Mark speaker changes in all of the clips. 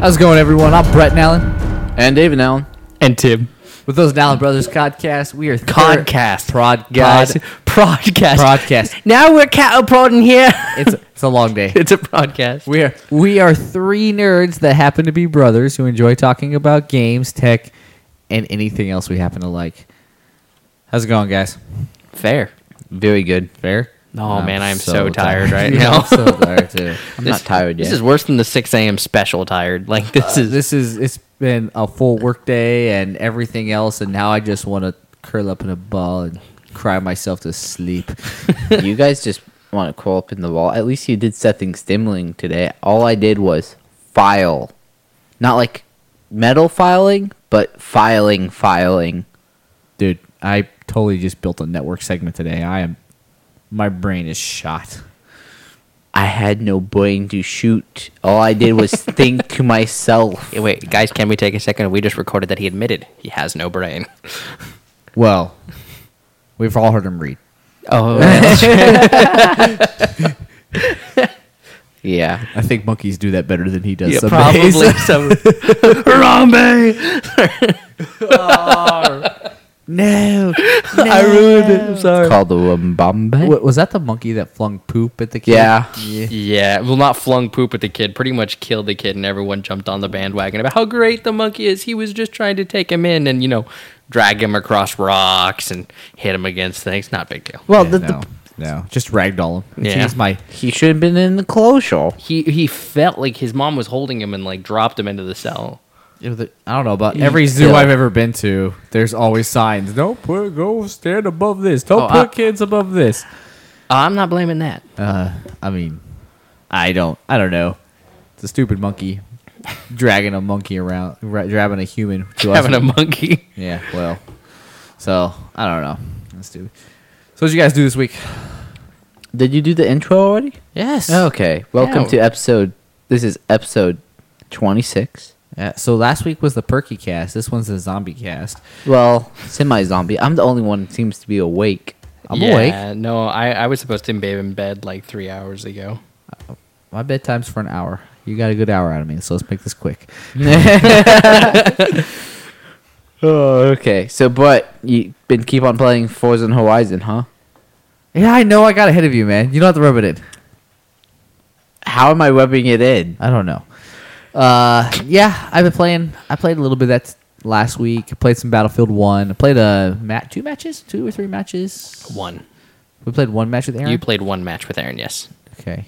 Speaker 1: How's it going, everyone? I'm Brett Allen
Speaker 2: And David Allen.
Speaker 3: and Tim.
Speaker 1: with those Allen Brothers podcast. We are third-
Speaker 3: Podcast.
Speaker 1: prod
Speaker 3: Guys,
Speaker 1: pod-
Speaker 3: podcast.
Speaker 1: Podcast.
Speaker 3: Now we're cattle prodding here.
Speaker 1: It's it's a long day.
Speaker 3: it's a podcast.
Speaker 1: We are we are three nerds that happen to be brothers who enjoy talking about games, tech, and anything else we happen to like. How's it going, guys?
Speaker 3: Fair.
Speaker 2: Very good.
Speaker 1: Fair.
Speaker 3: Oh, man, I am so tired right
Speaker 1: Yeah,
Speaker 3: now.
Speaker 1: I'm so tired too.
Speaker 2: I'm not tired yet.
Speaker 3: This is worse than the 6 a.m. special tired. Like, this is.
Speaker 1: This is it's been a full work day and everything else, and now I just want to curl up in a ball and cry myself to sleep.
Speaker 2: you guys just want to curl up in the wall. At least you did something stimulating today. All I did was file. Not like metal filing, but filing, filing.
Speaker 1: Dude, I totally just built a network segment today. I am my brain is shot.
Speaker 2: I had no brain to shoot. All I did was think to myself.
Speaker 3: Hey, Wait, guys, can we take a second? We just recorded that he admitted he has no brain.
Speaker 1: Well, we've all heard him read.
Speaker 3: Oh,
Speaker 2: Yeah.
Speaker 1: I think monkeys do that better than he does.
Speaker 3: yeah,
Speaker 1: some
Speaker 3: probably
Speaker 1: days.
Speaker 3: some. Harambe!
Speaker 1: no.
Speaker 3: I ruined it. I'm sorry.
Speaker 2: Called the Wambamba.
Speaker 1: Wa- was that the monkey that flung poop at the kid?
Speaker 2: Yeah.
Speaker 3: Yeah, well, not flung poop at the kid. Pretty much killed the kid, and everyone jumped on the bandwagon about how great the monkey is. He was just trying to take him in and you know drag him across rocks and hit him against things. Not a big deal.
Speaker 2: Well,
Speaker 1: Yeah,
Speaker 2: the,
Speaker 1: no,
Speaker 2: the,
Speaker 1: no, just ragdoll him.
Speaker 3: Yeah.
Speaker 1: Jeez, my
Speaker 2: he should have been in the closure.
Speaker 3: He he felt like his mom was holding him and like dropped him into the cell.
Speaker 1: It was a- I don't know about every zoo I've ever been to. There's always signs. Don't put go stand above this. Don't
Speaker 3: Oh,
Speaker 1: put
Speaker 3: I-
Speaker 1: kids above this.
Speaker 3: I'm not blaming that.
Speaker 1: Uh, I mean, I don't. I don't know. It's a stupid monkey dragging a monkey around, ra- grabbing a human. who
Speaker 3: Having a
Speaker 1: also-
Speaker 3: monkey.
Speaker 1: yeah. Well, so I don't know. That's stupid. So what did you guys do this week?
Speaker 2: Did you do the intro already?
Speaker 3: Yes.
Speaker 2: Okay. Welcome
Speaker 3: Yeah.
Speaker 2: to episode. This is episode 26.
Speaker 1: Uh, so last week was the perky cast. This one's the zombie cast.
Speaker 2: Well, semi zombie. I'm the only one that seems to be awake.
Speaker 1: I'm awake.
Speaker 3: yeah, No, I I was supposed to be in bed like three hours ago.
Speaker 1: My bedtime's for an hour. You got a good hour out of me, so let's make this quick.
Speaker 2: Oh, okay. So, but you been keep on playing Forza and Horizon, huh?
Speaker 1: Yeah, I know I got ahead of you, man. You don't have to rub it in.
Speaker 2: How am I rubbing it in?
Speaker 1: I don't know. Uh, yeah, I've been playing. I played a little bit that last week. I played some Battlefield One. I played a mat, two matches, two or three matches.
Speaker 3: One.
Speaker 1: We played one match with Aaron.
Speaker 3: You played one match with Aaron. Yes.
Speaker 1: okay.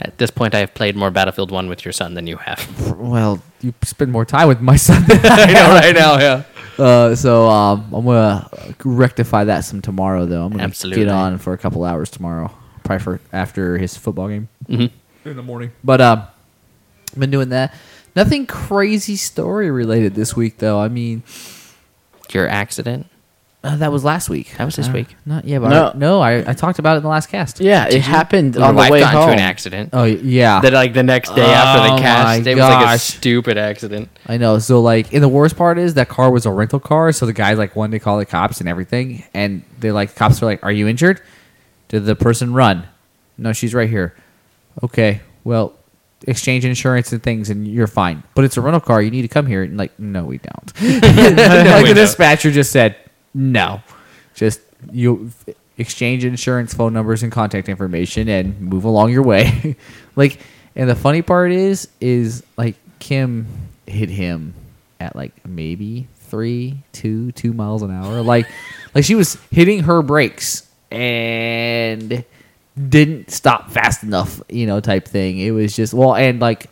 Speaker 3: At this point, I have played more Battlefield One with your son than you have.
Speaker 1: Well, you spend more time with my son.
Speaker 3: I know right now, yeah.
Speaker 1: uh, so um, I'm gonna rectify that some tomorrow, though. I'm gonna
Speaker 3: Absolutely.
Speaker 1: get on for a couple hours tomorrow, probably for after his football game.
Speaker 3: Mhm.
Speaker 1: in the morning. But um, I've been doing that. Nothing crazy story related this week, though. I mean,
Speaker 3: Your accident?
Speaker 1: uh, that was last week.
Speaker 3: That was this
Speaker 1: Uh,
Speaker 3: week.
Speaker 1: Not yeah, but
Speaker 2: No.
Speaker 1: no, I, no, I, I talked about it in the last cast.
Speaker 2: Yeah, it happened
Speaker 3: Your
Speaker 2: on the
Speaker 3: wife
Speaker 2: way
Speaker 3: got
Speaker 2: home.
Speaker 3: into an accident.
Speaker 1: Oh y- yeah,
Speaker 3: That like the next day
Speaker 1: Oh
Speaker 3: after the
Speaker 1: my
Speaker 3: cast, it was like a
Speaker 1: gosh.
Speaker 3: stupid accident.
Speaker 1: I know. So like, and the worst part is that car was a rental car. So the guy like wanted to call the cops and everything, and they like cops were like, "Are you injured? Did the person run? No, she's right here. Okay, well, exchange insurance and things, and you're fine. But it's a rental car. You need to come here. And like, no, we don't. like
Speaker 3: we
Speaker 1: the
Speaker 3: don't.
Speaker 1: dispatcher just said, no, just you f- exchange insurance phone numbers and contact information and move along your way. like, and the funny part is, is like Kim hit him at like maybe three, two, two miles an hour. Like, like she was hitting her brakes and didn't stop fast enough, you know, type thing. It was just well, and like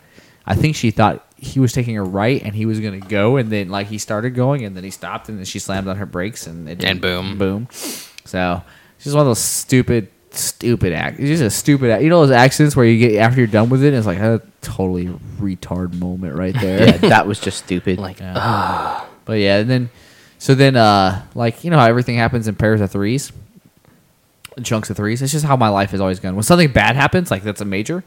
Speaker 1: I think she thought he was taking her right and he was gonna go, and then like he started going, and then he stopped, and then she slammed on her brakes, and it
Speaker 3: And boom.
Speaker 1: boom. So it's just one of those stupid, stupid act. It's just a stupid act. You know those accidents where you get after you're done with it, it's like a totally retard moment right there.
Speaker 2: Yeah, that was just stupid.
Speaker 3: Like,
Speaker 1: Yeah. But yeah, and then so then uh like you know how everything happens in pairs of threes, chunks of threes. It's just how my life has always gone. When something bad happens, like that's a major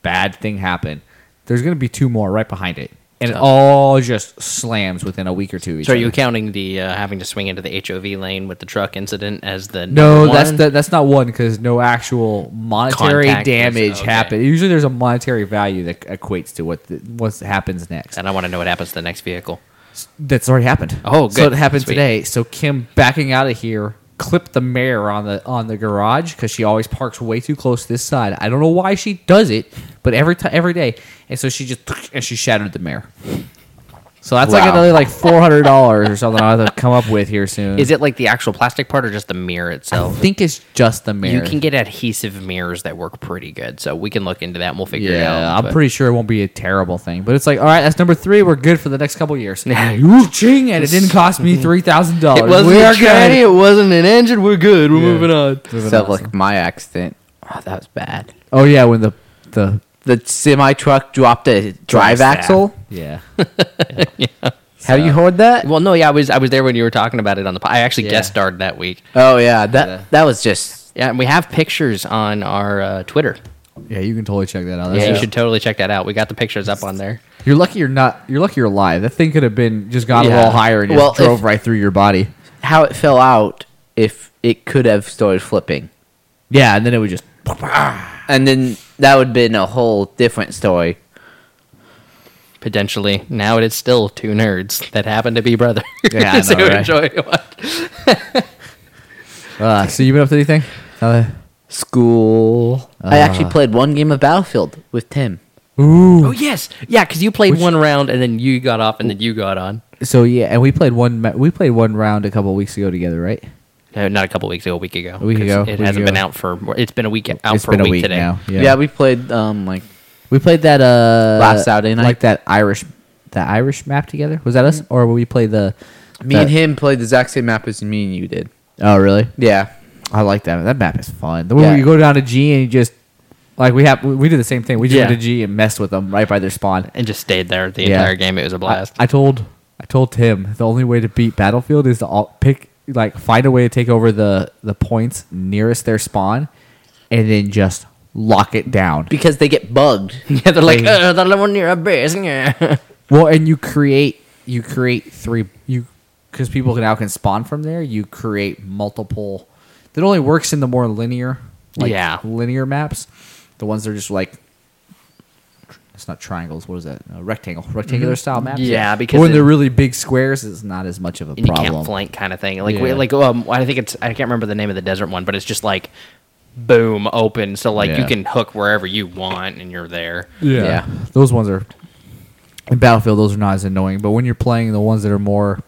Speaker 1: bad thing happen, there's gonna be two more right behind it. and it all just slams within a week or two. of each
Speaker 3: So are you
Speaker 1: other.
Speaker 3: counting the uh, having to swing into the HOV lane with the truck incident as the
Speaker 1: No,
Speaker 3: number
Speaker 1: that's
Speaker 3: one?
Speaker 1: the, that's not one because no actual monetary
Speaker 3: Contact is-
Speaker 1: damage
Speaker 3: okay.
Speaker 1: happened. Usually, there's a monetary value that equates to what the, what happens next.
Speaker 3: And I want to know what happens to the next vehicle.
Speaker 1: That's already happened.
Speaker 3: Oh,
Speaker 1: so
Speaker 3: good.
Speaker 1: it happened
Speaker 3: Sweet.
Speaker 1: today. So Kim backing out of here clipped the mirror on the on the garage because she always parks way too close to this side. I don't know why she does it, but every time every day, and so she just and she shattered the mirror. So that's like
Speaker 2: Wow.
Speaker 1: another like four hundred dollars or something I'll have to come up with here soon.
Speaker 3: Is it like the actual plastic part or just the mirror
Speaker 1: I
Speaker 3: itself?
Speaker 1: think it's just the mirror.
Speaker 3: You can get adhesive mirrors that work pretty good, so we can look into that and we'll figure it out.
Speaker 1: Yeah, I'm
Speaker 3: but-
Speaker 1: pretty sure it won't be a terrible thing. But it's like, all right, that's number three. We're good for the next couple years. Ooh, Ching, and it didn't cost me three thousand dollars.
Speaker 3: It wasn't
Speaker 1: we
Speaker 3: a
Speaker 1: are good.
Speaker 3: tranny, it wasn't an engine. We're good. We're
Speaker 1: Yeah.
Speaker 3: moving on.
Speaker 2: Except like my accident. Oh, that was bad.
Speaker 1: Oh yeah, when the the
Speaker 2: The semi truck dropped a drive
Speaker 1: staff.
Speaker 2: axle.
Speaker 1: Yeah,
Speaker 2: Have you heard that?
Speaker 3: Well, no, yeah, I was I was there when you were talking about it on the. po- I actually
Speaker 1: Yeah.
Speaker 3: guest starred that week.
Speaker 2: Oh yeah, that
Speaker 1: Yeah.
Speaker 2: that was just
Speaker 3: Yeah, and we have pictures on our uh, Twitter.
Speaker 1: yeah, you can totally check that out. That's
Speaker 3: yeah, you
Speaker 1: just-
Speaker 3: should totally check that out. We got the pictures up on there.
Speaker 1: You're lucky you're not. You're lucky you're alive. That thing could have been just gone a
Speaker 2: Yeah.
Speaker 1: little higher and just
Speaker 2: Well, if-
Speaker 1: drove right through your body.
Speaker 2: how it fell out. If it could have started flipping,
Speaker 1: Yeah, and then it would just.
Speaker 2: and then that would have been a whole different story.
Speaker 3: Potentially, now it is still two nerds that happen to be brothers.
Speaker 1: Yeah, I
Speaker 3: So
Speaker 1: know, right?
Speaker 3: enjoy it.
Speaker 1: Uh, so you been up to anything? Uh,
Speaker 2: School. I actually played one game of Battlefield with Tim.
Speaker 3: Oh yes, yeah, because you played
Speaker 1: Which-
Speaker 3: one round and then you got off and then you got on.
Speaker 1: so yeah, and we played one. ma- We played one round a couple weeks ago together, right?
Speaker 3: No, not a couple weeks ago, a week ago. A
Speaker 1: week ago,
Speaker 3: It
Speaker 1: week
Speaker 3: hasn't been
Speaker 1: ago.
Speaker 3: out for. It's been a week out
Speaker 1: it's
Speaker 3: for
Speaker 1: been
Speaker 3: a week,
Speaker 1: week
Speaker 3: today.
Speaker 1: now.
Speaker 2: Yeah, we played um like
Speaker 1: We played that uh
Speaker 2: Last Saturday night. Mm-hmm.
Speaker 1: like that Irish, that Irish map together. Was that us, or will we play the?
Speaker 2: me
Speaker 1: that-
Speaker 2: and him played the exact same map as me and you did.
Speaker 1: Oh, really?
Speaker 2: Yeah.
Speaker 1: I like that. That map is fun. The one where
Speaker 2: Yeah.
Speaker 1: you go down to G and you just like we have we- we did the same thing. We just
Speaker 3: Yeah.
Speaker 1: went to G and messed with them right by their spawn.
Speaker 3: And just stayed there the
Speaker 1: Yeah.
Speaker 3: entire game. It was a blast.
Speaker 1: I, I told I told Tim the only way to beat Battlefield is to all, pick like find a way to take over the the points nearest their spawn, and then just lock it down.
Speaker 2: Because they get bugged.
Speaker 3: yeah, they're like,
Speaker 1: Yeah. "Uh,
Speaker 3: oh, the level near a base. Yeah.
Speaker 1: Well, and you create you create three you because people can now can spawn from there. You create multiple. That only works in the more linear, like
Speaker 3: Yeah.
Speaker 1: linear maps. The ones that are just like it's not triangles. What is that? Uh, rectangle, rectangular style maps.
Speaker 3: Mm-hmm. Yeah,
Speaker 1: But
Speaker 3: because
Speaker 1: when
Speaker 3: it-
Speaker 1: they're really big squares, it's not as much of a
Speaker 3: and you
Speaker 1: problem.
Speaker 3: can't flank kind of thing. Like we,
Speaker 1: Yeah.
Speaker 3: like um, I think it's I can't remember the name of the desert one, but it's just like boom open, so like you
Speaker 1: Yeah.
Speaker 3: can hook wherever you want and you're there.
Speaker 1: Yeah.
Speaker 2: Yeah.
Speaker 1: Those ones are in Battlefield those are not as annoying, but when you're playing the ones that are more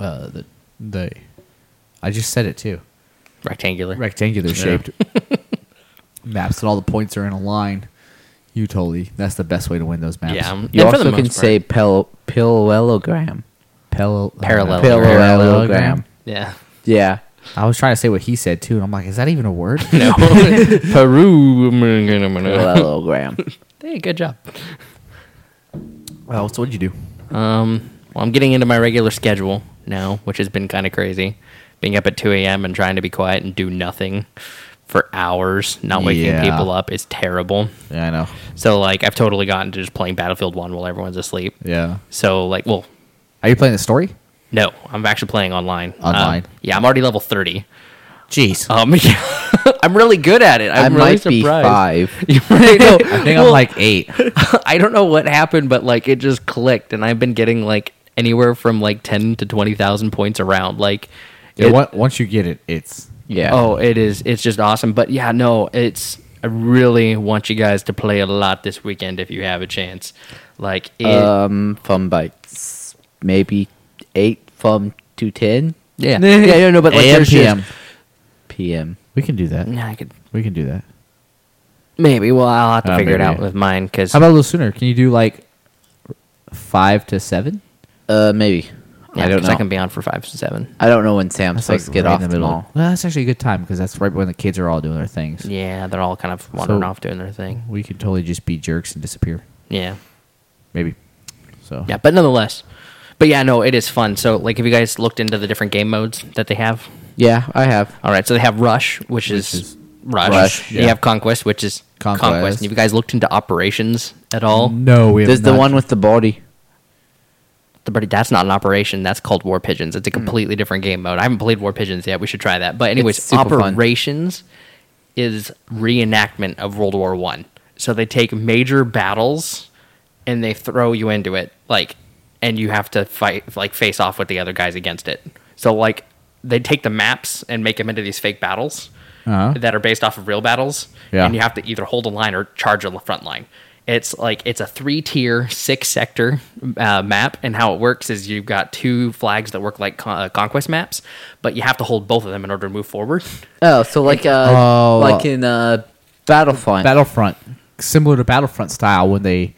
Speaker 1: uh the the I just said it too.
Speaker 3: Rectangular.
Speaker 1: Rectangular shaped maps and all the points are in a line. You totally that's the best way to win those maps.
Speaker 3: Yeah, um,
Speaker 2: You
Speaker 3: and for the
Speaker 2: also can
Speaker 3: most
Speaker 2: say pel- parallelogram.
Speaker 1: Pel-
Speaker 3: Parallel-
Speaker 2: Parallelogram.
Speaker 3: yeah.
Speaker 2: Yeah.
Speaker 1: I was trying to say what he said too, and I'm like, is that even a word?
Speaker 3: No. Oh, Peru.
Speaker 2: Parallelogram.
Speaker 3: hey, good job.
Speaker 1: well, so what'd you do?
Speaker 3: Um, well, I'm getting into my regular schedule now, which has been kind of crazy. Being up at 2 a.m. and trying to be quiet and do nothing for hours, not waking
Speaker 1: Yeah.
Speaker 3: people up is terrible.
Speaker 1: Yeah, I know.
Speaker 3: So, like, I've totally gotten to just playing Battlefield 1 while everyone's asleep.
Speaker 1: Yeah.
Speaker 3: So, like, well,
Speaker 1: Are you playing the story?
Speaker 3: no, I'm actually playing online. Um,
Speaker 1: Online.
Speaker 3: yeah, I'm already level 30.
Speaker 1: Jeez.
Speaker 3: Um, I'm really good at it.
Speaker 2: I
Speaker 3: I'm really
Speaker 2: might be
Speaker 3: surprised.
Speaker 2: five.
Speaker 3: be five. right, no,
Speaker 1: I think
Speaker 3: well,
Speaker 1: I'm like eight.
Speaker 3: I don't know what happened, but like it just clicked, and I've been getting like anywhere from like ten to twenty thousand points around. Like,
Speaker 1: Yeah,
Speaker 3: it-
Speaker 1: on- once you get it, it's
Speaker 2: Yeah.
Speaker 3: Oh, it is. It's just awesome. But yeah, no, it's. I really want you guys to play a lot this weekend if you have a chance. Like, it,
Speaker 1: Uh,
Speaker 2: Um, from like s- maybe eight from to ten.
Speaker 3: yeah,
Speaker 2: yeah, yeah, no, but like
Speaker 1: AM,
Speaker 2: there's just-
Speaker 1: PM.
Speaker 2: PM.
Speaker 1: We can do that.
Speaker 3: Yeah, I could
Speaker 1: We can do that.
Speaker 3: maybe. Well, I'll have to
Speaker 1: Uh,
Speaker 3: figure it
Speaker 1: maybe.
Speaker 3: out with mine because
Speaker 1: How about a little sooner? Can you do like five to seven?
Speaker 2: Uh, maybe. I don't know.
Speaker 3: I can be on for five to seven.
Speaker 2: I don't know when Sam's supposed to get
Speaker 1: right
Speaker 2: off tomorrow.
Speaker 1: Well, that's actually a good time because that's right when the kids are all doing their things.
Speaker 3: Yeah, they're all kind of wandering
Speaker 1: So-
Speaker 3: off doing their thing.
Speaker 1: We could totally just be jerks and disappear,
Speaker 3: Yeah.
Speaker 1: maybe. So
Speaker 3: Yeah, but nonetheless. But yeah, no, it is fun. So, like, have you guys looked into the different game modes that they have?
Speaker 2: Yeah, I have.
Speaker 3: All right, so they have Rush, which, is,
Speaker 1: is-
Speaker 3: Rush.
Speaker 2: Rush,
Speaker 3: You
Speaker 1: yeah.
Speaker 3: have Conquest, which is Conquest.
Speaker 1: Conquest. Mm-hmm.
Speaker 3: Have you guys looked into operations at all?
Speaker 1: No, we have
Speaker 2: There's the
Speaker 1: not.
Speaker 2: one with the body.
Speaker 3: But that's not an operation. That's called War Pigeons. It's a completely different game mode. I haven't played War Pigeons yet. We should try that. But
Speaker 2: It's
Speaker 3: anyways,
Speaker 2: super fun.
Speaker 3: operations is reenactment of World War One. So they take major battles and they throw you into it, like, and you have to fight, like, face off with the other guys against it. So like, they take the maps and make them into these fake battles
Speaker 1: Uh-huh.
Speaker 3: that are based off of real battles,
Speaker 1: Yeah.
Speaker 3: and you have to either hold a line or charge a front line. It's like it's a three-tier, six-sector uh, map, and how it works is you've got two flags that work like con- uh, conquest maps, but you have to hold both of them in order to move forward.
Speaker 2: Oh, so like uh,
Speaker 1: Oh,
Speaker 2: like in uh, Battlefront.
Speaker 1: Battlefront, similar to Battlefront style, when they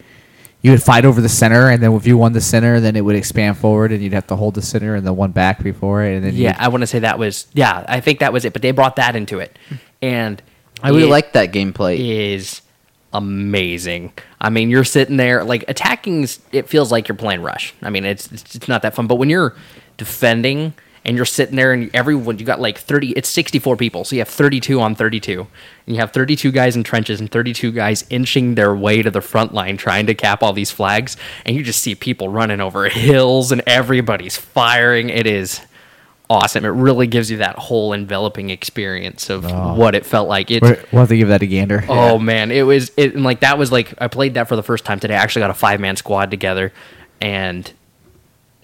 Speaker 1: you would fight over the center, and then if you won the center, then it would expand forward, and you'd have to hold the center and the one back before it, and then
Speaker 3: Yeah, I want to say that was yeah, I think that was it, but they brought that into it, and
Speaker 2: I really
Speaker 3: it-
Speaker 2: like that gameplay.
Speaker 3: is amazing. I mean, you're sitting there like attacking's it feels like you're playing rush. I mean, it's it's it's not that fun, but when you're defending and you're sitting there and everyone you got like 30 it's 64 people. So you have 32 on 32. And you have 32 guys in trenches and 32 guys inching their way to the front line trying to cap all these flags and you just see people running over hills and everybody's firing. It is awesome. It really gives you that whole enveloping experience of what it felt like. It's
Speaker 1: you, we'll have to give that a gander.
Speaker 3: Oh man, it was it and like that was like I played that for the first time today. I actually got a five man squad together, and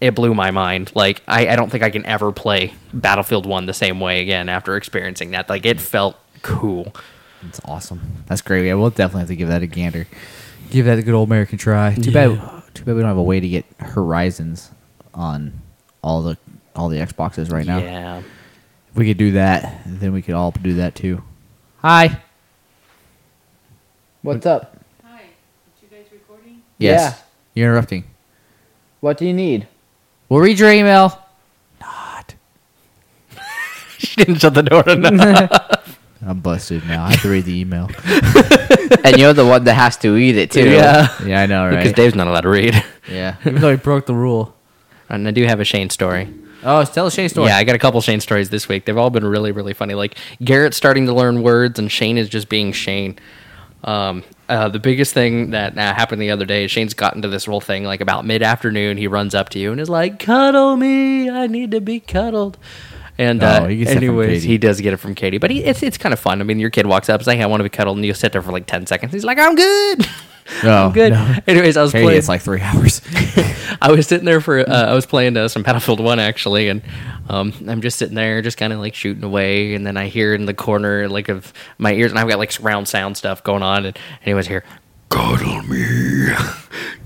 Speaker 3: it blew my mind. Like I, I don't think I can ever play Battlefield One the same way again after experiencing that. Like it felt cool.
Speaker 1: That's awesome. That's great. Yeah, we'll definitely have to give that a gander. Give that a good old American try. Too bad. Too bad we don't have a way to get Horizons on all the all the Xboxes right now.
Speaker 3: Yeah.
Speaker 1: If we could do that, then we could all do that too. Hi.
Speaker 2: What's up?
Speaker 4: Hi, are you guys recording?
Speaker 1: Yes. You're interrupting.
Speaker 2: What do you need?
Speaker 1: We'll read your email. Not.
Speaker 3: she didn't shut the door enough.
Speaker 1: I'm busted now. I have to read the email.
Speaker 2: and you're the one that has to eat it too.
Speaker 1: Yeah, I know,
Speaker 3: Because
Speaker 1: right?
Speaker 3: Dave's not allowed to read.
Speaker 1: yeah. Even though he broke the rule.
Speaker 3: And I do have a Shane story.
Speaker 1: Oh, it's tell a Shane story.
Speaker 3: Yeah, I got a couple Shane stories this week. They've all been really, really funny. Like Garrett's starting to learn words, and Shane is just being Shane. Um, uh, the biggest thing that uh, happened the other day is Shane's gotten to this whole thing. Like about mid afternoon, he runs up to you and is like, "Cuddle me, I need to be cuddled." And uh,
Speaker 1: Oh, he gets it from
Speaker 3: anyways,
Speaker 1: Katie.
Speaker 3: he does get it from Katie, but he, it's it's kind of fun. I mean, your kid walks up, is like, "I want to be cuddled," and you sit there for like ten seconds. He's like, "I'm good,
Speaker 1: Oh,
Speaker 3: I'm good."
Speaker 1: no.
Speaker 3: Anyways, I was
Speaker 1: Katie,
Speaker 3: playing.
Speaker 1: it's like three hours.
Speaker 3: I was sitting there for uh, I was playing uh, some Battlefield One actually, and um, I'm just sitting there, just kind of like shooting away, and then I hear in the corner like of my ears, and I've got like surround sound stuff going on, and anyone's here, cuddle me,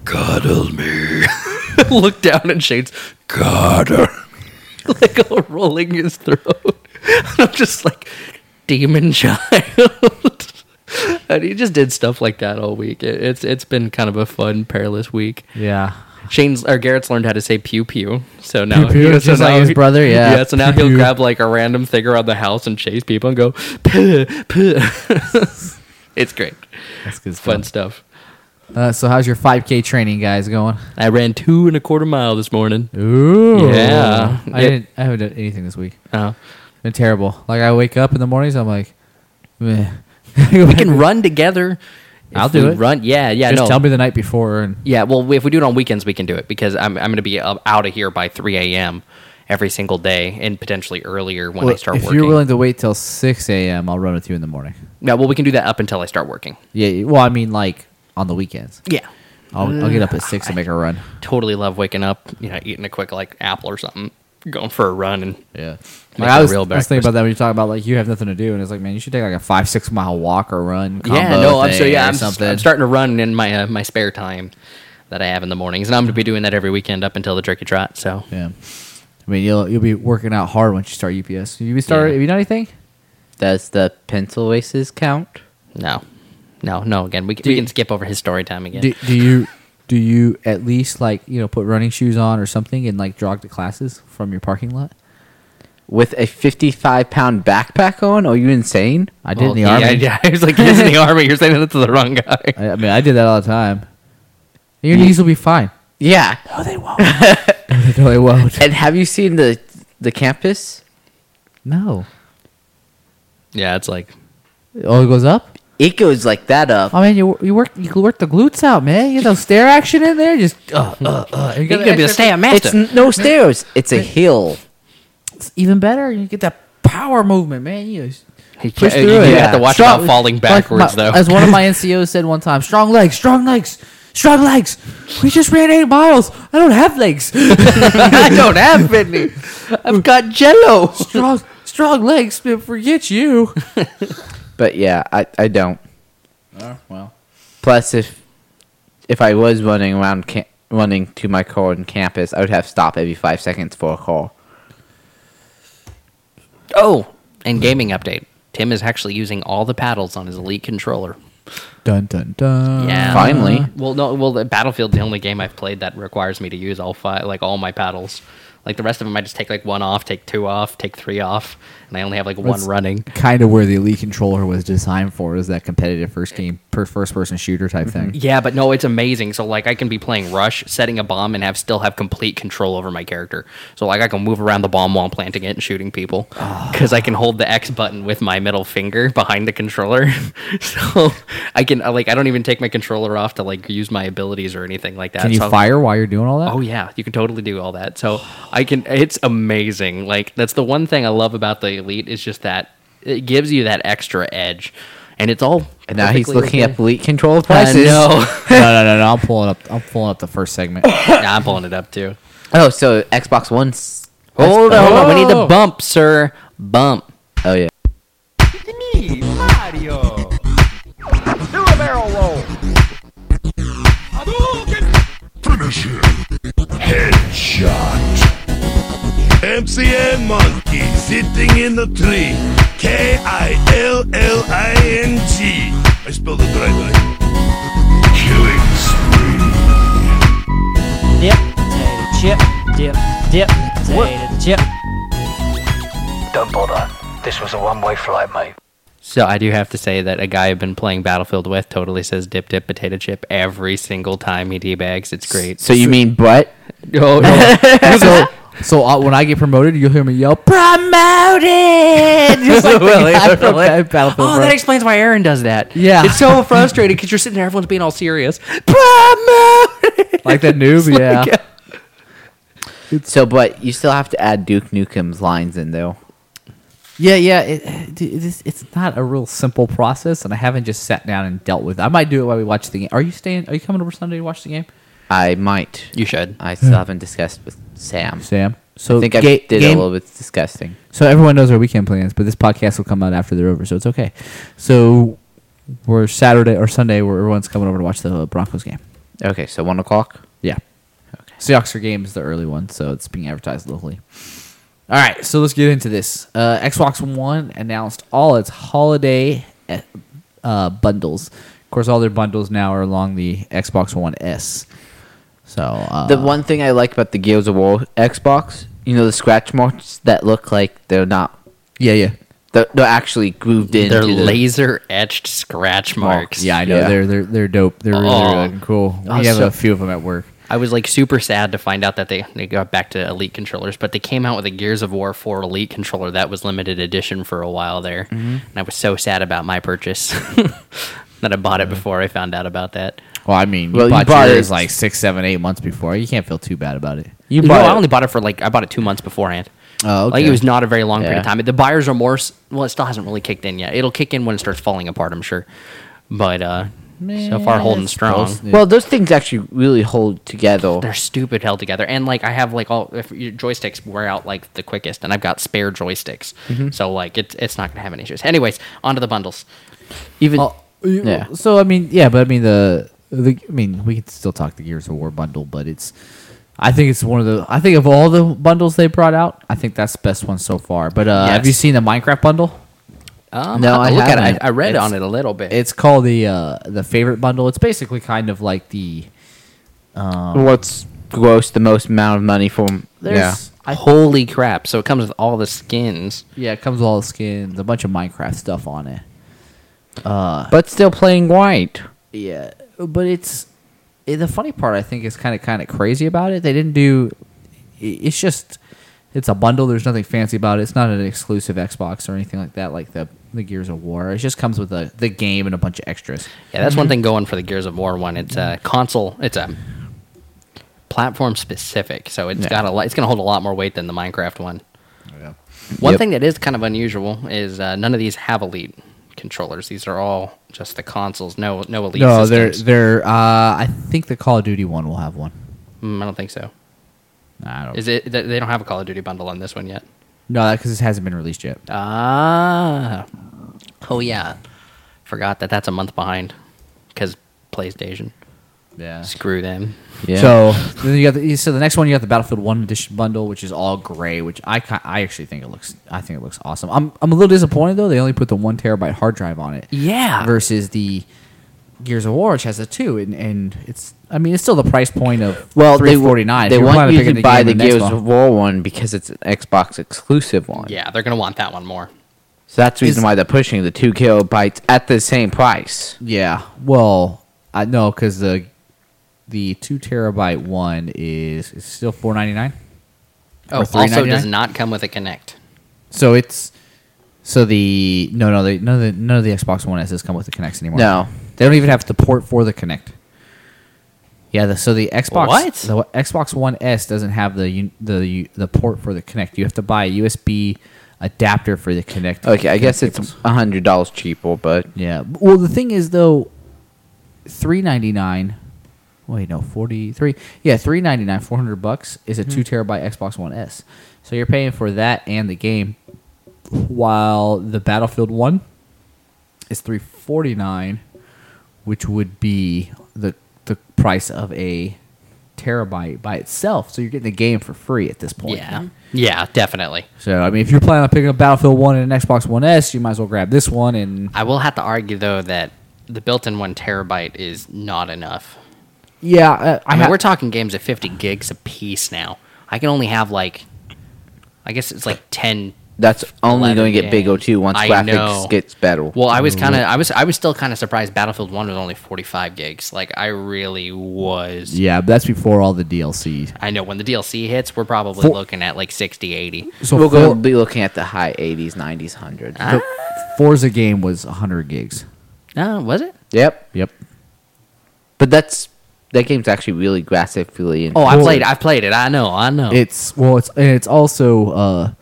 Speaker 3: cuddle me. Look down and shades, cuddle, me," like all rolling his throat. And I'm just like demon child. And he just did stuff like that all week. It, it's it's been kind of a fun, perilous week.
Speaker 1: yeah.
Speaker 3: Shane's or Garrett's learned how to say pew pew. So now,
Speaker 1: Pew pew, just like his brother, yeah.
Speaker 3: So now
Speaker 1: Pew
Speaker 3: he'll
Speaker 1: pew.
Speaker 3: grab like a random thing around the house and chase people and go puh, puh. It's great,
Speaker 1: That's good
Speaker 3: fun
Speaker 1: stuff.
Speaker 3: stuff.
Speaker 1: Uh, so, how's your 5K training, guys, going?
Speaker 3: I ran two and a quarter mile this morning.
Speaker 1: Ooh.
Speaker 3: Yeah.
Speaker 1: I,
Speaker 3: It-
Speaker 1: didn't, I haven't done anything this week.
Speaker 3: Uh,
Speaker 1: Been terrible. Like, I wake up in the mornings, I'm like, meh.
Speaker 3: we can run together. If
Speaker 1: I'll do
Speaker 3: we
Speaker 1: it.
Speaker 3: Run, yeah, yeah.
Speaker 1: Just
Speaker 3: no.
Speaker 1: tell me the night before. And
Speaker 3: Yeah, well, if we do it on weekends, we can do it because I'm I'm going to be up, out of here by 3 a.m. every single day and potentially earlier when I
Speaker 1: Well,
Speaker 3: start
Speaker 1: if
Speaker 3: working.
Speaker 1: you're willing to wait till 6 a.m., I'll run with you in the morning.
Speaker 3: yeah, well, we can do that up until I start working.
Speaker 1: Yeah. Well, I mean, like, on the weekends.
Speaker 3: Yeah.
Speaker 1: I'll, I'll get up at 6 and make a run.
Speaker 3: totally love waking up, you know, eating a quick like apple or something, going for a run, and
Speaker 1: Yeah.
Speaker 3: Make
Speaker 1: Like, I
Speaker 3: a
Speaker 1: was,
Speaker 3: real
Speaker 1: I was thinking about that when you talk about like you have nothing to do, and it's like, man, you should take like a five six mile walk or run. Combo
Speaker 3: yeah, no, I'm
Speaker 1: thing
Speaker 3: so yeah,
Speaker 1: or
Speaker 3: I'm, s-
Speaker 1: something.
Speaker 3: I'm starting to run in my uh, my spare time that I have in the mornings, and I'm going to be doing that every weekend up until the turkey trot. So
Speaker 1: Yeah. I mean, you'll you'll be working out hard once you start UPS. You be start.
Speaker 3: Yeah.
Speaker 1: Have you done anything?
Speaker 2: Does the pencil races count?
Speaker 3: no, no, no. Again, we, c- we can skip over his story time again.
Speaker 1: Do, do you do you at least like you know put running shoes on or something and like jog to classes from your parking lot?
Speaker 2: With a 55 pound backpack on? Are you insane?
Speaker 1: I did in the
Speaker 3: yeah,
Speaker 1: army.
Speaker 3: Yeah, yeah. I was like, he's in the army. You're saying that to the wrong guy.
Speaker 1: I, I mean, I did that all the time. Your knees will be fine.
Speaker 2: Yeah.
Speaker 1: No, they won't. no, they won't.
Speaker 2: And have you seen the the campus?
Speaker 1: No.
Speaker 3: Yeah, it's like
Speaker 1: Oh, it goes up.
Speaker 2: It goes like that up.
Speaker 1: Oh man, you you work you work the glutes out, man. You get those stair action in there. Just uh uh uh. You
Speaker 3: You're gonna be a stay
Speaker 2: It's
Speaker 3: master.
Speaker 2: n- no stairs. It's a hill.
Speaker 1: It's even better. You get that power movement, man. You just
Speaker 3: You,
Speaker 1: push
Speaker 3: can't-
Speaker 1: through
Speaker 3: you
Speaker 1: it.
Speaker 3: have to watch
Speaker 1: Strong-
Speaker 3: about falling
Speaker 1: like my-
Speaker 3: backwards, though.
Speaker 1: As one of my NCOs said one time, strong legs, strong legs, strong legs. We just ran eight miles. I don't have legs. I don't have fitness.
Speaker 3: I've got Jello.
Speaker 1: Strong strong legs. man, Forget you.
Speaker 2: But yeah, I, I don't.
Speaker 1: Oh, well.
Speaker 2: Plus, if if I was running around, ca- running to my car on campus, I would have to stop every five seconds for a call.
Speaker 3: Oh, and gaming update. Tim is actually using all the paddles on his Elite controller.
Speaker 1: Dun dun dun.
Speaker 2: Finally.
Speaker 3: Uh, Well, no. Well, the Battlefield's the only game I've played that requires me to use all five, like all my paddles. Like the rest of them, I just take like one off, take two off, take three off, and I only have like
Speaker 1: That's-
Speaker 3: one running.
Speaker 1: Kind of where the Elite controller was designed for is that competitive first game, per first person shooter type thing.
Speaker 3: Mm-hmm. Yeah, but no, it's amazing. So like I can be playing Rush, setting a bomb, and have still have complete control over my character. So like I can move around the bomb while I'm planting it and shooting people
Speaker 1: Ah.
Speaker 3: because I can hold the X button with my middle finger behind the controller. so I can uh, like I don't even take my controller off to like use my abilities or anything like that.
Speaker 1: Can you
Speaker 3: So I'm-
Speaker 1: fire while you're doing all that?
Speaker 3: Oh yeah, you can totally do all that. So I can. It's amazing. Like that's the one thing I love about the elite is just that it gives you that extra edge, and it's all.
Speaker 2: And now he's
Speaker 3: perfectly
Speaker 2: looking
Speaker 3: within-
Speaker 2: up elite control
Speaker 3: I
Speaker 2: prices.
Speaker 3: know.
Speaker 1: no, no, no, no. I'm pulling up. I'm pulling up the first segment.
Speaker 3: yeah, I'm pulling it up too.
Speaker 2: Oh, so Xbox One. s-
Speaker 3: Hold on, hold on. We need the
Speaker 1: Oh.
Speaker 3: bump, sir. Bump.
Speaker 2: Oh yeah.
Speaker 5: me, Mario. Do a barrel roll. Hadouken!
Speaker 6: Finish him. Headshot. MCN monkey sitting in the tree. K I L L I N G. I spelled it right. right. Killing spree.
Speaker 7: Dip, potato chip, dip, dip, potato chip.
Speaker 8: Don't bother. This was a one-way flight, mate.
Speaker 3: So I do have to say that a guy I've been playing Battlefield with totally says dip, dip, potato chip every single time he debags. It's great.
Speaker 2: So you mean but?
Speaker 3: Oh, no.
Speaker 1: so, so uh, when I get promoted, you'll hear me yell "promoted," just like the guy from Bat- Battlefield.
Speaker 3: Oh,
Speaker 1: Pro.
Speaker 3: that explains why Aaron does that.
Speaker 1: Yeah.
Speaker 3: It's so frustrating because you're sitting there, everyone's being all serious. Promote!
Speaker 1: like that noob, yeah.
Speaker 2: So but you still have to add Duke Nukem's lines in though.
Speaker 1: yeah, yeah, it- dude, It's it's not a real simple process, and I haven't just sat down and dealt with. it. I might do it while we watch the game. Are you staying? Are you coming over Sunday to watch the game,
Speaker 2: I might.
Speaker 3: You should.
Speaker 2: I still haven't discussed with Sam.
Speaker 1: Sam? So
Speaker 2: I think I
Speaker 1: ga-
Speaker 2: did
Speaker 1: game-
Speaker 2: a little bit disgusting.
Speaker 1: So everyone knows our weekend plans, but this podcast will come out after they're over, so it's okay. So we're Saturday or Sunday, where everyone's coming over to watch the Broncos game.
Speaker 2: Okay, so one o'clock.
Speaker 1: Yeah. Okay. Seahawks game is the early one, so it's being advertised locally. All right, so let's get into this. Uh, Xbox One announced all its holiday eh, uh, bundles. Of course, all their bundles now are along the Xbox One S. So uh,
Speaker 2: the one thing I like about the Gears of War Xbox, you know, the scratch marks that look like they're not,
Speaker 1: yeah, yeah,
Speaker 2: they're, they're actually grooved in.
Speaker 3: They're laser etched scratch marks.
Speaker 1: yeah. I know
Speaker 2: Yeah.
Speaker 1: they're they're they're dope. They're really,
Speaker 3: Oh.
Speaker 1: really cool. We
Speaker 3: Oh,
Speaker 1: have
Speaker 3: so-
Speaker 1: a few of them at work.
Speaker 3: I was like super sad to find out that they, they got back to Elite controllers, but they came out with a Gears of War 4 Elite controller that was limited edition for a while there.
Speaker 2: Mm-hmm.
Speaker 3: And I was so sad about my purchase that I bought it before I found out about that.
Speaker 1: Well, I mean, you
Speaker 2: Well, you
Speaker 1: bought,
Speaker 2: bought
Speaker 1: yours
Speaker 2: it-
Speaker 1: like six, seven, eight months before. You can't feel too bad about it.
Speaker 2: You
Speaker 3: no,
Speaker 2: bought
Speaker 3: I
Speaker 2: it.
Speaker 3: only bought it for like I bought it two months beforehand.
Speaker 1: Oh,
Speaker 3: Like
Speaker 1: okay.
Speaker 3: it was not a very long period of
Speaker 2: Yeah.
Speaker 3: time. The buyer's remorse, well, it still hasn't really kicked in yet. It'll kick in when it starts falling apart, I'm sure. But uh, so far, holding strong.
Speaker 2: Well, those things actually really hold together.
Speaker 3: They're stupid held together, and like I have like all if your joysticks wear out like the quickest, and I've got spare joysticks, so like it's it's not gonna have any issues. Anyways, onto the bundles.
Speaker 2: Even
Speaker 1: Oh, you-
Speaker 2: Yeah.
Speaker 1: So I mean, yeah, but I mean the the I mean we can still talk the Gears of War bundle, but it's I think it's one of the I think of all the bundles they brought out, I think that's the best one so far. But uh, have you
Speaker 3: Yes.
Speaker 1: seen the Minecraft bundle?
Speaker 3: Um,
Speaker 2: No,
Speaker 3: I'll
Speaker 2: I
Speaker 3: look at it.
Speaker 2: haven't.
Speaker 3: I, I read
Speaker 1: It's-
Speaker 3: on it a little bit.
Speaker 1: It's called the uh, the favorite bundle. It's basically kind of like the
Speaker 2: what's gross the most amount of money from? Yeah.
Speaker 1: there's I,
Speaker 3: Holy crap! So it comes with all the skins.
Speaker 1: yeah it comes with all the skins, a bunch of Minecraft stuff on it. Uh,
Speaker 2: but still playing white.
Speaker 1: Yeah, but it's eh, the funny part. I think is kind of kind of crazy about it. They didn't do. i- It's just it's a bundle. There's nothing fancy about it. It's not an exclusive Xbox or anything like that. Like the the Gears of War. It just comes with the the game and a bunch of extras.
Speaker 3: Yeah, that's
Speaker 1: Mm-hmm.
Speaker 3: one thing going for the Gears of War one. It's a console. It's a platform specific, so it's
Speaker 1: Yeah.
Speaker 3: got a lot, it's going to hold a lot more weight than the Minecraft one.
Speaker 1: Yeah.
Speaker 3: One
Speaker 2: Yep.
Speaker 3: thing that is kind of unusual is uh, none of these have elite controllers. These are all just the consoles. No, no elite.
Speaker 1: No, they're
Speaker 3: systems.
Speaker 1: they're. Uh, I think the Call of Duty one will have one.
Speaker 3: Mm, I don't think so.
Speaker 1: I don't.
Speaker 3: Is it? th- They don't have a Call of Duty bundle on this one yet.
Speaker 1: No, because this hasn't been released yet.
Speaker 3: Ah. Oh yeah. Forgot that that's a month behind because PlayStation.
Speaker 1: Yeah.
Speaker 3: Screw them.
Speaker 2: Yeah.
Speaker 1: So then you got the, so the next one you got the Battlefield One edition bundle, which is all gray, which I ki- I actually think it looks I think it looks awesome. I'm I'm a little disappointed though they only put the one terabyte hard drive on it.
Speaker 3: Yeah.
Speaker 1: Versus the Gears of War, which has a two, and, and it's I mean it's still the price point of
Speaker 2: well,
Speaker 1: three
Speaker 2: they wa-
Speaker 1: forty nine.
Speaker 2: They want you to buy the Gears of War one because it's an Xbox exclusive one.
Speaker 3: Yeah, they're gonna want that one more.
Speaker 2: So that's the reason
Speaker 1: Is-
Speaker 2: why they're pushing the two kilobytes at the same price.
Speaker 1: Yeah. Well, I no because the the two terabyte one is is still four ninety nine.
Speaker 3: Oh, also does not come with a Connect.
Speaker 1: So it's so the no no the, none of the none of the Xbox One S's come with the Kinects anymore.
Speaker 2: No.
Speaker 1: they don't even have the port for the Kinect. Yeah, the, so the Xbox
Speaker 3: What?
Speaker 1: the Xbox One S doesn't have the u- the u- the port for the Kinect. You have to buy a USB adapter for the Kinect.
Speaker 2: Okay, I guess it's
Speaker 1: cables.
Speaker 2: hundred dollars cheaper, but
Speaker 1: yeah. Well, the thing is though, three ninety nine. Wait, no, forty three. Yeah, three ninety nine, four hundred bucks is a two terabyte Xbox One S. So you're paying for that and the game, while the Battlefield One is three forty nine, which would be the the price of a terabyte by itself. So you're getting the game for free at this point.
Speaker 3: Yeah. Yeah, definitely.
Speaker 1: So I mean, if you're planning on picking up Battlefield One and an Xbox One S, you might as well grab this one and
Speaker 3: I will have to argue though that the built-in one terabyte is not enough.
Speaker 1: yeah. uh, I,
Speaker 3: I
Speaker 1: I
Speaker 3: mean,
Speaker 1: ha-
Speaker 3: we're talking games at 50 gigs a piece now. I can only have like, I guess it's like 10.
Speaker 2: that's only
Speaker 3: 11
Speaker 2: going to get big
Speaker 3: games.
Speaker 2: O two once
Speaker 3: I
Speaker 2: graphics
Speaker 3: know.
Speaker 2: gets better.
Speaker 3: Well, I was kind of, I was, I was still kind of surprised. Battlefield One was only 45 gigs. Like, I really was.
Speaker 1: Yeah, but that's before all the DLC.
Speaker 3: I know when the DLC hits, we're probably
Speaker 1: Four-
Speaker 3: looking at like 60, 80.
Speaker 1: So
Speaker 2: we'll
Speaker 1: For-
Speaker 2: go be looking at the high eighties, nineties, hundreds.
Speaker 3: Uh.
Speaker 1: the Forza game was 100 gigs.
Speaker 3: No, was it?
Speaker 2: Yep,
Speaker 1: Yep.
Speaker 2: but that's that game's actually really graphically.
Speaker 3: Oh, I
Speaker 1: Four.
Speaker 3: played, I played it. I know, I know.
Speaker 1: It's well, it's and it's also uh,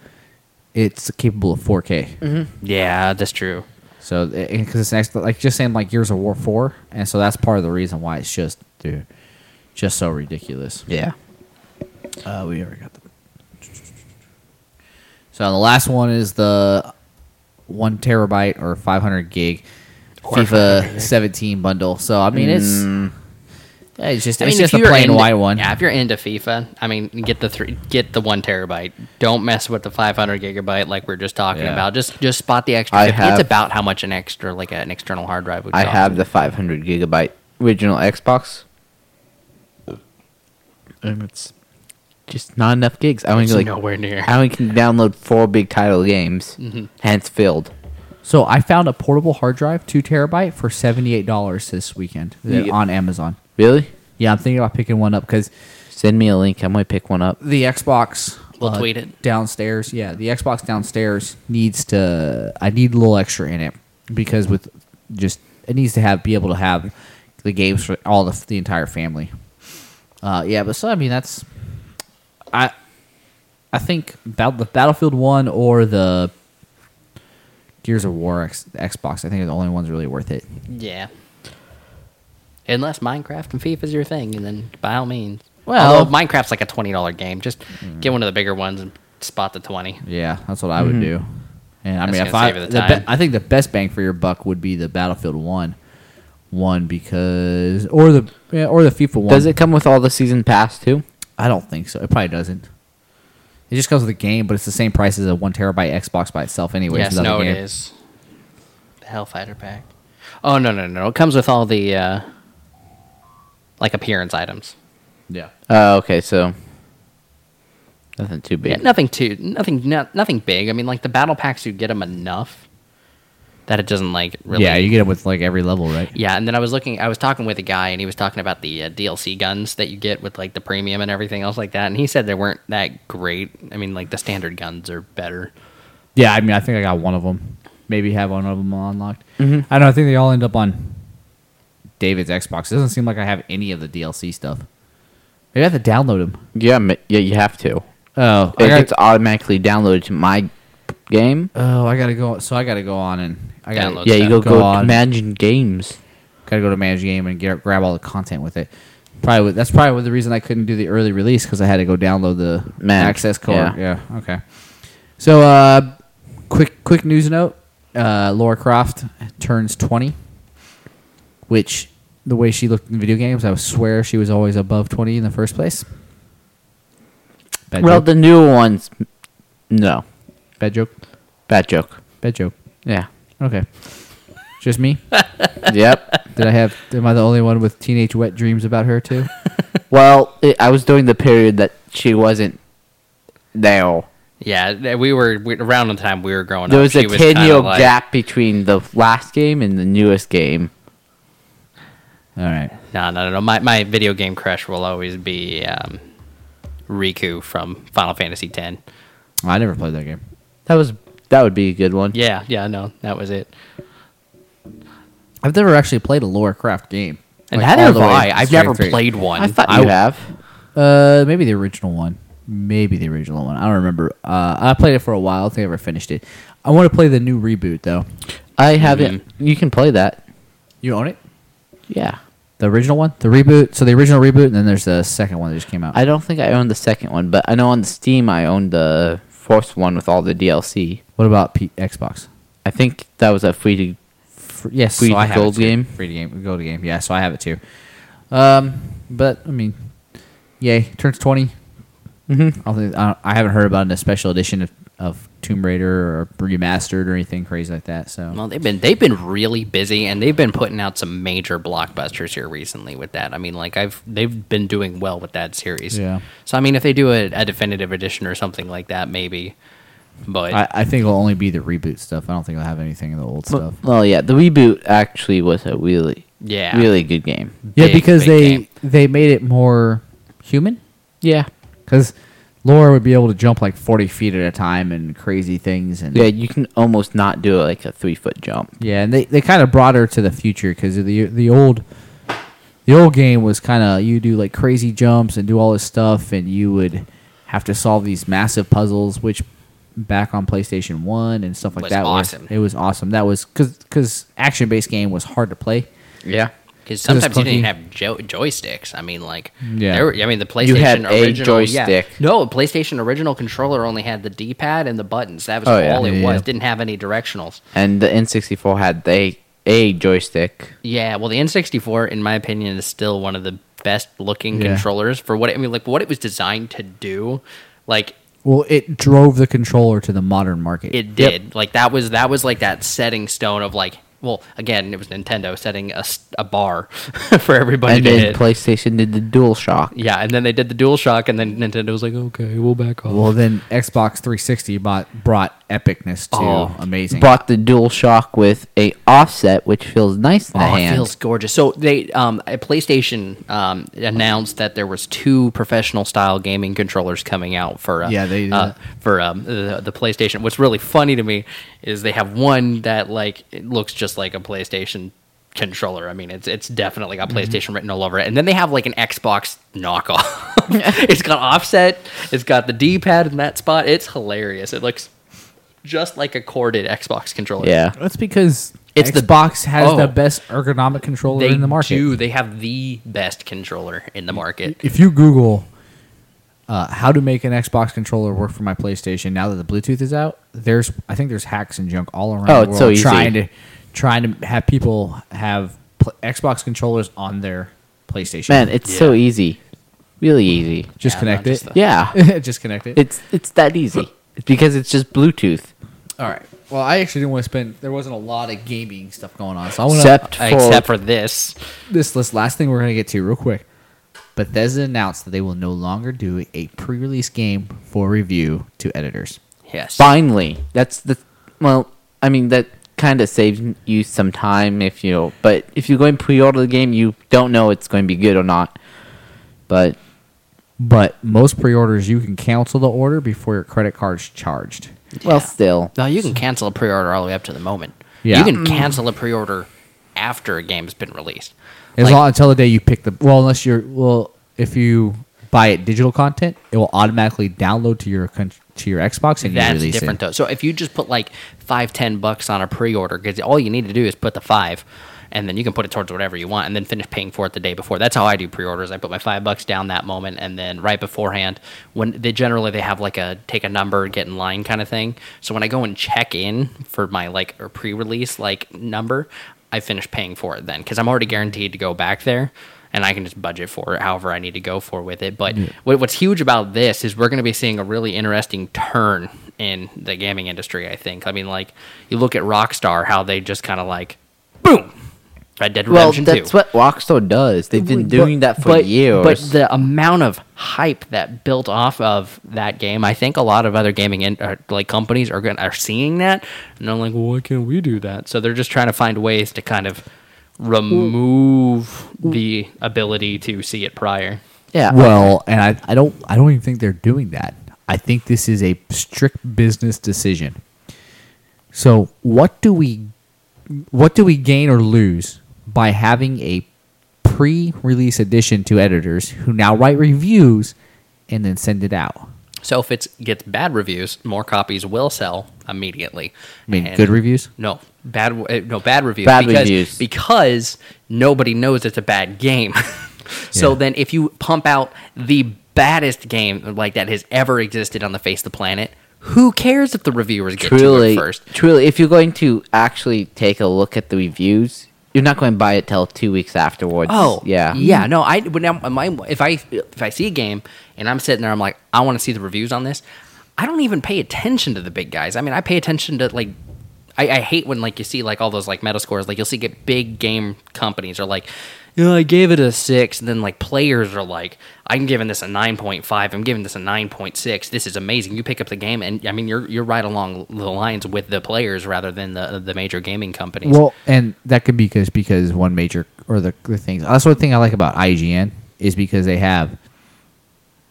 Speaker 1: it's capable of 4K.
Speaker 3: yeah, that's true.
Speaker 1: So because it's next, like just saying like Gears of War 4, and so that's part of the reason why it's just dude, just so ridiculous.
Speaker 2: yeah.
Speaker 1: Uh, we already got them. So the last one is the one terabyte or 500 gig FIFA 17 bundle. So I mean, it's yeah, it's just it's just a
Speaker 3: you're
Speaker 1: plain
Speaker 3: into-
Speaker 1: white one.
Speaker 3: Yeah, if you're into FIFA, I mean, get the three, get the one terabyte. Don't mess with the 500 gigabyte like we are just talking
Speaker 1: Yeah.
Speaker 3: about. Just just spot the extra.
Speaker 2: I
Speaker 3: 50.
Speaker 2: have-
Speaker 3: it's about how much an extra, like an external hard drive would.
Speaker 2: I
Speaker 3: cost.
Speaker 2: have the five hundred gigabyte original Xbox. And it's just not enough gigs. I only
Speaker 3: It's
Speaker 2: like
Speaker 3: nowhere near.
Speaker 2: I only can download four big title games.
Speaker 3: Mm-hmm.
Speaker 2: Hence filled.
Speaker 1: So I found a portable hard drive, two terabyte, for seventy eight dollars this weekend uh,
Speaker 2: Yeah.
Speaker 1: on Amazon.
Speaker 2: Really?
Speaker 1: Yeah, I'm thinking about picking one up because
Speaker 2: Send me a link. I might pick one up.
Speaker 1: the Xbox. uh,
Speaker 3: We'll tweet it.
Speaker 1: downstairs. Yeah, the Xbox downstairs needs to. I need a little extra in it because with just it needs to have be able to have the games for all the the entire family. Uh, yeah, but so I mean that's I I think about the Battlefield One or the Gears of War X, Xbox. I think are the only ones really worth it.
Speaker 3: Yeah. Unless Minecraft and FIFA is your thing, and then by all means.
Speaker 1: Well- Mm.
Speaker 3: Although Minecraft's like a twenty dollar game. Just get one of the bigger ones and spot the twenty.
Speaker 1: Yeah, that's what I would do. And I
Speaker 3: That's
Speaker 1: mean,
Speaker 3: gonna
Speaker 1: if I
Speaker 3: save you the
Speaker 1: the be-
Speaker 3: time.
Speaker 1: I think the best bang for your buck would be the Battlefield One, one because or the yeah, or the FIFA one.
Speaker 2: Does it come with all the season pass too?
Speaker 1: I don't think so. It probably doesn't. It just comes with a game, but it's the same price as a one terabyte Xbox by itself, anyway.
Speaker 3: yes, no, it is. The Hellfighter pack. Oh no no no! It comes with all the uh, like appearance items.
Speaker 1: Yeah.
Speaker 2: Oh, okay. So nothing too big.
Speaker 3: Yeah, nothing too, nothing, no, nothing big. I mean, like the battle packs, you get them enough that it doesn't like really.
Speaker 1: Yeah, you get it with like every level, right?
Speaker 3: Yeah, and then I was looking, I was talking with a guy, and he was talking about the uh, DLC guns that you get with like the premium and everything else like that, and he said they weren't that great. I mean, like the standard guns are better.
Speaker 1: Yeah, I mean, I think I got one of them. maybe have one of them unlocked. I don't. know, I think they all end up on David's Xbox. It doesn't seem like I have any of the DLC stuff. Maybe I have to download them.
Speaker 2: Yeah, ma- yeah, you have to.
Speaker 1: Oh, I gotta,
Speaker 2: It gets automatically downloaded to my game.
Speaker 1: oh, I gotta go. So I gotta go on and I gotta
Speaker 3: Download
Speaker 2: yeah, you go
Speaker 1: go
Speaker 2: go,
Speaker 1: on.
Speaker 2: Imagine Games.
Speaker 1: gotta go to manage game and get grab all the content with it. Probably with- that's probably the reason I couldn't do the early release because I had to go download the
Speaker 2: Manage,
Speaker 1: access code. Yeah. Okay. So, uh, quick quick news note: uh, Laura Croft turns twenty, which the way she looked in video games, I swear she was always above twenty in the first place. Bad
Speaker 2: Well,
Speaker 1: joke.
Speaker 2: the newer ones, no,
Speaker 1: bad joke.
Speaker 2: bad joke.
Speaker 1: Bad joke.
Speaker 2: Yeah.
Speaker 1: Okay. Just me?
Speaker 2: yep.
Speaker 1: Did I have? Am I the only one with teenage wet dreams about her too?
Speaker 2: Well, it, I was during the period that she wasn't there.
Speaker 3: Yeah, th- we were we, around the time we were growing
Speaker 2: There
Speaker 3: up.
Speaker 2: was
Speaker 3: she
Speaker 2: a ten
Speaker 3: kinda
Speaker 2: year
Speaker 3: like-
Speaker 2: gap between the last game and the newest game.
Speaker 1: All right.
Speaker 3: No, no, no, no. My my video game crush will always be um, Riku from Final Fantasy X.
Speaker 1: I never played that game.
Speaker 2: That was that would be a good one.
Speaker 3: Yeah, yeah, no, that was it.
Speaker 1: I've never actually played a Laura Croft game.
Speaker 3: And
Speaker 1: Like,
Speaker 3: neither
Speaker 1: all
Speaker 3: have
Speaker 1: the way
Speaker 3: I. I've
Speaker 1: straight
Speaker 3: never
Speaker 1: through.
Speaker 3: played one.
Speaker 2: I thought you
Speaker 1: I-
Speaker 2: have.
Speaker 1: Uh, maybe the original one. Maybe the original one. I don't remember. Uh, I played it for a while. I think I ever finished it. I want to play the new reboot though.
Speaker 2: I haven't. You can play that.
Speaker 1: You own it?
Speaker 2: Yeah.
Speaker 1: The original one, the reboot. So the original reboot, and then there's the second one that just came out.
Speaker 2: I don't think I own the second one, but I know on the Steam I owned the first one with all the DLC.
Speaker 1: what about P- Xbox?
Speaker 2: I think that was a free to
Speaker 1: Fr- yes,
Speaker 2: Free
Speaker 1: so I have
Speaker 2: gold
Speaker 1: it too.
Speaker 2: game?
Speaker 1: Free to game, gold game. Yeah, so I have it too. Um, but I mean, yay, turns 20 Mm-hmm. I don't think I, don't- I haven't heard about a special edition of, of Tomb Raider or remastered or anything crazy like that. So
Speaker 3: Well, they've been they've been really busy, and they've been putting out some major blockbusters here recently with that. I mean, like I've they've been doing well with that series.
Speaker 1: Yeah.
Speaker 3: So I mean, if they do a, a definitive edition or something like that, maybe. But
Speaker 1: I, I think it'll only be the reboot stuff. I don't think it'll have anything of the old stuff.
Speaker 2: Well, yeah, the reboot actually was a really,
Speaker 3: Yeah.
Speaker 2: really good game.
Speaker 1: Yeah,
Speaker 3: big,
Speaker 1: because
Speaker 3: big
Speaker 1: they
Speaker 3: game.
Speaker 1: they made it more human.
Speaker 2: Yeah,
Speaker 1: Because Laura would be able to jump like forty feet at a time and crazy things. And
Speaker 2: yeah, you can almost not do like a three foot jump.
Speaker 1: Yeah, and they, they kind of brought her to the future because the the old the old game was kind of you do like crazy jumps and do all this stuff, and you would have to solve these massive puzzles, which back on PlayStation One and stuff like
Speaker 3: Was
Speaker 1: that
Speaker 3: awesome.
Speaker 1: it was awesome. That was because action based game was hard to play.
Speaker 2: Yeah,
Speaker 3: Because
Speaker 1: So it's
Speaker 3: sometimes you didn't even
Speaker 1: clunky.
Speaker 3: have jo- joysticks. I mean, like,
Speaker 1: Yeah.
Speaker 3: there were- I mean, the PlayStation
Speaker 2: You had a
Speaker 3: original yeah.
Speaker 2: joystick.
Speaker 3: No, PlayStation original controller only had the D pad and the buttons. That was
Speaker 2: Oh, yeah.
Speaker 3: all it
Speaker 1: Yeah,
Speaker 3: was.
Speaker 1: yeah.
Speaker 3: Didn't have any directionals.
Speaker 2: and the N sixty four had they a joystick.
Speaker 3: Yeah. Well, the N64, in my opinion, is still one of the best looking
Speaker 1: Yeah.
Speaker 3: controllers for what it, I mean, like what it was designed to do. Like
Speaker 1: Well, it drove the controller to the modern market.
Speaker 3: it did. Like that was that was like that setting stone of like. Well, again, it was Nintendo setting a, s- a bar for everybody
Speaker 2: And
Speaker 3: to
Speaker 2: then
Speaker 3: hit.
Speaker 2: PlayStation did the Dual Shock.
Speaker 3: yeah, and then they did the DualShock, and then Nintendo was like, "Okay, we'll back off."
Speaker 1: Well, then Xbox 360 bought, brought epicness to
Speaker 3: Oh,
Speaker 1: amazing.
Speaker 2: Bought the Dual Shock with a offset, which feels nice in the
Speaker 3: Oh,
Speaker 2: hand.
Speaker 3: it feels gorgeous. So they, um, PlayStation um, announced that there was two professional style gaming controllers coming out for uh,
Speaker 1: Yeah, they did
Speaker 3: uh,
Speaker 1: that.
Speaker 3: for um, the, the PlayStation. What's really funny to me is they have one that like it looks just like a PlayStation controller. I mean, it's it's definitely
Speaker 2: Mm-hmm.
Speaker 3: got PlayStation written all over it. And then they have like an Xbox knockoff. it's got offset. It's got the D pad in that spot. It's hilarious. It looks just like a corded Xbox controller.
Speaker 2: yeah,
Speaker 1: That's because
Speaker 3: It's the-
Speaker 1: Xbox has
Speaker 3: oh.
Speaker 1: the best ergonomic controller
Speaker 3: they
Speaker 1: in the market.
Speaker 3: do. They have the best controller in the market.
Speaker 1: if you Google uh, how to make an Xbox controller work for my PlayStation now that the Bluetooth is out, there's I think there's hacks and junk all around.
Speaker 2: Oh,
Speaker 1: the world
Speaker 2: it's so easy.
Speaker 1: Trying to trying to have people have pl- Xbox controllers on their PlayStation.
Speaker 2: man, it's so easy, really easy.
Speaker 1: just
Speaker 3: Yeah,
Speaker 1: connect
Speaker 3: not just
Speaker 1: it.
Speaker 2: Yeah,
Speaker 1: just connect it.
Speaker 2: it's it's that easy. It's because it's just Bluetooth.
Speaker 1: All right. Well, I actually didn't want to spend. There wasn't a lot of gaming stuff going on, so I want to
Speaker 2: Except for,
Speaker 3: uh, Except for this,
Speaker 1: this list, last thing we're going to get to real quick. Bethesda announced that they will no longer do a pre-release game for review to editors.
Speaker 3: yes,
Speaker 2: finally that's the well i mean that kind of saves you some time if you but if you go and pre-order the game you don't know it's going to be good or not but
Speaker 1: But most pre-orders, you can cancel the order before your credit card's charged.
Speaker 2: Well, still.
Speaker 3: No, you can cancel a pre-order all the way up to the moment.
Speaker 1: Yeah.
Speaker 3: You can cancel a pre-order after a game's been released.
Speaker 1: As
Speaker 3: Like-
Speaker 1: long until the day you pick the well, unless you're well, if you buy it digital content, it will automatically download to your con- to your Xbox and you
Speaker 3: That's
Speaker 1: release
Speaker 3: different
Speaker 1: it.
Speaker 3: though. So if you just put like five, ten bucks on a pre-order, because all you need to do is put the five, and then you can put it towards whatever you want, and then finish paying for it the day before. That's how I do pre-orders. I put my five bucks down that moment, and then right beforehand, when they generally they have like a take a number, get in line kind of thing. So when I go and check in for my like or pre-release like number, I finish paying for it then because I'm already guaranteed to go back there and I can just budget for it however I need to go for with it. But what, what's huge about this is we're going to be seeing a really interesting turn in the gaming industry, I think. I mean, like, you look at Rockstar, how they just kind of like, boom, Red Dead
Speaker 2: Well,
Speaker 3: Redemption 2.
Speaker 2: that's what Rockstar does. They've been doing that for
Speaker 3: but,
Speaker 2: years.
Speaker 3: But the amount of hype that built off of that game, I think a lot of other gaming in, uh, like companies are going are seeing that, and I'm like, well, why can't we do that? So they're just trying to find ways to kind of remove the ability to see it prior.
Speaker 2: yeah.
Speaker 1: Well, and I, I don't I don't even think they're doing that. I think this is a strict business decision. So what do we what do we gain or lose by having a pre-release edition to editors who now write reviews and then send it out?
Speaker 3: So if it gets bad reviews, more copies will sell immediately.
Speaker 1: I mean,
Speaker 3: And-
Speaker 1: good reviews.
Speaker 3: No, bad. uh, No, bad reviews.
Speaker 2: Bad
Speaker 3: because,
Speaker 2: reviews.
Speaker 3: because nobody knows it's a bad game. so
Speaker 1: Yeah.
Speaker 3: then, if you pump out the baddest game like that has ever existed on the face of the planet, who cares if the reviewers get to
Speaker 2: truly,
Speaker 3: it first?
Speaker 2: truly, if you're going to actually take a look at the reviews, you're not going to buy it till two weeks afterwards.
Speaker 3: Oh,
Speaker 2: yeah,
Speaker 3: yeah. No, I when I'm, my, if I if I see a game and I'm sitting there, I'm like, I want to see the reviews on this. I don't even pay attention to the big guys. I mean, I pay attention to like. I, I hate when like you see like all those like meta scores like you'll see get big game companies are like you know, I gave it a six and then like players are like I'm giving this a nine point five I'm giving this a nine point six this is amazing you pick up the game and I mean you're you're right along the lines with the players rather than the the major gaming companies
Speaker 1: Well, and that could be because because one major or the, the things. That's one thing I like about IGN is because they have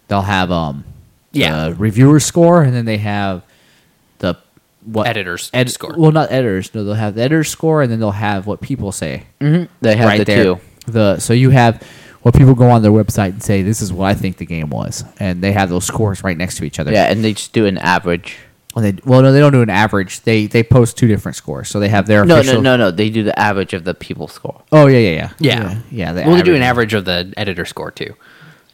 Speaker 1: they'll have um
Speaker 3: Yeah.
Speaker 1: the reviewer score and then they have the what
Speaker 3: Editor's score.
Speaker 1: Well, not editors. No, they'll have the editor score and then they'll have what people say
Speaker 2: they have
Speaker 1: right
Speaker 2: the
Speaker 1: there.
Speaker 2: two.
Speaker 1: The so you have what people go on their website and say this is what I think the game was, and they have those scores right next to each other.
Speaker 2: Yeah, and they just do an average.
Speaker 1: Well, they, well no, they don't do an average. They they post two different scores, so they have their
Speaker 2: No, no,
Speaker 1: official-
Speaker 2: no, no. They do the average of the people score.
Speaker 1: Oh yeah, yeah, yeah,
Speaker 3: Yeah.
Speaker 1: yeah. yeah the
Speaker 3: Well, we do an average of the editor score too.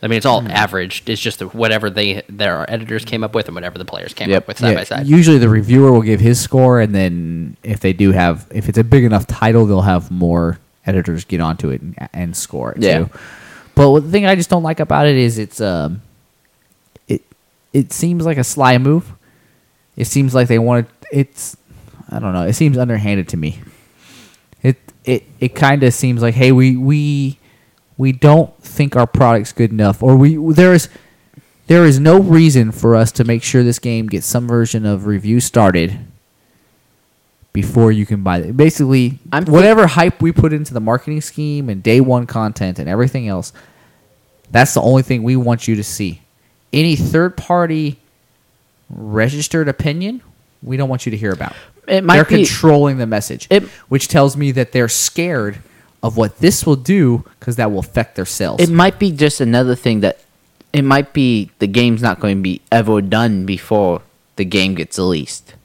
Speaker 3: I mean, it's all averaged. It's just the, whatever they their editors came up with and whatever the players came
Speaker 2: Yep.
Speaker 3: up with side
Speaker 1: Yeah,
Speaker 3: by side.
Speaker 1: Usually the reviewer will give his score, and then if they do have, if it's a big enough title, they'll have more editors get onto it and, and score it
Speaker 2: Yeah.
Speaker 1: too. But what- the thing I just don't like about it is it's um, it it seems like a sly move. It seems like they wanted it's I don't know. It seems underhanded to me. It it it kind of seems like hey we we we don't think our product's good enough or we there is there is no reason for us to make sure this game gets some version of review started before you can buy it. Basically,
Speaker 2: I'm thi-
Speaker 1: whatever hype we put into the marketing scheme and day one content and everything else, that's the only thing we want you to see. Any third party registered opinion, we don't want you to hear about.
Speaker 2: It might
Speaker 1: they're
Speaker 2: be-
Speaker 1: controlling the message,
Speaker 2: It-
Speaker 1: which tells me that they're scared of what this will do because that will affect their sales.
Speaker 2: It might be just another thing that it might be the game's not going to be ever done before the game gets released.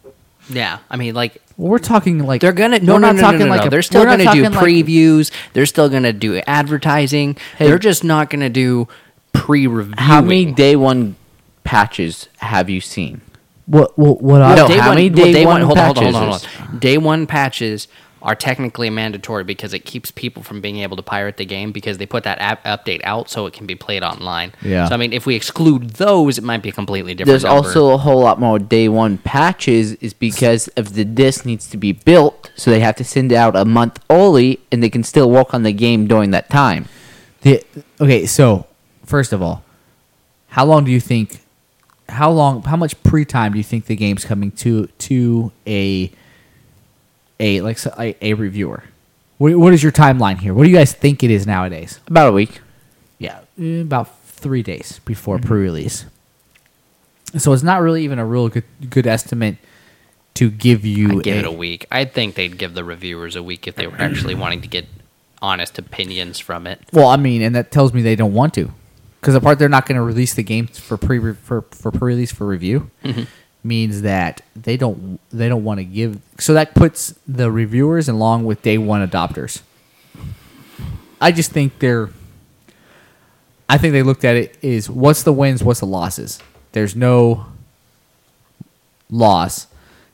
Speaker 3: yeah, I mean, like
Speaker 1: Well, we're talking like
Speaker 3: they're gonna no
Speaker 1: we're
Speaker 3: no
Speaker 1: not
Speaker 3: no,
Speaker 1: talking
Speaker 3: no, no,
Speaker 1: like
Speaker 3: no.
Speaker 1: a-
Speaker 3: they're still
Speaker 1: we're not
Speaker 3: gonna do
Speaker 1: talking like-
Speaker 3: previews. they're still gonna do advertising. they're just not gonna do pre-review.
Speaker 2: How many day one patches have you seen?
Speaker 1: what what what I
Speaker 2: No, how many day one
Speaker 3: hold on, hold on,
Speaker 2: patches
Speaker 3: hold on,
Speaker 2: is-
Speaker 3: hold on. Day one patches are technically mandatory because it keeps people from being able to pirate the game because they put that app update out so it can be played online.
Speaker 1: Yeah.
Speaker 3: So I mean, if we exclude those, it might be a completely different.
Speaker 2: There's
Speaker 3: number.
Speaker 2: also a whole lot more day one patches is because of the disc needs to be built, so they have to send it out a month early, and they can still work on the game during that time.
Speaker 1: The, okay, so first of all, how long do you think? How long? How much pre time do you think the game's coming to to a a like so- a, a reviewer? What, what is your timeline here? What do you guys think it is nowadays?
Speaker 2: About a week.
Speaker 1: Yeah, eh, about three
Speaker 3: Mm-hmm.
Speaker 1: days before pre-release. So it's not really even a real good good estimate to give you
Speaker 3: I'd give it a week. I think they'd give the reviewers a week if they were actually wanting to get honest opinions from it.
Speaker 1: Well, I mean, and that tells me they don't want to, because the part they're not going to release the game for pre for for pre-release for review
Speaker 3: Mm-hmm.
Speaker 1: means that they don't they don't want to give. So that puts the reviewers along with day one adopters. I just think they're. I think they looked at it is what's the wins, what's the losses. There's no loss.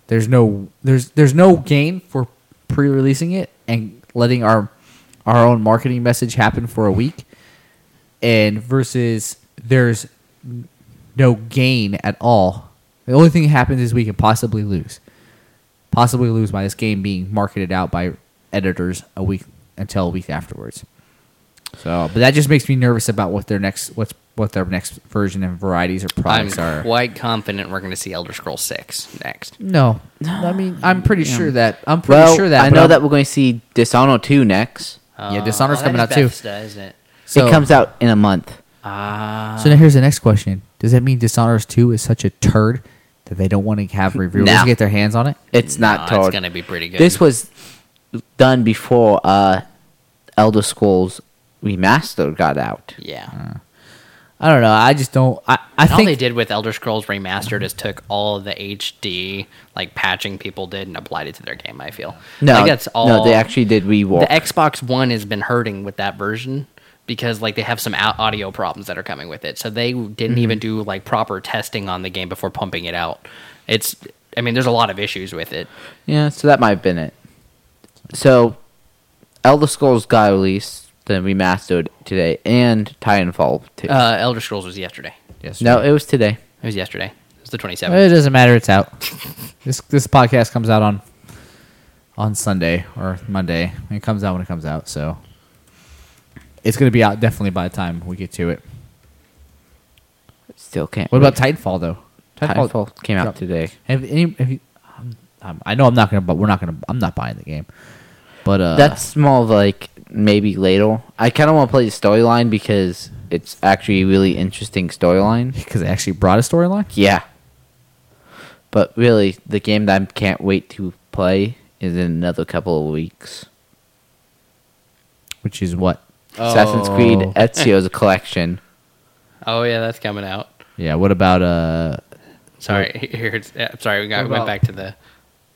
Speaker 1: There's no there's there's no gain for pre-releasing it and letting our our own marketing message happen for a week and versus there's no gain at all. The only thing that happens is we can possibly lose. Possibly lose by this game being marketed out by editors a week until a week afterwards. So, but that just makes me nervous about what their next what's what their next version and varieties or
Speaker 3: I'm
Speaker 1: products are.
Speaker 3: quite confident we're going to see Elder Scrolls 6 next.
Speaker 1: No, I mean I'm pretty sure that I'm pretty
Speaker 2: Well,
Speaker 1: sure that
Speaker 2: I
Speaker 1: but
Speaker 2: know
Speaker 1: I'm-
Speaker 2: that we're going to see Dishonored 2 next.
Speaker 1: Yeah, Dishonored's
Speaker 3: Oh, Uh,
Speaker 1: coming
Speaker 3: that is
Speaker 1: out too.
Speaker 3: Bethesda, isn't it?
Speaker 1: so,
Speaker 2: it comes out in a month.
Speaker 3: Ah,
Speaker 1: So now here's the next question: Does that mean Dishonored Two is such a turd that they don't want to have reviewers
Speaker 2: No.
Speaker 1: get their hands on it?
Speaker 2: It's not
Speaker 3: no,
Speaker 2: told.
Speaker 3: Uh, it's going to be pretty good.
Speaker 2: This was done before uh, Elder Scrolls Remastered got out.
Speaker 3: yeah.
Speaker 1: I don't know. I just don't. I, I
Speaker 3: And all they
Speaker 1: think
Speaker 3: did with Elder Scrolls Remastered is took all of the HD like patching people did and applied it to their game. I feel
Speaker 2: No,
Speaker 3: like that's all.
Speaker 2: No, they actually did rework.
Speaker 3: the Xbox One has been hurting with that version because like they have some out audio problems that are coming with it. So they didn't even
Speaker 2: Mm-hmm.
Speaker 3: do like proper testing on the game before pumping it out. It's I mean, there's a lot of issues with it.
Speaker 2: yeah, so that might have been it. So, Elder Scrolls got released, then remastered today, and Titanfall too.
Speaker 3: Uh, Elder Scrolls was yesterday.
Speaker 1: yes,
Speaker 2: no, it was today.
Speaker 3: It was yesterday. It was the 27th.
Speaker 1: it doesn't matter. It's out. this this podcast comes out on on Sunday or Monday. It comes out when it comes out. So it's gonna be out definitely by the time we get to it.
Speaker 2: Still can't.
Speaker 1: What about
Speaker 2: wait.
Speaker 1: Titanfall though?
Speaker 2: Titanfall? came out
Speaker 1: Drop-
Speaker 2: today.
Speaker 1: Have any? Have you, um, um, I know I'm not gonna, but we're not gonna. I'm not buying the game. But uh,
Speaker 2: That's more of like maybe later. I kind of want to play the storyline because it's actually a really interesting storyline.
Speaker 1: because they actually brought a storyline.
Speaker 2: Yeah. But really, the game that I can't wait to play is in another couple of weeks.
Speaker 1: which is what?
Speaker 2: Assassin's Creed
Speaker 1: Oh.
Speaker 2: Ezio's collection.
Speaker 3: Oh yeah, that's coming out.
Speaker 1: Yeah. What about uh?
Speaker 3: Sorry, here it's, yeah, I'm sorry. We got,
Speaker 1: What
Speaker 3: went
Speaker 1: about-
Speaker 3: back to the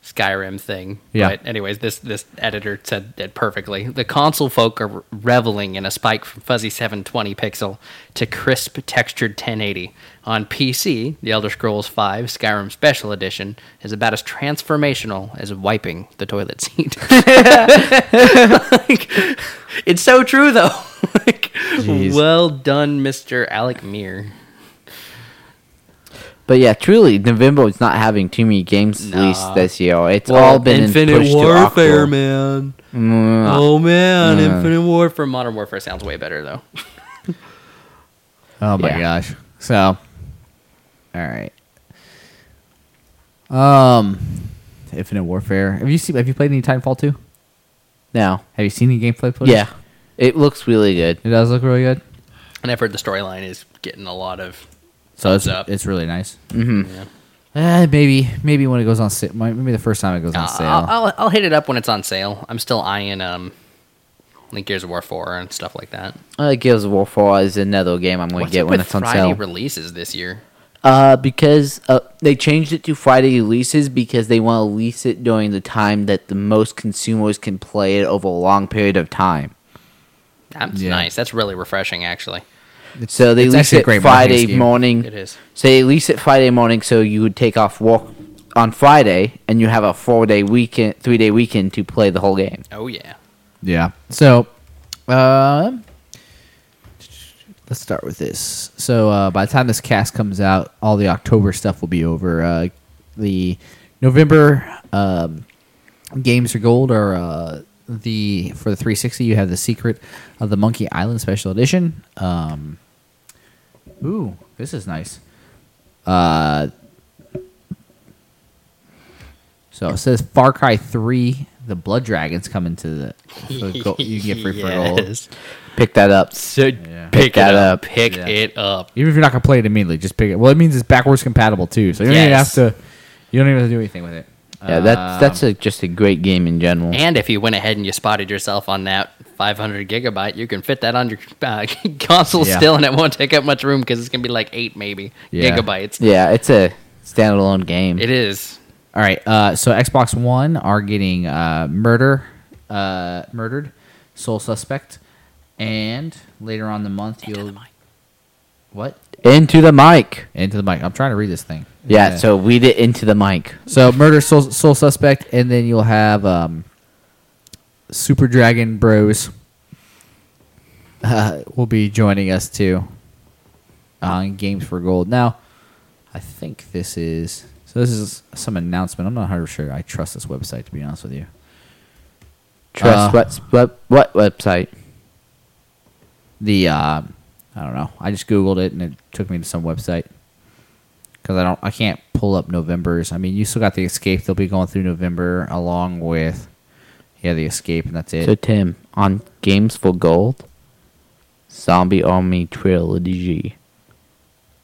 Speaker 3: Skyrim thing.
Speaker 1: Yeah.
Speaker 3: But anyways, this this editor said it perfectly. The console folk are reveling in a spike from fuzzy 720 pixel to crisp textured 1080. On PC, The Elder Scrolls V Skyrim Special Edition is about as transformational as wiping the toilet seat. like, it's so true though. like,
Speaker 1: Jeez.
Speaker 3: well done, Mr. Alec Meir.
Speaker 2: But yeah, truly, November is not having too many games released this year. It's all been pushed to October.
Speaker 3: man.
Speaker 2: Mm,
Speaker 3: Oh man, Infinite Warfare. Modern Warfare sounds way better though.
Speaker 1: Oh my
Speaker 2: Yeah.
Speaker 1: gosh. So, all right. Um, Infinite Warfare. Have you seen? Have you played any Titanfall two?
Speaker 2: No.
Speaker 1: Have you seen any gameplay footage?
Speaker 2: Yeah. It looks really good.
Speaker 1: it does look really good.
Speaker 3: And I've heard the storyline is getting a lot of.
Speaker 1: So it's
Speaker 3: Thumbs up.
Speaker 1: it's really nice.
Speaker 2: hmm
Speaker 1: Eh, maybe maybe when it goes on sale, maybe the first time it goes on sale.
Speaker 3: uh, I'll, I'll I'll hit it up when it's on sale. I'm still eyeing um, like Gears of War four and stuff like that.
Speaker 2: Uh, Gears of War 4 is another game I'm going to
Speaker 3: What's
Speaker 2: get
Speaker 3: up
Speaker 2: when
Speaker 3: with
Speaker 2: it's on
Speaker 3: Friday
Speaker 2: sale.
Speaker 3: releases this year?
Speaker 2: Uh, because uh, they changed it to Friday releases because they want to release it during the time that the most consumers can play it over a long period of time.
Speaker 3: That's
Speaker 1: Yeah.
Speaker 3: nice. That's really refreshing, actually.
Speaker 2: So they
Speaker 1: it's
Speaker 2: release
Speaker 1: actually a
Speaker 2: it
Speaker 1: great marketing
Speaker 2: Friday
Speaker 1: scheme.
Speaker 2: morning.
Speaker 3: It is.
Speaker 2: So they release it Friday morning, so you would take off work on Friday, and you have a four day weekend, three day weekend to play the whole game.
Speaker 3: Oh yeah.
Speaker 1: Yeah. So, um, let's start with this. So, uh, by the time this cast comes out, all the October stuff will be over. Uh, the November um, games are gold are uh, the for the 360. You have the Secret of the Monkey Island Special Edition. Um, ooh, this is nice. Uh, so it says Far Cry Three. The Blood Dragons coming to the for go- you can get free for gold.
Speaker 3: Yes.
Speaker 2: Pick that up.
Speaker 3: So pick,
Speaker 2: Pick
Speaker 3: it
Speaker 2: that
Speaker 3: up.
Speaker 2: up.
Speaker 3: Pick
Speaker 1: Yeah.
Speaker 3: it up.
Speaker 1: Even if you're not gonna play it immediately, just pick it. Well, it means it's backwards compatible too, so you don't even have
Speaker 3: Yes.
Speaker 1: to. You don't even have to do anything with it. Um,
Speaker 2: Yeah, that's that's a, just a great game in general.
Speaker 3: And if you went ahead and you spotted yourself on that 500 gigabyte, you can fit that on your uh, console
Speaker 1: Yeah.
Speaker 3: still, and it won't take up much room because it's gonna be like eight maybe
Speaker 1: Yeah.
Speaker 3: gigabytes.
Speaker 2: yeah, it's a standalone game.
Speaker 3: It is.
Speaker 1: All right. Uh, so Xbox One are getting uh, murder, uh, murdered, sole suspect, and later on in the month you'll what
Speaker 2: Into the mic.
Speaker 1: into the mic. I'm trying to read this thing.
Speaker 2: Yeah, so we did into the mic.
Speaker 1: so murder, sole, sole suspect, and then you'll have um, Super Dragon Bros. Uh, will be joining us too on Games for Gold. Now, I think this is so. This is some announcement. I'm not 100 sure. I trust this website to be honest with you.
Speaker 2: Trust
Speaker 1: Uh,
Speaker 2: what, what what website?
Speaker 1: the uh, I don't know. I just googled it and it took me to some website because I don't I can't pull up November's. I mean, you still got the escape. They'll be going through November along with yeah the escape and that's it.
Speaker 2: So Tim on Games for Gold, Zombie Army Trilogy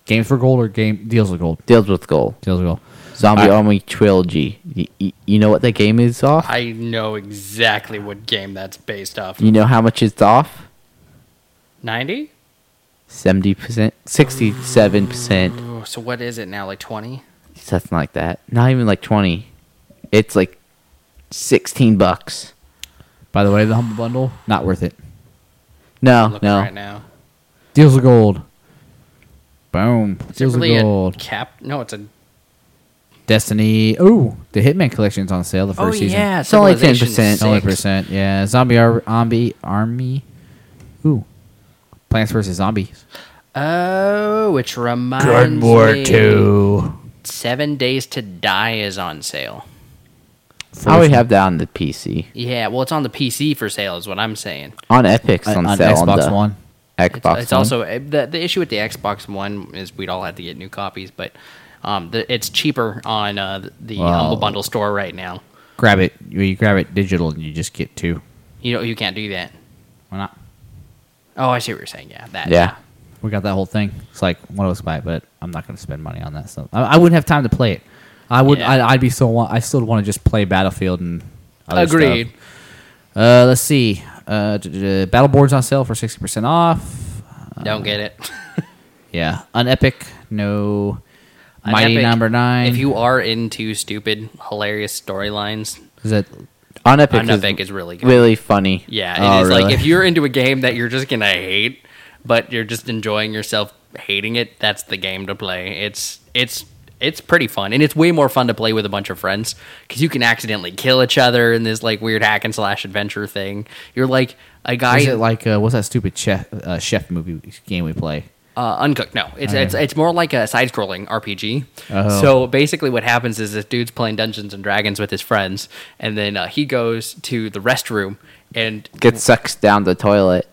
Speaker 1: Games for gold or game deals with gold.
Speaker 2: deals with gold.
Speaker 1: Deals with gold.
Speaker 2: Zombie
Speaker 1: I-
Speaker 2: Army Trilogy. Y- y- you know what that game is off?
Speaker 3: I know exactly what game that's based off.
Speaker 2: you know how much it's off?
Speaker 3: 90?
Speaker 2: Seventy percent, sixty-seven percent.
Speaker 3: Oh, so what is it now? Like 20?
Speaker 2: Something like that. Not even like twenty. It's like sixteen bucks.
Speaker 1: By the way, the humble bundle not worth it.
Speaker 3: I'm
Speaker 2: No,
Speaker 3: looking
Speaker 2: Uh, no.
Speaker 3: right now.
Speaker 1: Deals with gold. Boom.
Speaker 3: Is it
Speaker 1: Deals
Speaker 3: really
Speaker 1: with
Speaker 3: a
Speaker 1: gold.
Speaker 3: cap? No, it's a.
Speaker 1: Destiny. Ooh, the Hitman collection's on sale the first
Speaker 3: Oh,
Speaker 1: season.
Speaker 3: yeah.
Speaker 2: It's only
Speaker 3: Civilization
Speaker 2: 10%.
Speaker 1: It's only
Speaker 3: six.
Speaker 1: percent. Yeah, zombie ar- army army. Ooh, Plants vs Zombies.
Speaker 3: Oh, which reminds me. Seven Days to Die is on sale.
Speaker 2: I already have that on the PC.
Speaker 3: Yeah, well, it's on the PC for sale, is what I'm saying.
Speaker 2: On Epic's on,
Speaker 1: on, on
Speaker 2: sale on
Speaker 1: Xbox
Speaker 2: the
Speaker 1: One.
Speaker 3: It's,
Speaker 2: Xbox.
Speaker 3: it's
Speaker 2: One.
Speaker 3: also eh, the the issue with the Xbox One is we'd all have to get new copies, but um, the, it's cheaper on uh, the Humble Bundle store right now.
Speaker 1: Grab it. You, you grab it digital, and you just get two.
Speaker 3: You know, you can't do that.
Speaker 1: Why not?
Speaker 3: Oh, I see what you're saying. Yeah, that.
Speaker 2: yeah.
Speaker 1: We got that whole thing. It's like one of us buy it, but I'm not going to spend money on that stuff. I, I wouldn't have time to play it. I would.
Speaker 3: Yeah.
Speaker 1: I'd, I'd be so. Want, I still want to just play Battlefield and. Other stuff.
Speaker 3: Agreed.
Speaker 1: Uh, let's see. Uh, d- d- d- Battleborn's on sale for sixty percent off.
Speaker 3: Don't get it.
Speaker 1: Yeah, unepic. No.
Speaker 3: An
Speaker 1: Mighty
Speaker 3: epic-
Speaker 1: number nine.
Speaker 3: If you are into stupid, hilarious storylines,
Speaker 1: is that
Speaker 2: On Epic,
Speaker 3: Unepic Epic is really good.
Speaker 2: really funny.
Speaker 3: Yeah,
Speaker 1: Oh,
Speaker 3: it is
Speaker 1: really?
Speaker 3: like if you're into a game that you're just gonna hate, but you're just enjoying yourself hating it. That's the game to play. It's it's it's pretty fun, and it's way more fun to play with a bunch of friends because you can accidentally kill each other in this like weird hack and slash adventure thing. You're like a guy.
Speaker 1: Is it like uh, what's that stupid chef uh, chef movie game we play?
Speaker 3: Uh, uncooked. No, it's it's it's more like a side-scrolling RPG.
Speaker 1: Oh.
Speaker 3: So basically, what happens is this dude's playing Dungeons and Dragons with his friends, and then uh, he goes to the restroom and
Speaker 2: Gets sucks down the toilet.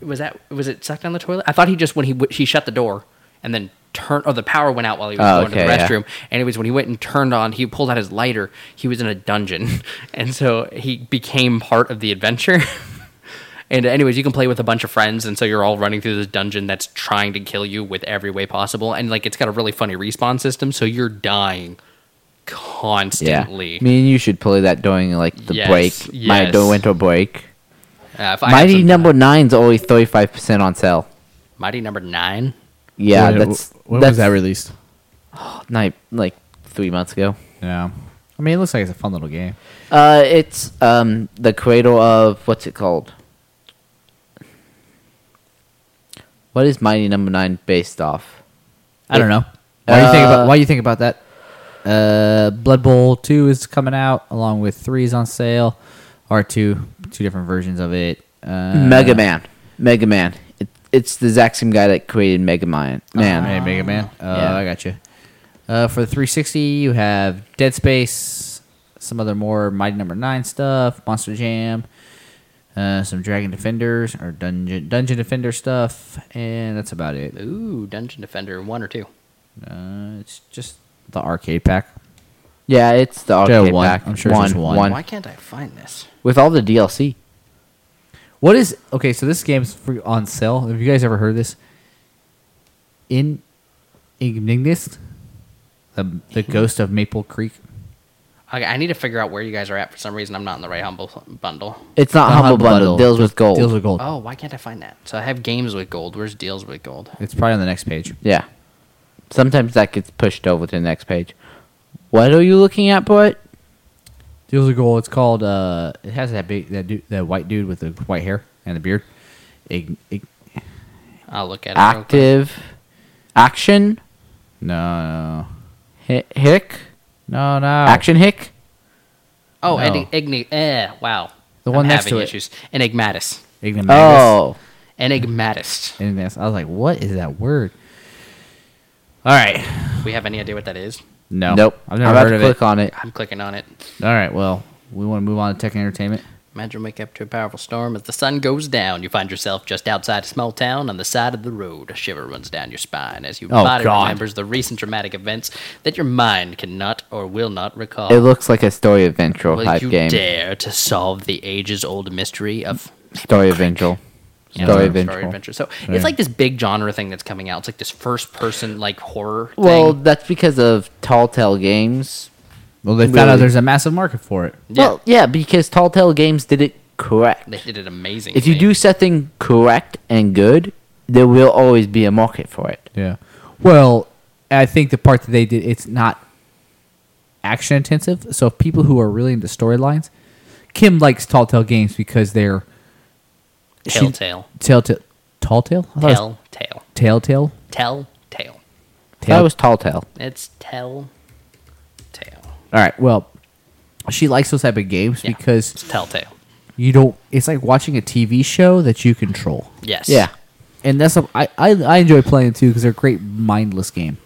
Speaker 3: was that was it sucked down the toilet? I thought he just when he w- he shut the door and then turned or the power went out while he was
Speaker 2: Oh,
Speaker 3: going to the
Speaker 2: okay, yeah.
Speaker 3: restroom. And it was when he went and turned on, he pulled out his lighter. He was in a dungeon, and so he became part of the adventure. And anyways, you can play with a bunch of friends, and so you're all running through this dungeon that's trying to kill you with every way possible. And like, it's got a really funny respawn system, so you're dying
Speaker 2: Yeah.
Speaker 3: constantly.
Speaker 2: Me and you should play that during like the
Speaker 3: Yes,
Speaker 2: break. My
Speaker 3: yes.
Speaker 2: the winter break.
Speaker 3: Uh, if I had
Speaker 2: Mighty
Speaker 3: some-
Speaker 2: number nine's always thirty five percent on sale.
Speaker 3: Mighty number nine.
Speaker 2: Yeah,
Speaker 1: When-
Speaker 2: that's
Speaker 1: when
Speaker 2: that's
Speaker 1: was that released?
Speaker 2: night like three months ago.
Speaker 1: Yeah, I mean it looks like it's a fun little game.
Speaker 2: Uh, it's um the cradle of what's it called? What is Mighty Number Nine based off?
Speaker 1: I don't know. Why you think
Speaker 2: Uh,
Speaker 1: about why you think about that? Uh, Blood Bowl two is coming out along with threes on sale, or two two different versions of it. Uh,
Speaker 2: Mega Man. Mega Man. It, it's the exact same guy that created Mega Man. Man.
Speaker 1: Hey, Mega Man. Oh,
Speaker 2: Yeah.
Speaker 1: I got you. Uh, for the 360, you have Dead Space, some other more Mighty Number Nine stuff, Monster Jam, uh, some Dragon Defenders or Dungeon Dungeon Defender stuff, and that's about it.
Speaker 3: Ooh, Dungeon Defender one or two.
Speaker 1: Uh, it's just the arcade pack.
Speaker 2: Yeah, it's the
Speaker 1: There are
Speaker 2: arcade
Speaker 1: one.
Speaker 2: pack.
Speaker 1: I'm sure there's one.
Speaker 3: Why can't I find this?
Speaker 2: With all the DLC.
Speaker 1: What is okay? So this game's free on sale. Have you guys ever heard of this? In
Speaker 2: Hmm.
Speaker 1: Ignignist, the the ghost of Maple Creek.
Speaker 3: Okay, I need to figure out where you guys are at. For some reason, I'm not in the right humble bundle.
Speaker 2: It's not
Speaker 1: Not
Speaker 2: humble,
Speaker 1: Humble
Speaker 2: bundle.
Speaker 1: Bundle.
Speaker 2: Deals with gold.
Speaker 1: Deals with gold.
Speaker 3: Oh, why can't I find that? So I have games with gold. Where's deals with gold?
Speaker 1: It's probably on the next page.
Speaker 2: Yeah. Sometimes that gets pushed over to the next page. What are you looking at, boy?
Speaker 1: Deals with gold. It's called. Uh, it has that big that dude, that white dude with the white hair and the beard. Ig ig
Speaker 3: I'll look at it. real quick.
Speaker 2: Active action
Speaker 1: no,
Speaker 2: hi- hick
Speaker 1: no, no.
Speaker 2: action hick.
Speaker 3: Oh,
Speaker 1: No.
Speaker 3: and igni. Eh, wow.
Speaker 1: The one
Speaker 3: I'm
Speaker 1: next
Speaker 3: having
Speaker 1: to it.
Speaker 3: issues. Enigmatus.
Speaker 1: Ignoramus.
Speaker 2: Oh,
Speaker 3: Enigmatus.
Speaker 1: Ignoramus. I was like, what is that word? All right.
Speaker 3: We have any idea what that is?
Speaker 1: No.
Speaker 2: nope.
Speaker 1: I've never
Speaker 2: I'm
Speaker 1: heard
Speaker 2: about
Speaker 1: of
Speaker 2: to
Speaker 1: it.
Speaker 2: click on it.
Speaker 3: I'm clicking on it.
Speaker 1: All right. Well, we want to move on to tech and entertainment.
Speaker 3: Imagine wake up to a powerful storm as the sun goes down. You find yourself just outside a small town on the side of the road. A shiver runs down your spine as your
Speaker 1: Oh,
Speaker 3: body
Speaker 1: God.
Speaker 3: remembers the recent dramatic events that your mind cannot or will not recall.
Speaker 2: It looks like a story of Ventral
Speaker 3: will
Speaker 2: type
Speaker 3: you
Speaker 2: game.
Speaker 3: dare to solve the ages-old mystery of
Speaker 2: Story of Ventral. Story of
Speaker 3: Story
Speaker 2: Ventral.
Speaker 3: adventure. So it's like this big genre thing that's coming out. It's like this first-person like horror. Thing.
Speaker 2: Well, that's because of Tall Tale Games.
Speaker 1: Well, they found
Speaker 2: Really?
Speaker 1: out there's a massive market for it.
Speaker 3: Yeah.
Speaker 2: Well, yeah, because Tall Tale Games did it correct.
Speaker 3: they did it amazing.
Speaker 2: If you do something correct and good, there will always be a market for it.
Speaker 1: Yeah. Well, I think the part that they did, it's not action intensive. So if people who are really into storylines, Kim likes Tall Tale games because they're she-
Speaker 3: Telltale,
Speaker 1: Telltale. Tall Tale? I thought it was
Speaker 3: Telltale,
Speaker 1: Telltale.
Speaker 3: Telltale.
Speaker 2: That
Speaker 1: Tell-
Speaker 2: was Tall Tale.
Speaker 3: It's Telltale.
Speaker 1: All right. Well, she likes those type of games
Speaker 3: Yeah.
Speaker 1: because
Speaker 3: It's Telltale.
Speaker 1: you don't. It's like watching a TV show that you control,
Speaker 3: Yes.
Speaker 2: Yeah.
Speaker 1: and that's a- I I, I enjoy playing it too because they're a great mindless game.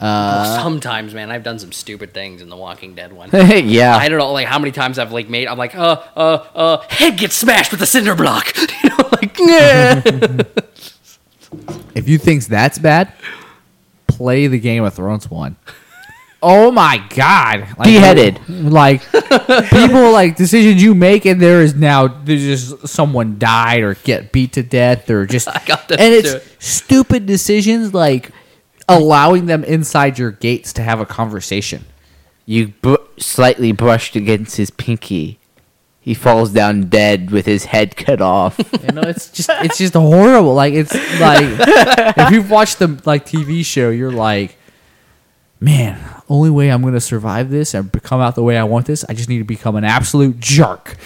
Speaker 3: Oh,
Speaker 2: Uh,
Speaker 3: Sometimes, man, I've done some stupid things in the Walking Dead one.
Speaker 2: yeah.
Speaker 3: I don't know, like how many times I've like made. I'm like, uh, uh, uh, head gets smashed with a cinder block. you know, like, yeah.
Speaker 1: If you think that's bad, play the Game of Thrones one. Oh my god! Like,
Speaker 2: Beheaded.
Speaker 1: Like people like decisions you make, and there is now there's just someone died or get beat to death or just
Speaker 3: I got that
Speaker 1: and it's
Speaker 3: too.
Speaker 1: stupid decisions like allowing them inside your gates to have a conversation.
Speaker 2: You br- slightly brushed against his pinky. He falls down dead with his head cut off.
Speaker 1: You know, it's just it's just horrible. Like it's like if you've watched the like TV show, you're like, man, only way I'm gonna survive this and become out the way I want this, I just need to become an absolute jerk.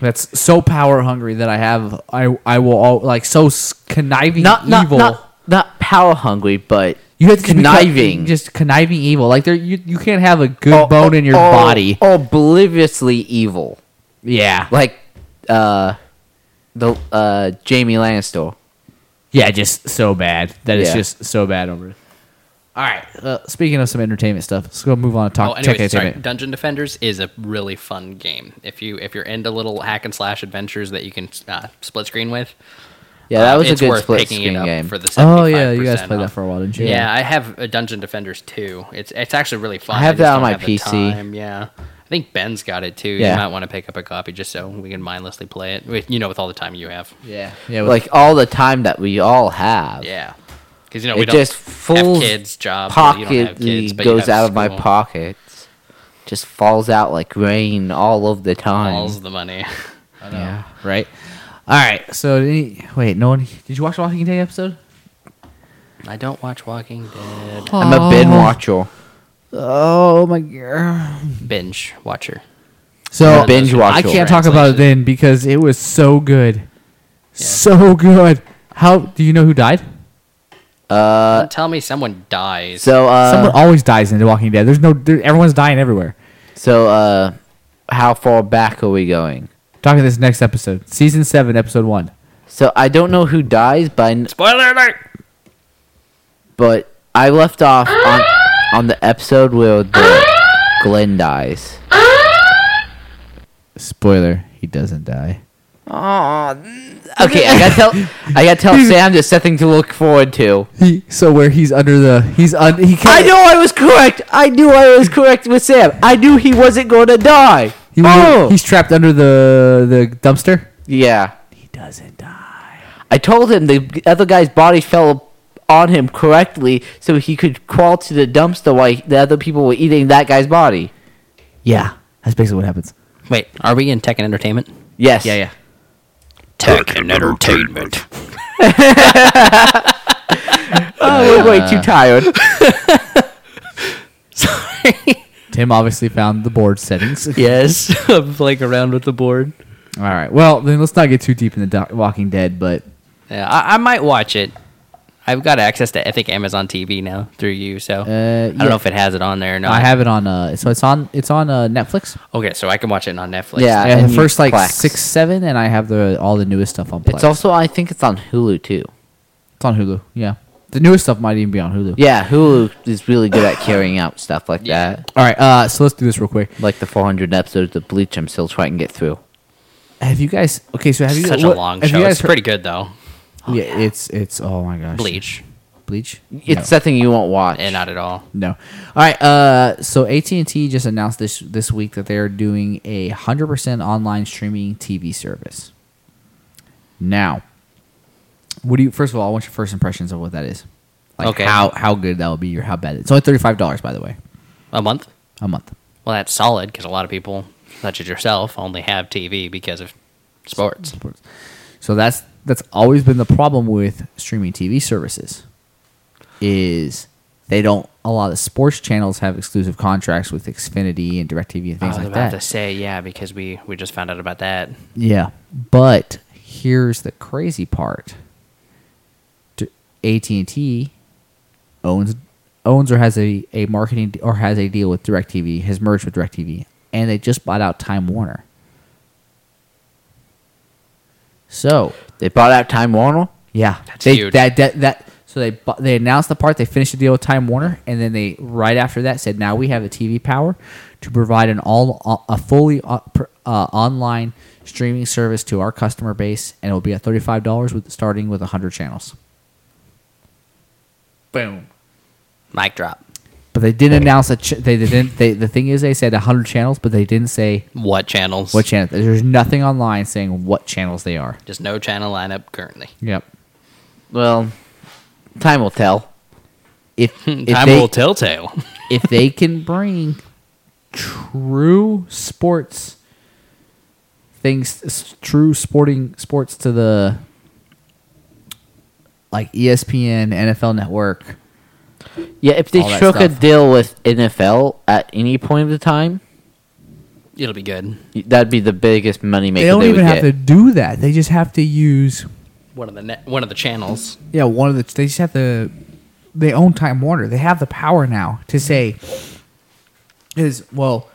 Speaker 1: That's so power hungry that I have. I I will all like so s- conniving
Speaker 2: not, not,
Speaker 1: evil.
Speaker 2: not, not power hungry, but
Speaker 1: you have to just become-
Speaker 2: conniving.
Speaker 1: just conniving evil. Like there, you you can't have a good bone in your
Speaker 2: Oh,
Speaker 1: body.
Speaker 2: Obliviously evil.
Speaker 1: Yeah,
Speaker 2: Like, uh, the, uh, Jamie Lannister.
Speaker 1: yeah, just so bad that it's
Speaker 2: Yeah.
Speaker 1: just so bad over. it. All right. Uh, speaking of some entertainment stuff, let's go move on and talk
Speaker 3: Oh,
Speaker 1: tech
Speaker 3: anyway, sorry.
Speaker 1: entertainment.
Speaker 3: Dungeon Defenders is a really fun game. If you if you're into little hack and slash adventures that you can uh, split screen with,
Speaker 2: Yeah, that
Speaker 3: uh,
Speaker 2: was a
Speaker 3: it's
Speaker 2: good
Speaker 3: worth
Speaker 2: split
Speaker 3: picking it
Speaker 2: screen
Speaker 3: up
Speaker 2: game.
Speaker 3: For the
Speaker 1: Oh yeah, you
Speaker 3: 75%
Speaker 1: guys played
Speaker 3: off.
Speaker 1: that for a while, didn't you?
Speaker 3: Yeah. I have a Dungeon Defenders too. It's it's actually really fun.
Speaker 2: I have
Speaker 3: just
Speaker 2: that on
Speaker 3: don't
Speaker 2: my
Speaker 3: have the
Speaker 2: PC.
Speaker 3: time, Yeah, I think Ben's got it too.
Speaker 2: Yeah.
Speaker 3: You might want to pick up a copy just so we can mindlessly play it. With, you know, with all the time you have.
Speaker 1: yeah, yeah. Like
Speaker 2: like all the time that we all have.
Speaker 3: Yeah, because you know we
Speaker 2: it
Speaker 3: don't
Speaker 2: just
Speaker 3: have
Speaker 2: fulls
Speaker 3: kids, job, well, you don't have
Speaker 2: pocket
Speaker 3: kids, but you
Speaker 2: goes
Speaker 3: have
Speaker 2: out of my
Speaker 3: school.
Speaker 2: pockets. Just falls out like rain all of the time.
Speaker 3: All's the money.
Speaker 2: yeah.
Speaker 1: right. All right. So did he- wait, no one. Did you watch the Walking Dead episode?
Speaker 3: I don't watch Walking Dead.
Speaker 2: I'm a bin watcher.
Speaker 1: Oh my god.
Speaker 3: Binge watcher.
Speaker 1: So
Speaker 2: A binge
Speaker 1: I
Speaker 2: watcher.
Speaker 1: can't talk about it then because it was so good, so good. How do you know who died?
Speaker 3: Don't Uh, tell me someone dies.
Speaker 2: So uh,
Speaker 1: Someone always dies in The Walking Dead. There's no. There, everyone's dying everywhere.
Speaker 2: so uh, how far back are we going?
Speaker 1: Talking this next episode, season seven, episode one.
Speaker 2: So I don't know who dies, but I, kn-
Speaker 3: Spoiler alert!
Speaker 2: but I left off on on the episode where the Glenn dies.
Speaker 1: Spoiler: He doesn't die.
Speaker 2: Okay, I gotta tell I gotta tell Sam there's something to look forward to.
Speaker 1: He so where he's under the he's un he
Speaker 2: I
Speaker 1: can't
Speaker 2: know I was correct. I knew I was correct with Sam. I knew he wasn't going to die.
Speaker 1: he was-
Speaker 2: oh,
Speaker 1: he's trapped under the the dumpster.
Speaker 2: yeah.
Speaker 1: He doesn't die.
Speaker 2: I told him the other guy's body fell on him correctly, so he could crawl to the dumpster while the other people were eating that guy's body.
Speaker 1: Yeah, that's basically what happens.
Speaker 3: Wait, are we in tech and entertainment?
Speaker 2: Yes.
Speaker 1: Yeah, yeah.
Speaker 3: Tech and entertainment.
Speaker 2: Oh, we're way too tired.
Speaker 1: Tim obviously found the board settings.
Speaker 3: Yes, I'm playing around with the board.
Speaker 1: All right. Well, then let's not get too deep in the doc- Walking Dead, but
Speaker 3: Yeah, I, I might watch it. I've got access to I think Amazon TV now through you,
Speaker 2: Uh,
Speaker 3: so I don't
Speaker 1: yeah.
Speaker 3: know if it has it on there or not.
Speaker 1: I have it on. Uh, so it's on. It's on uh, Netflix.
Speaker 3: Okay, so I can watch it on Netflix.
Speaker 2: Yeah.
Speaker 1: I have
Speaker 2: and
Speaker 1: the
Speaker 2: you
Speaker 1: first like
Speaker 2: Plex.
Speaker 1: six, seven, and I have the all the newest stuff on. Plex.
Speaker 2: It's also, I think it's on Hulu too.
Speaker 1: It's on Hulu. Yeah, the newest stuff might even be on Hulu.
Speaker 2: Yeah, Hulu is really good at carrying out stuff like that.
Speaker 1: All right. Uh, so let's do this real quick.
Speaker 2: Like the 400 episodes of Bleach, I'm still trying to get through.
Speaker 1: Have you guys? Okay, so have
Speaker 3: It's
Speaker 1: you?
Speaker 3: such
Speaker 1: what-
Speaker 3: a long
Speaker 1: have you
Speaker 3: show.
Speaker 1: guys
Speaker 3: It's
Speaker 1: heard-
Speaker 3: pretty good though.
Speaker 1: Yeah, it's it's. Oh my gosh.
Speaker 3: Bleach.
Speaker 1: Bleach.
Speaker 2: It's something you won't watch.
Speaker 3: Eh, not at all.
Speaker 1: No. All right. Uh, so AT and T just announced this this week that they are doing a hundred percent online streaming TV service. Now, what do you? First of all, I want your first impressions of what that is. Like
Speaker 3: Okay.
Speaker 1: how how good that will be or how bad it- it's only thirty five dollars by the way
Speaker 3: A month?
Speaker 1: a month.
Speaker 3: Well, that's solid because a lot of people, such as yourself, only have TV because of sports.
Speaker 1: So that's that's always been the problem with streaming TV services is they don't a lot of sports channels have exclusive contracts with Xfinity and DirecTV and
Speaker 3: I
Speaker 1: things
Speaker 3: was
Speaker 1: like that.
Speaker 3: about to say yeah because we we just found out about that.
Speaker 1: Yeah, but here's the crazy part: AT and T owns owns or has a, a marketing or has a deal with Directv, has merged with Directv, and they just bought out Time Warner. So
Speaker 2: They bought out Time Warner.
Speaker 1: yeah,
Speaker 3: That's
Speaker 1: they,
Speaker 3: huge.
Speaker 1: That, that that so they bu- they announced the part, they finished the deal with Time Warner, and then they right after that said, now we have the TV power to provide an all a fully o- pr- uh, online streaming service to our customer base, and it will be at thirty five dollars with starting with hundred channels. Boom.
Speaker 3: Mic drop.
Speaker 1: But they didn't announce a. Ch- they didn't. They the thing is, they said hundred channels, but they didn't say
Speaker 3: What channels?
Speaker 1: what channel. There's nothing online saying what channels they are.
Speaker 3: just no channel lineup currently.
Speaker 1: Yep.
Speaker 2: Well, time will tell.
Speaker 1: If, if
Speaker 3: Time
Speaker 1: they-
Speaker 3: will telltale.
Speaker 1: if they can bring true sports things s- true sporting sports to the like E ESPN, NFL network.
Speaker 2: Yeah, if they
Speaker 1: All that
Speaker 2: struck a
Speaker 1: stuff.
Speaker 2: deal with NFL at any point of the time,
Speaker 3: It'll be good.
Speaker 2: that'd be the biggest money maker.
Speaker 1: they don't even
Speaker 2: would
Speaker 1: have
Speaker 2: get.
Speaker 1: to do that. They just have to use
Speaker 3: One of the net, one of the channels.
Speaker 1: yeah, one of the they just have to they own Time Warner. They have the power now to say is well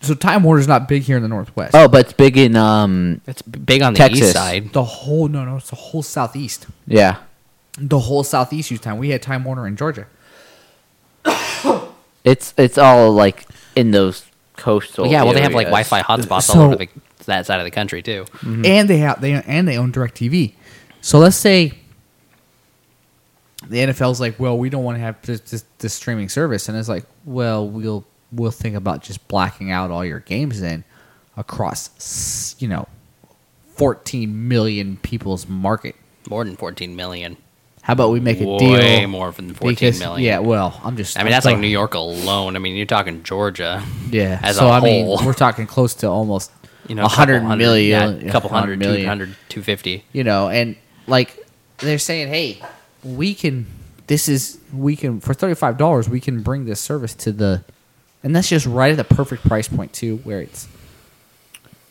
Speaker 1: so Time Warner's not big here in the Northwest.
Speaker 2: Oh, but it's big in um.
Speaker 3: It's b- big on the east
Speaker 2: Texas.
Speaker 3: side.
Speaker 1: The whole no no, it's the whole southeast.
Speaker 2: Yeah,
Speaker 1: the whole southeast used time. We had Time Warner in Georgia.
Speaker 2: it's it's all like in those coastal.
Speaker 3: Well, yeah, well, they have like
Speaker 2: areas.
Speaker 3: Wi-Fi hotspots
Speaker 1: So- Mm.
Speaker 3: all over the, that side of the country too.
Speaker 1: And they have they and they own DirecTV. So let's say the NFL's like, well, we don't want to have this, this, this streaming service, and it's like, well, we'll we'll think about just blacking out all your games then across s- you know fourteen million people's market.
Speaker 3: More than 14 million.
Speaker 1: How about we make a deal?
Speaker 3: Way more than 14
Speaker 1: because-
Speaker 3: million.
Speaker 1: Yeah, well, I'm just.
Speaker 3: I mean, that's like New
Speaker 1: York.
Speaker 3: York alone. I mean, you're talking Georgia.
Speaker 1: Yeah.
Speaker 3: as
Speaker 1: so
Speaker 3: a
Speaker 1: I mean,
Speaker 3: whole.
Speaker 1: we're talking close to almost
Speaker 3: You know,
Speaker 1: a
Speaker 3: a
Speaker 1: hundred
Speaker 3: million,
Speaker 1: million,
Speaker 3: a couple hundred,
Speaker 1: million.
Speaker 3: 200, 250.
Speaker 1: you know, and like they're saying, hey, we can. This is we can for thirty five dollars we can bring this service to the, and that's just right at the perfect price point too, where it's.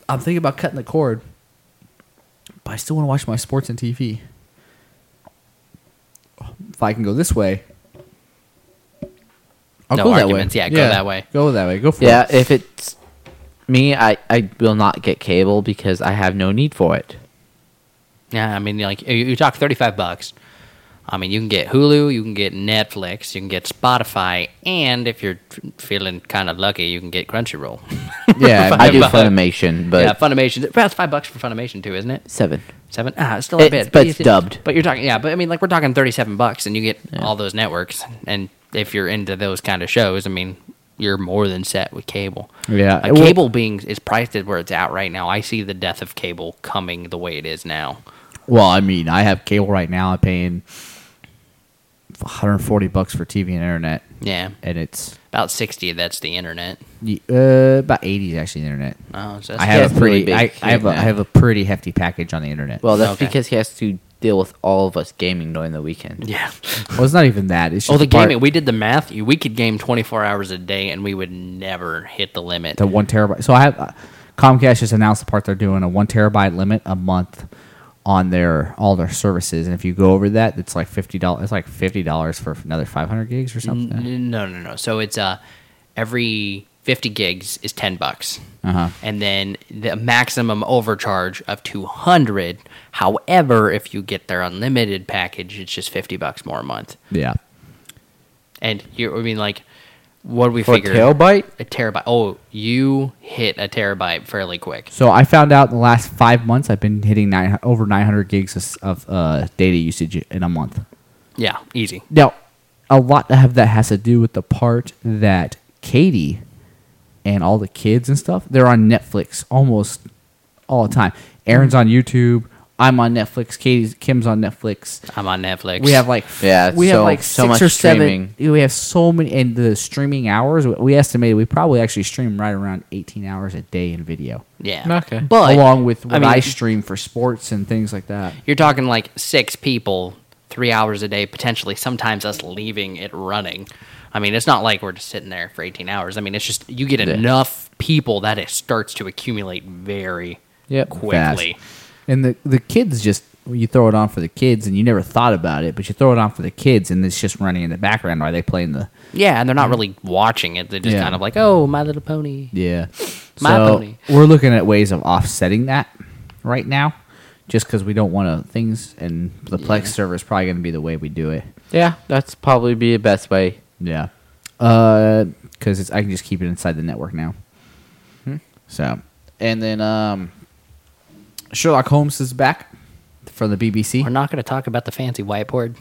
Speaker 1: I'm thinking about cutting the cord, but I still want to watch my sports and TV. If I can go this way, I'll
Speaker 3: No
Speaker 1: go
Speaker 3: arguments.
Speaker 1: that way.
Speaker 3: Yeah, go that way.
Speaker 1: Go that way. Go for
Speaker 2: Yeah,
Speaker 1: it.
Speaker 2: if it's me, I I will not get cable because I have no need for it.
Speaker 3: Yeah, I mean, like you, you talk 35 bucks. I mean, you can get Hulu, you can get Netflix, you can get Spotify, and if you're f- feeling kind of lucky, you can get Crunchyroll.
Speaker 2: Yeah, I do
Speaker 3: bucks.
Speaker 2: Funimation, but
Speaker 3: yeah, Funimation. That's five bucks for Funimation too, isn't it?
Speaker 2: seven.
Speaker 3: Seven? Ah, it's still a
Speaker 2: It's-
Speaker 3: bit.
Speaker 2: but it's dubbed.
Speaker 3: But you're talking, yeah. But I mean, like we're talking thirty-seven bucks, and you get all those networks. And if you're into those kind of shows, I mean, you're more than set with cable.
Speaker 1: Yeah,
Speaker 3: Like,
Speaker 1: it will-
Speaker 3: cable being is priced at where it's at right now. I see the death of cable coming the way it is now.
Speaker 1: Well, I mean, I have cable right now. I'm paying 140 bucks for TV and internet,
Speaker 3: Yeah,
Speaker 1: and it's
Speaker 3: about sixty. That's the internet.
Speaker 1: uh, about 80 is actually the internet.
Speaker 3: Oh, so that's
Speaker 1: I have a
Speaker 2: definitely
Speaker 1: pretty,
Speaker 2: big
Speaker 1: I, I have a, I
Speaker 2: internet.
Speaker 1: have a pretty hefty package on the internet. Well,
Speaker 2: Well, that's
Speaker 3: Okay.
Speaker 2: because he has to deal with all of us gaming during the weekend.
Speaker 3: yeah.
Speaker 1: it's not even that. It's just
Speaker 3: Oh, the
Speaker 1: part-
Speaker 3: gaming. We did the math. You- We could game twenty four hours a day, and we would never hit the limit.
Speaker 1: the one terabyte. So I have uh, Comcast just announced the part they're doing a one terabyte limit a month on their all their services, and if you go over that, it's like fifty dollars. It's like fifty dollars for another five hundred gigs or something.
Speaker 3: N- No, no, no. So it's uh, every 50 gigs is 10 bucks.
Speaker 1: Uh-huh.
Speaker 3: And then the maximum overcharge of 200. However, if you get their unlimited package, it's just 50 bucks more a month.
Speaker 1: Yeah,
Speaker 3: And you, I mean, like, what we
Speaker 2: For a
Speaker 3: figure?
Speaker 2: terabyte?
Speaker 3: A terabyte. Oh, you hit a terabyte fairly quick.
Speaker 1: So I found out in the last five months I've been hitting nine, over 900 gigs of, of uh, data usage in a month.
Speaker 3: Yeah, easy.
Speaker 1: Now, a lot of that has to do with the part that Katie and all the kids and stuff, they're on Netflix almost all the time. Aaron's on YouTube. I'm on Netflix. Katie's Kim's on Netflix.
Speaker 3: I'm on Netflix.
Speaker 1: We have like
Speaker 2: Yeah,
Speaker 1: we have
Speaker 2: so-
Speaker 1: like
Speaker 2: so
Speaker 1: six
Speaker 2: much
Speaker 1: or seven.
Speaker 2: streaming.
Speaker 1: We have so many, and the streaming hours we- we estimated we probably actually stream right around eighteen hours a day in video
Speaker 3: Yeah.
Speaker 1: but along with what I,
Speaker 3: mean-
Speaker 1: stream for sports and things like that.
Speaker 3: You're talking like six people, three hours a day, potentially, sometimes us leaving it running. I mean, it's not like we're just sitting there for 18 hours. I mean, it's just you get enough people that it starts to accumulate very quickly.
Speaker 1: And the the kids just you throw it on for the kids and you never thought about it, but you throw it on for the kids and it's just running in the background while they playing the
Speaker 3: Yeah, and they're not really watching it. They're just
Speaker 1: Yeah.
Speaker 3: kind of like, oh, My Little Pony.
Speaker 1: yeah.
Speaker 3: My
Speaker 1: so
Speaker 3: pony.
Speaker 1: we're looking at ways of offsetting that right now, just because we don't want to things and the Plex server is probably going to be the way we do it.
Speaker 2: Yeah, that's probably be the best way.
Speaker 1: Yeah. Uh, because it's I can just keep it inside the network now. Hmm. So, and then um, Sherlock Holmes is back from the BBC.
Speaker 3: We're not going to talk about the fancy whiteboard.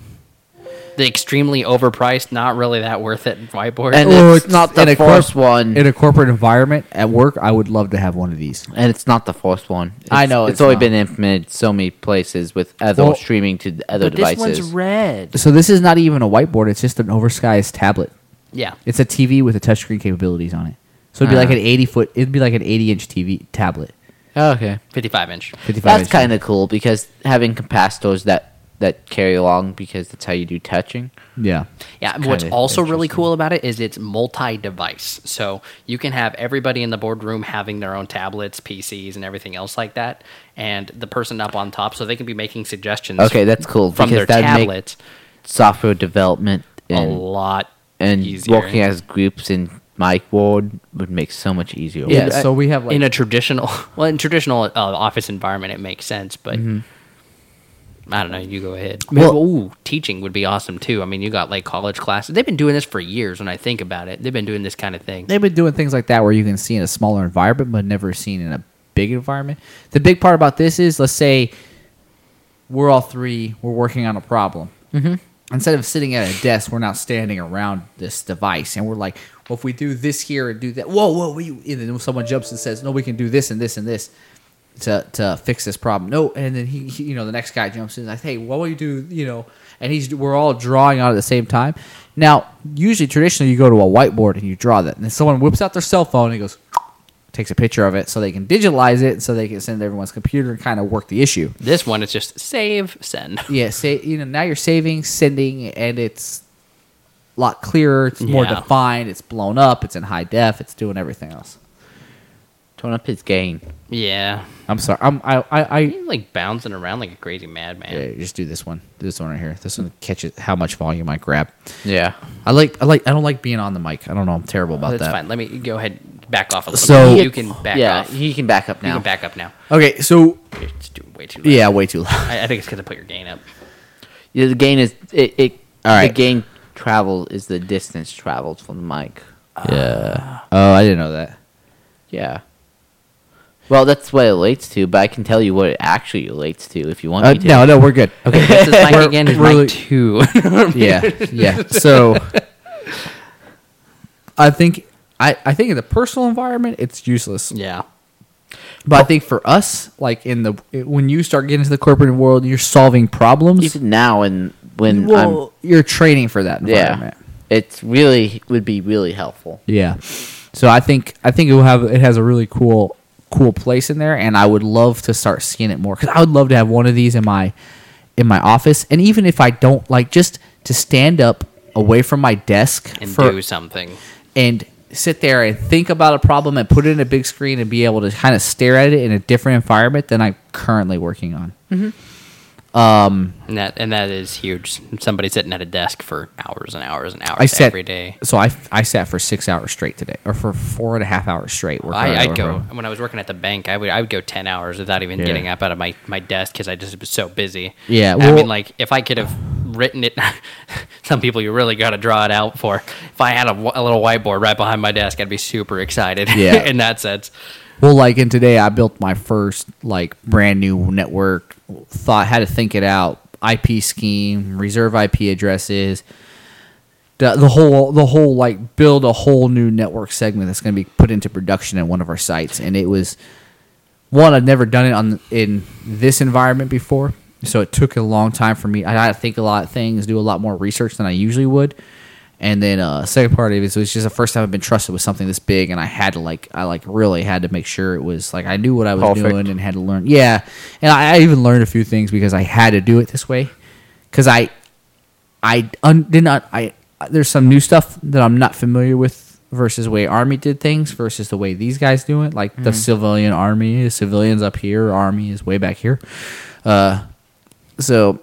Speaker 3: The extremely overpriced, not really that worth it whiteboard.
Speaker 2: And
Speaker 1: Oh,
Speaker 2: it's,
Speaker 1: it's
Speaker 2: not
Speaker 1: in
Speaker 2: the
Speaker 1: a corp-
Speaker 2: first one.
Speaker 1: in a corporate environment at work. I would love to have one of these.
Speaker 2: and it's not the first one. It's,
Speaker 1: I know
Speaker 2: it's,
Speaker 1: it's
Speaker 2: only
Speaker 1: not.
Speaker 2: been implemented so many places with other
Speaker 1: Well,
Speaker 2: streaming to the other devices.
Speaker 3: red.
Speaker 1: So this is not even a whiteboard. It's just an oversized tablet.
Speaker 3: Yeah.
Speaker 1: It's a TV with a touchscreen capabilities on it. So it'd be like an eighty foot. It'd be like an eighty inch TV tablet.
Speaker 2: Oh, okay,
Speaker 3: 55 inch.
Speaker 1: 55
Speaker 2: that's
Speaker 1: inch.
Speaker 2: kind of cool because having capacitors that that carry along because that's how you do touching.
Speaker 1: yeah.
Speaker 3: Yeah, what's
Speaker 2: kinda
Speaker 3: also really cool about it is it's multi-device. So you can have everybody in the boardroom having their own tablets, PCs, and everything else like that, and the person up on top, so they can be making suggestions.
Speaker 2: Okay, that's cool
Speaker 3: from
Speaker 2: because
Speaker 3: their
Speaker 2: that'd make-
Speaker 3: tablets
Speaker 2: Software development
Speaker 3: a
Speaker 2: and
Speaker 3: lot
Speaker 2: and
Speaker 3: easier.
Speaker 2: working as groups in Mike Ward would make so much easier.
Speaker 1: Yeah. so we have like
Speaker 3: in a traditional, well, in traditional uh, office environment, it makes sense, but. I don't know. You go ahead.
Speaker 2: Mm-hmm. Well-
Speaker 3: ooh, teaching would be awesome too. I mean, you got like college classes. They've been doing this for years. When I think about it, they've been doing this kind of thing.
Speaker 1: they've been doing things like that where you can see in a smaller environment but never seen in a big environment the big part about this is let's say we're all three we're working on a problem mm-hmm. instead of sitting at a desk we're not standing around this device and we're like well if we do this here and do that whoa whoa we and then someone jumps and says no we can do this and this and this to, to fix this problem no and then he, he- you know the next guy jumps in like hey what will you do you know and he's we're all drawing on it at the same time now usually traditionally you go to a whiteboard and you draw that and then someone whips out their cell phone and goes takes a picture of it so they can digitalize it so they can send it to everyone's computer and kind of work the issue
Speaker 3: This one is just save, send.
Speaker 1: yeah, say you know now you're saving, sending, and it's a lot clearer. It's more
Speaker 3: Yeah.
Speaker 1: defined. It's blown up. It's in high def. It's doing everything else.
Speaker 2: turn up his game.
Speaker 3: Yeah,
Speaker 1: I'm sorry. I'm I I, I
Speaker 3: He's like bouncing around like a crazy madman.
Speaker 1: Yeah, just do this one. Do this one right here. This one catches how much volume I grab.
Speaker 2: Yeah,
Speaker 1: I like I like I don't like being on the mic. I don't know. I'm terrible about
Speaker 3: That's
Speaker 1: that.
Speaker 3: fine. Let me go ahead back off a little
Speaker 1: So-
Speaker 3: bit. You can back
Speaker 2: yeah,
Speaker 3: off. You
Speaker 2: he can back up now.
Speaker 3: can back up now.
Speaker 1: Okay, so
Speaker 3: It's doing way too loud.
Speaker 1: yeah, way too loud.
Speaker 3: I, I think it's because I put your gain up.
Speaker 2: Yeah, the gain is it. it
Speaker 1: All
Speaker 2: The
Speaker 1: right.
Speaker 2: gain traveled is the distance traveled from the mic.
Speaker 1: Yeah. Oh, I didn't know that.
Speaker 2: Yeah. Well, that's what it relates to, but I can tell you what it actually relates to if you want
Speaker 1: Uh,
Speaker 2: me to.
Speaker 1: no, no, we're good. Okay.
Speaker 3: This is mic
Speaker 1: We're
Speaker 3: again. Is
Speaker 1: really-
Speaker 3: mic two.
Speaker 1: yeah, yeah. So I think I, I think in the personal environment it's useless.
Speaker 3: yeah.
Speaker 1: But I think for us, like in the when you start getting into the corporate world, you're solving problems.
Speaker 2: Even now in when
Speaker 1: well, you're training for that
Speaker 2: I'm yeah,
Speaker 1: environment.
Speaker 2: it's really would be really helpful.
Speaker 1: Yeah. So I think I think it will have it has a really cool cool place in there, and I would love to start seeing it more because I would love to have one of these in my in my office, and even if I don't like just to stand up away from my desk
Speaker 9: and
Speaker 1: for-
Speaker 9: do something.
Speaker 1: and sit there and think about a problem and put it in a big screen and be able to kind of stare at it in a different environment than I'm currently working on.
Speaker 9: And that and that is huge. Somebody sitting at a desk for hours and hours and hours
Speaker 1: I sat
Speaker 9: every day.
Speaker 1: So I I sat for six hours straight today, or for four and a half hours straight. working on
Speaker 9: I, I'd
Speaker 1: Overwatch.
Speaker 9: go when I was working at the bank. I would I would go ten hours without even getting up out of my my desk because I just was so busy.
Speaker 1: Yeah,
Speaker 9: I
Speaker 1: well-
Speaker 9: mean, like if I could have written it, some people you really got to draw it out for. If I had a, wh- a little whiteboard right behind my desk, I'd be super excited.
Speaker 1: Yeah.
Speaker 9: in that sense.
Speaker 1: Well, like in today, I built my first like brand new network. Thought had to think it out. IP scheme, reserve IP addresses, the, the whole the whole like build a whole new network segment that's going to be put into production at one of our sites. And it was one I've never done it on in this environment before, so it took a long time for me. I had to think a lot of things, do a lot more research than I usually would. And then uh, second part of it was just the first time I've been trusted with something this big, and I had to like I like really had to make sure it was like I knew what I was
Speaker 2: Perfect.
Speaker 1: doing and had to learn. Yeah, and I, I even learned a few things because I had to do it this way because I I un, did not. I uh, there's some new stuff that I'm not familiar with versus the way Army did things versus the way these guys do it. Like the civilian Army, the civilians up here, Army is way back here. Uh, so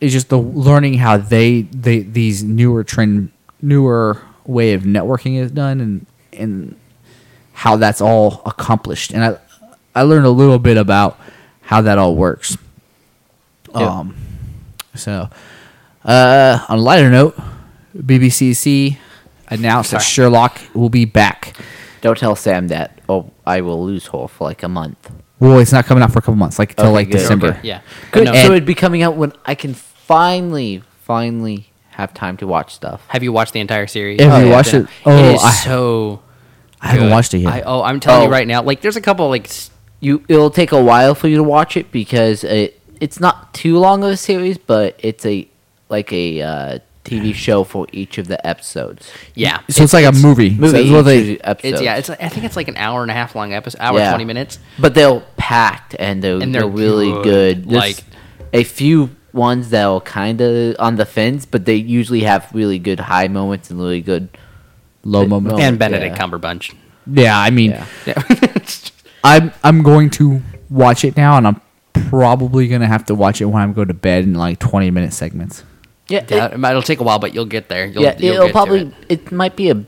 Speaker 1: it's just the learning how they they these newer trend newer way of networking is done and and how that's all accomplished. And I I learned a little bit about how that all works. Um, so uh, on a lighter note, BBCC announced that Sherlock will be back.
Speaker 2: Don't tell Sam that. Oh, I will lose her for like a month.
Speaker 1: Well, it's not coming out for a couple months, like till
Speaker 2: Okay,
Speaker 1: like
Speaker 2: good.
Speaker 1: December.
Speaker 2: Okay,
Speaker 9: Yeah,
Speaker 2: Good.
Speaker 9: No,
Speaker 2: so
Speaker 1: And-
Speaker 2: it'd be coming out when I can finally, finally have time to watch stuff.
Speaker 9: have you watched the entire series?
Speaker 1: Have you
Speaker 9: Yeah,
Speaker 1: watched
Speaker 9: yeah.
Speaker 1: it? Oh,
Speaker 9: it is
Speaker 1: I-
Speaker 9: so.
Speaker 1: I haven't
Speaker 9: good.
Speaker 1: watched it yet.
Speaker 3: uh,
Speaker 9: I, oh, I'm telling
Speaker 2: Oh.
Speaker 9: you right now. Like, there's a couple like s-
Speaker 2: You it'll take a while for you to watch it because it it's not too long of a series, but it's a like a uh, TV show for each of the episodes.
Speaker 9: yeah.
Speaker 1: so it's like a movie. So
Speaker 2: Movie
Speaker 1: it's what they-
Speaker 2: each of the episodes.
Speaker 9: It's yeah. It's I think it's like an hour and a half long episode, hour
Speaker 2: Yeah.
Speaker 9: twenty minutes.
Speaker 2: but they're packed and they're,
Speaker 9: And
Speaker 2: they're,
Speaker 9: they're
Speaker 2: really good.
Speaker 9: good.
Speaker 2: There's
Speaker 9: Like-
Speaker 2: a few ones that are kind of on the fence, but they usually have really good high moments and really good.
Speaker 1: low moment.
Speaker 2: moment.
Speaker 9: And Benedict
Speaker 2: Yeah.
Speaker 9: Cumberbatch.
Speaker 1: yeah, I mean,
Speaker 2: Yeah.
Speaker 1: I'm I'm going to watch it now, and I'm probably gonna have to watch it when I go to bed in like 20 minute segments.
Speaker 2: Yeah, it-
Speaker 9: That- it'll take a while, but you'll get there. You'll,
Speaker 2: yeah,
Speaker 9: you'll
Speaker 2: it'll
Speaker 9: get to
Speaker 2: probably
Speaker 9: it.
Speaker 2: it. might be a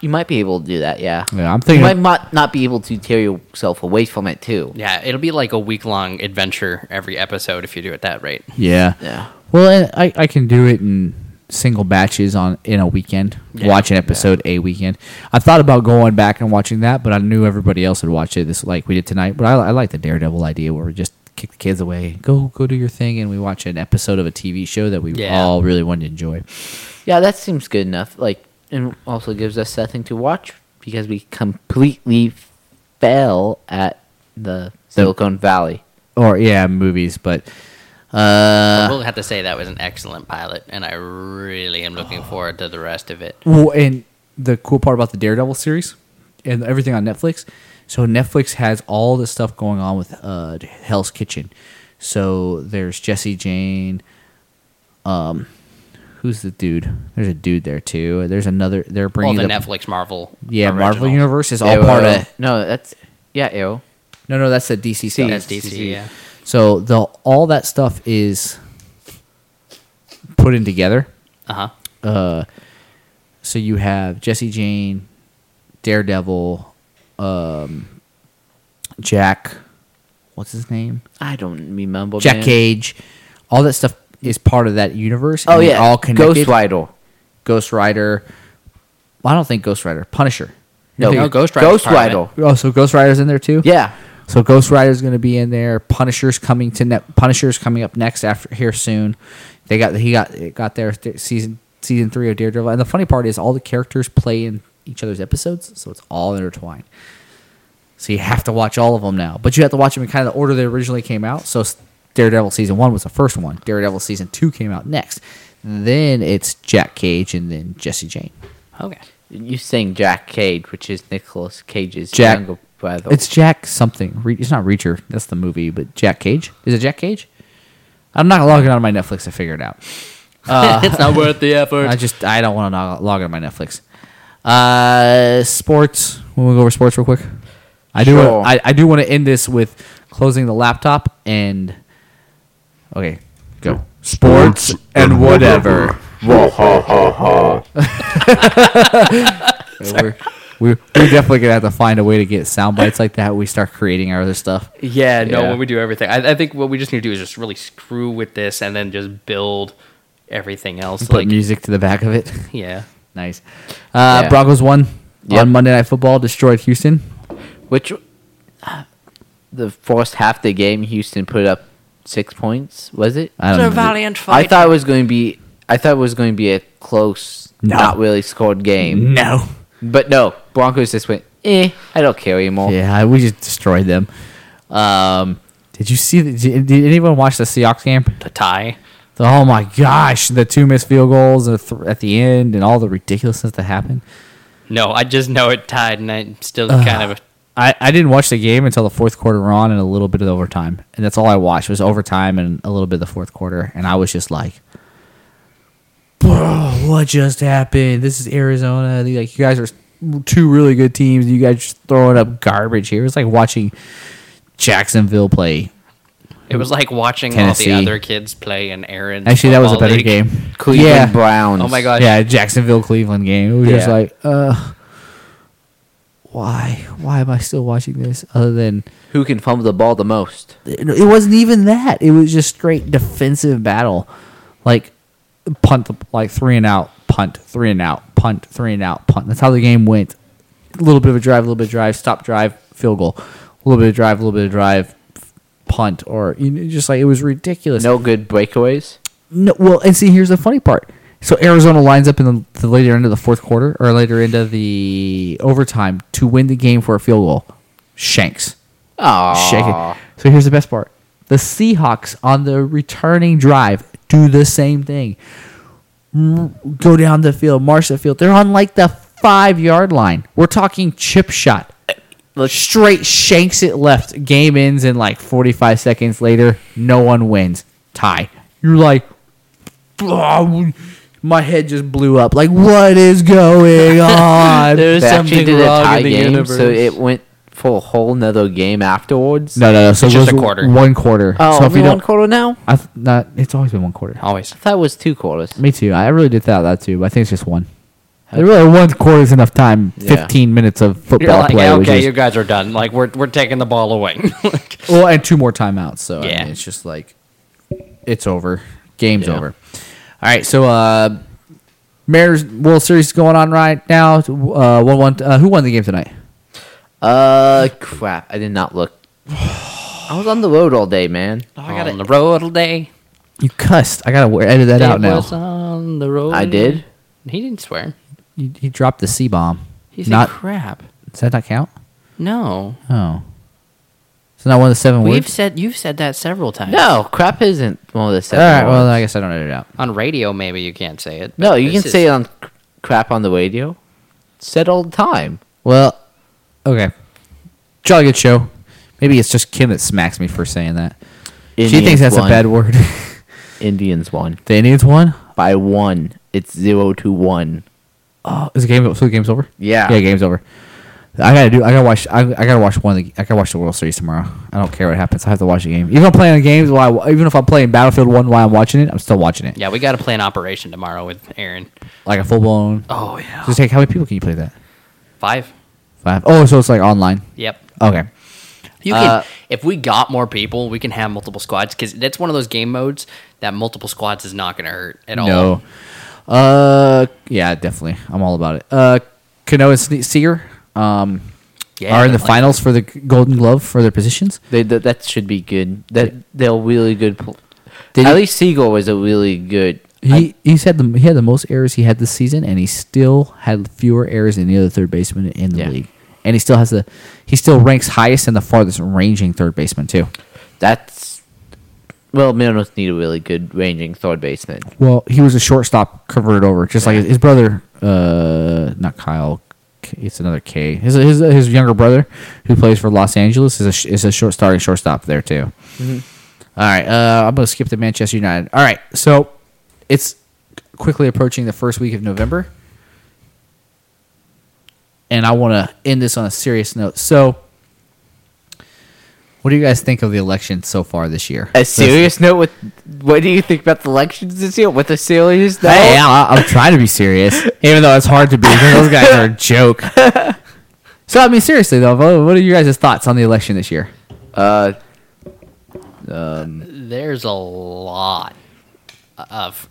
Speaker 2: you might be able to do that. Yeah,
Speaker 1: Yeah, I'm thinking-
Speaker 2: you might not, not be able to tear yourself away from it too.
Speaker 9: Yeah, it'll be like a week long adventure every episode if you do it that rate.
Speaker 1: Yeah.
Speaker 2: Yeah.
Speaker 1: Well, and I I can do it in single batches on in a weekend. Watch an episode a weekend. I thought about going back and watching that, but I knew everybody else would watch it this like we did tonight. But I, I like the Daredevil idea where we just kick the kids away, go go do your thing, and we watch an episode of a TV show that we
Speaker 9: Yeah.
Speaker 1: all really wanted to enjoy.
Speaker 2: Yeah, that seems good enough. Like, and also gives us something to watch because we completely fell at the Silicon Valley.
Speaker 1: Or yeah, movies, but
Speaker 9: I
Speaker 1: uh,
Speaker 9: will have to say that was an excellent pilot, and I really am looking forward to the rest of it.
Speaker 1: well, and the cool part about the Daredevil series and everything on Netflix. So Netflix has all this stuff going on with uh, Hell's Kitchen. So there's Jesse Jane. Um, who's the dude? There's a dude there too. There's another. They're
Speaker 9: All
Speaker 1: bringing
Speaker 9: the,
Speaker 1: the-
Speaker 9: Netflix Marvel.
Speaker 1: Yeah, Marvel
Speaker 9: original.
Speaker 1: Universe is all part
Speaker 2: Arrow.
Speaker 1: of.
Speaker 2: No, that's yeah, Arrow.
Speaker 1: No, no, that's the DC stuff.
Speaker 9: That's DC. Yeah.
Speaker 1: So the all that stuff is put in together.
Speaker 9: Uh huh.
Speaker 1: uh, so you have Jesse Jane, Daredevil, um, Jack, what's his name?
Speaker 2: I don't remember.
Speaker 1: Jack
Speaker 2: man.
Speaker 1: Cage. All that stuff is part of that universe.
Speaker 2: Oh
Speaker 1: and they're
Speaker 2: yeah,
Speaker 1: all connected.
Speaker 2: Ghost Rider.
Speaker 1: Ghost Rider. I don't think Ghost Rider. Punisher.
Speaker 2: No,
Speaker 9: No, Ghost
Speaker 2: Ghost Rider.
Speaker 9: Rider's
Speaker 2: Ghost
Speaker 9: part of it.
Speaker 2: Rider.
Speaker 1: Oh, so Ghost Rider's in there too.
Speaker 2: Yeah,
Speaker 1: So Ghost Rider's going to be in there. Punisher's coming to net. Punisher's coming up next after here soon. They got he got it got their th- season season three of Daredevil. And the funny part is all the characters play in each other's episodes, so it's all intertwined. So you have to watch all of them now, but you have to watch them in kind of the order they originally came out. So s- Daredevil season one was the first one. Daredevil season two came out next. Then it's Jack Cage and then Jesse Jane.
Speaker 9: Okay.
Speaker 2: You saying Jack Cage, which is Nicolas Cage's
Speaker 1: Jack-
Speaker 2: younger brother.
Speaker 1: It's Jack something. Re- it's not Reacher. That's the movie, but Jack Cage. Is it Jack Cage? I'm not logging on to my Netflix to figure it out.
Speaker 9: it's not worth the effort.
Speaker 1: I just I don't want to log, log on to my Netflix. Uh, sports. We want to go over sports real quick. I do.
Speaker 2: Sure.
Speaker 1: Wanna, I I do want to end this with closing the laptop and. Okay, go sports and whatever. we're, we're, we're definitely gonna have to find a way to get sound bites like that. We start creating our other stuff.
Speaker 9: yeah, no,
Speaker 1: Yeah.
Speaker 9: when we do everything, I, I think what we just need to do is just really screw with this and then just build everything else.
Speaker 1: Put
Speaker 9: like,
Speaker 1: music to the back of it.
Speaker 9: yeah.
Speaker 1: nice. Uh,
Speaker 2: Yeah.
Speaker 1: Broncos won
Speaker 2: Yep.
Speaker 1: on Monday Night Football. Destroyed Houston.
Speaker 2: which uh, the first half of the game Houston put up six points, was it?
Speaker 1: I don't know.
Speaker 2: I thought it was going to be. I thought it was going to be a close,
Speaker 1: No.
Speaker 2: not really scored game.
Speaker 1: No.
Speaker 2: But no, Broncos just went. Eh, I don't care anymore.
Speaker 1: Yeah, we just destroyed them. Um, did you see? The, did, did anyone watch the Seahawks game?
Speaker 9: The tie.
Speaker 1: The- oh my gosh, the two missed field goals at th- at the end and all the ridiculousness that happened.
Speaker 9: No, I just know it tied, and I'm still kind of.
Speaker 1: I, I didn't watch the game until the fourth quarter were on and a little bit of the overtime, and that's all I watched was overtime and a little bit of the fourth quarter, and I was just like, "Bro, what just happened? This is Arizona. They- Like you guys are two really good teams. You guys just throwing up garbage here. It's like watching Jacksonville play
Speaker 9: It was like watching
Speaker 1: Tennessee.
Speaker 9: all the other kids play in Aaron's.
Speaker 1: Actually, that was a
Speaker 9: football
Speaker 1: better
Speaker 9: league.
Speaker 1: game.
Speaker 2: Cleveland
Speaker 1: yeah.
Speaker 2: Browns.
Speaker 9: Oh my gosh.
Speaker 1: Yeah, Jacksonville Cleveland game. It was just
Speaker 2: Yeah.
Speaker 1: like, uh, why? Why am I still watching this? Other than
Speaker 2: Who can fumble the ball the most?
Speaker 1: it wasn't even that. It was just straight defensive battle, like punt, the, like three and out, punt, three and out, punt, three and out, punt. That's how the game went. A little bit of a drive, a little bit of drive, stop drive, field goal. A little bit of drive, a little bit of drive, punt, or you know, just like it was ridiculous.
Speaker 2: No good breakaways.
Speaker 1: No, well, and see, here's the funny part. So Arizona lines up in the, the later end of the fourth quarter or later into the overtime to win the game for a field goal. Shanks. Shake it. So here's the best part. The Seahawks on the returning drive do the same thing. M- Go down the field, march the field. They're on like the five yard line. We're talking chip shot. Straight shanks it left. Game ends in like 45 seconds later. No one wins. Tie. You're like, "Oh, my head just blew up. Like, what is going on?
Speaker 2: They actually did a tie game, so
Speaker 1: universe.
Speaker 2: it went for a whole nother game afterwards.
Speaker 1: No, no, no. So
Speaker 9: It's
Speaker 1: it
Speaker 9: just
Speaker 1: was
Speaker 9: a quarter.
Speaker 1: One quarter.
Speaker 2: Oh,
Speaker 1: so if
Speaker 2: only
Speaker 1: you
Speaker 2: one
Speaker 1: don't,
Speaker 2: quarter now.
Speaker 1: I th- not, it's always been one quarter.
Speaker 9: Always.
Speaker 2: I thought it was two quarters.
Speaker 1: Me too. I really did thought that too, but I think it's just one. Really, one quarter is enough time.
Speaker 2: Yeah.
Speaker 1: Fifteen minutes of
Speaker 9: You're
Speaker 1: football
Speaker 9: like,
Speaker 1: play, which
Speaker 9: okay,
Speaker 1: is-
Speaker 9: you guys are done. Like we're we're taking the ball away.
Speaker 1: well, and two more timeouts. So I
Speaker 9: Yeah.
Speaker 1: mean, it's just like it's over. Game's
Speaker 2: Yeah.
Speaker 1: over. All right. So uh, Mariners World Series is going on right now. Uh, one one. Uh, who won the game tonight?
Speaker 2: Uh, crap. I did not look. I was on the road all day, man.
Speaker 9: I got on the road all day.
Speaker 1: You cussed. I gotta w- edit that out
Speaker 9: It
Speaker 1: now.
Speaker 9: was on the road.
Speaker 2: I did.
Speaker 9: He didn't swear.
Speaker 1: He, he dropped the C bomb.
Speaker 9: He said
Speaker 1: Not
Speaker 9: crap.
Speaker 1: does that not count?
Speaker 9: No,
Speaker 1: Oh, it's not one of the seven
Speaker 9: we've
Speaker 1: words.
Speaker 9: said you've said that several times.
Speaker 2: No, crap isn't one of the
Speaker 1: All
Speaker 2: seven.
Speaker 1: right. uh, Well,
Speaker 2: words.
Speaker 1: I guess I don't edit it out.
Speaker 9: on radio maybe you can't say it.
Speaker 2: no,
Speaker 9: but
Speaker 2: you
Speaker 9: this
Speaker 2: can
Speaker 9: is-
Speaker 2: say it on c- crap on the radio. It's said all the time.
Speaker 1: Well, okay. Jolly good show. Maybe it's just Kim that smacks me for saying that. she thinks that's
Speaker 2: won.
Speaker 1: a bad word.
Speaker 2: Indians won
Speaker 1: the Indians won.
Speaker 2: by one. It's zero to one.
Speaker 1: Oh, is the game so the game's over?
Speaker 2: Yeah.
Speaker 1: Yeah, game's over. I gotta do. I gotta watch. I, I gotta watch one. Of the, I gotta watch the World Series tomorrow. I don't care what happens. I have to watch the game. Even if I'm playing the games, while I, even if I'm playing Battlefield One while I'm watching it, I'm still watching it.
Speaker 9: Yeah, we got to play an operation tomorrow with Aaron.
Speaker 1: Like a full blown.
Speaker 9: Oh yeah,
Speaker 1: Just take how many people can you play that?
Speaker 9: five.
Speaker 1: Five. Oh, so it's like online.
Speaker 9: Yep.
Speaker 1: Okay.
Speaker 9: You can,
Speaker 1: Uh,
Speaker 9: if we got more people, we can have multiple squads because that's one of those game modes that multiple squads is not going to hurt at all.
Speaker 1: No. Uh, yeah, definitely. I'm all about it. Uh, Cano and Se- Seager um,
Speaker 9: Yeah,
Speaker 1: are in the
Speaker 9: like-
Speaker 1: finals for the Golden Glove for their positions.
Speaker 2: They, th- that should be good. That they're really good. Pl-
Speaker 1: Did
Speaker 2: At
Speaker 1: he-
Speaker 2: least Siegel was a really good.
Speaker 1: He he's had the he had the most errors he had this season, and he still had fewer errors than the other third baseman in the
Speaker 2: Yeah.
Speaker 1: league. And he still has the he still ranks highest and the farthest ranging third baseman too.
Speaker 2: That's Well, Manos need a really good ranging third baseman.
Speaker 1: Well, he was a shortstop converted over, just like his, his brother. Uh, not Kyle. K- It's another K. His, his his younger brother, who plays for Los Angeles, is a sh- is a short starting shortstop there too. All right, uh, I'm gonna skip to Manchester United. All right, so it's quickly approaching the first week of November, and I want to end this on a serious note. So, what do you guys think of the election so far this year?
Speaker 2: A serious note with what do you think about the elections this year? With a serious note,
Speaker 1: Hey, I, I'm trying to be serious, even though it's hard to be. 'cause Those guys are a joke. So I mean, seriously though, what- what are you guys' thoughts on the election this year?
Speaker 2: uh,
Speaker 3: There's a lot of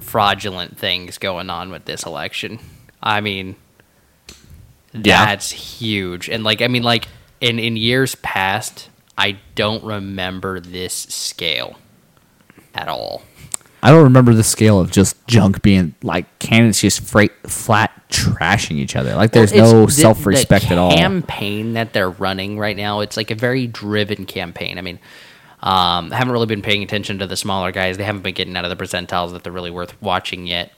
Speaker 3: fraudulent things going on with this election. I mean, that's huge. And like, I mean, like in in years past, I don't remember this scale at all.
Speaker 1: I don't remember the scale of just junk being like candidates just freight, flat trashing each other. Like there's
Speaker 3: It's
Speaker 1: no
Speaker 3: the-
Speaker 1: self respect
Speaker 3: the
Speaker 1: at all.
Speaker 3: Campaign that they're running right now, it's like a very driven campaign. I mean, um, I haven't really been paying attention to the smaller guys. They haven't been getting out of the percentiles that they're really worth watching yet.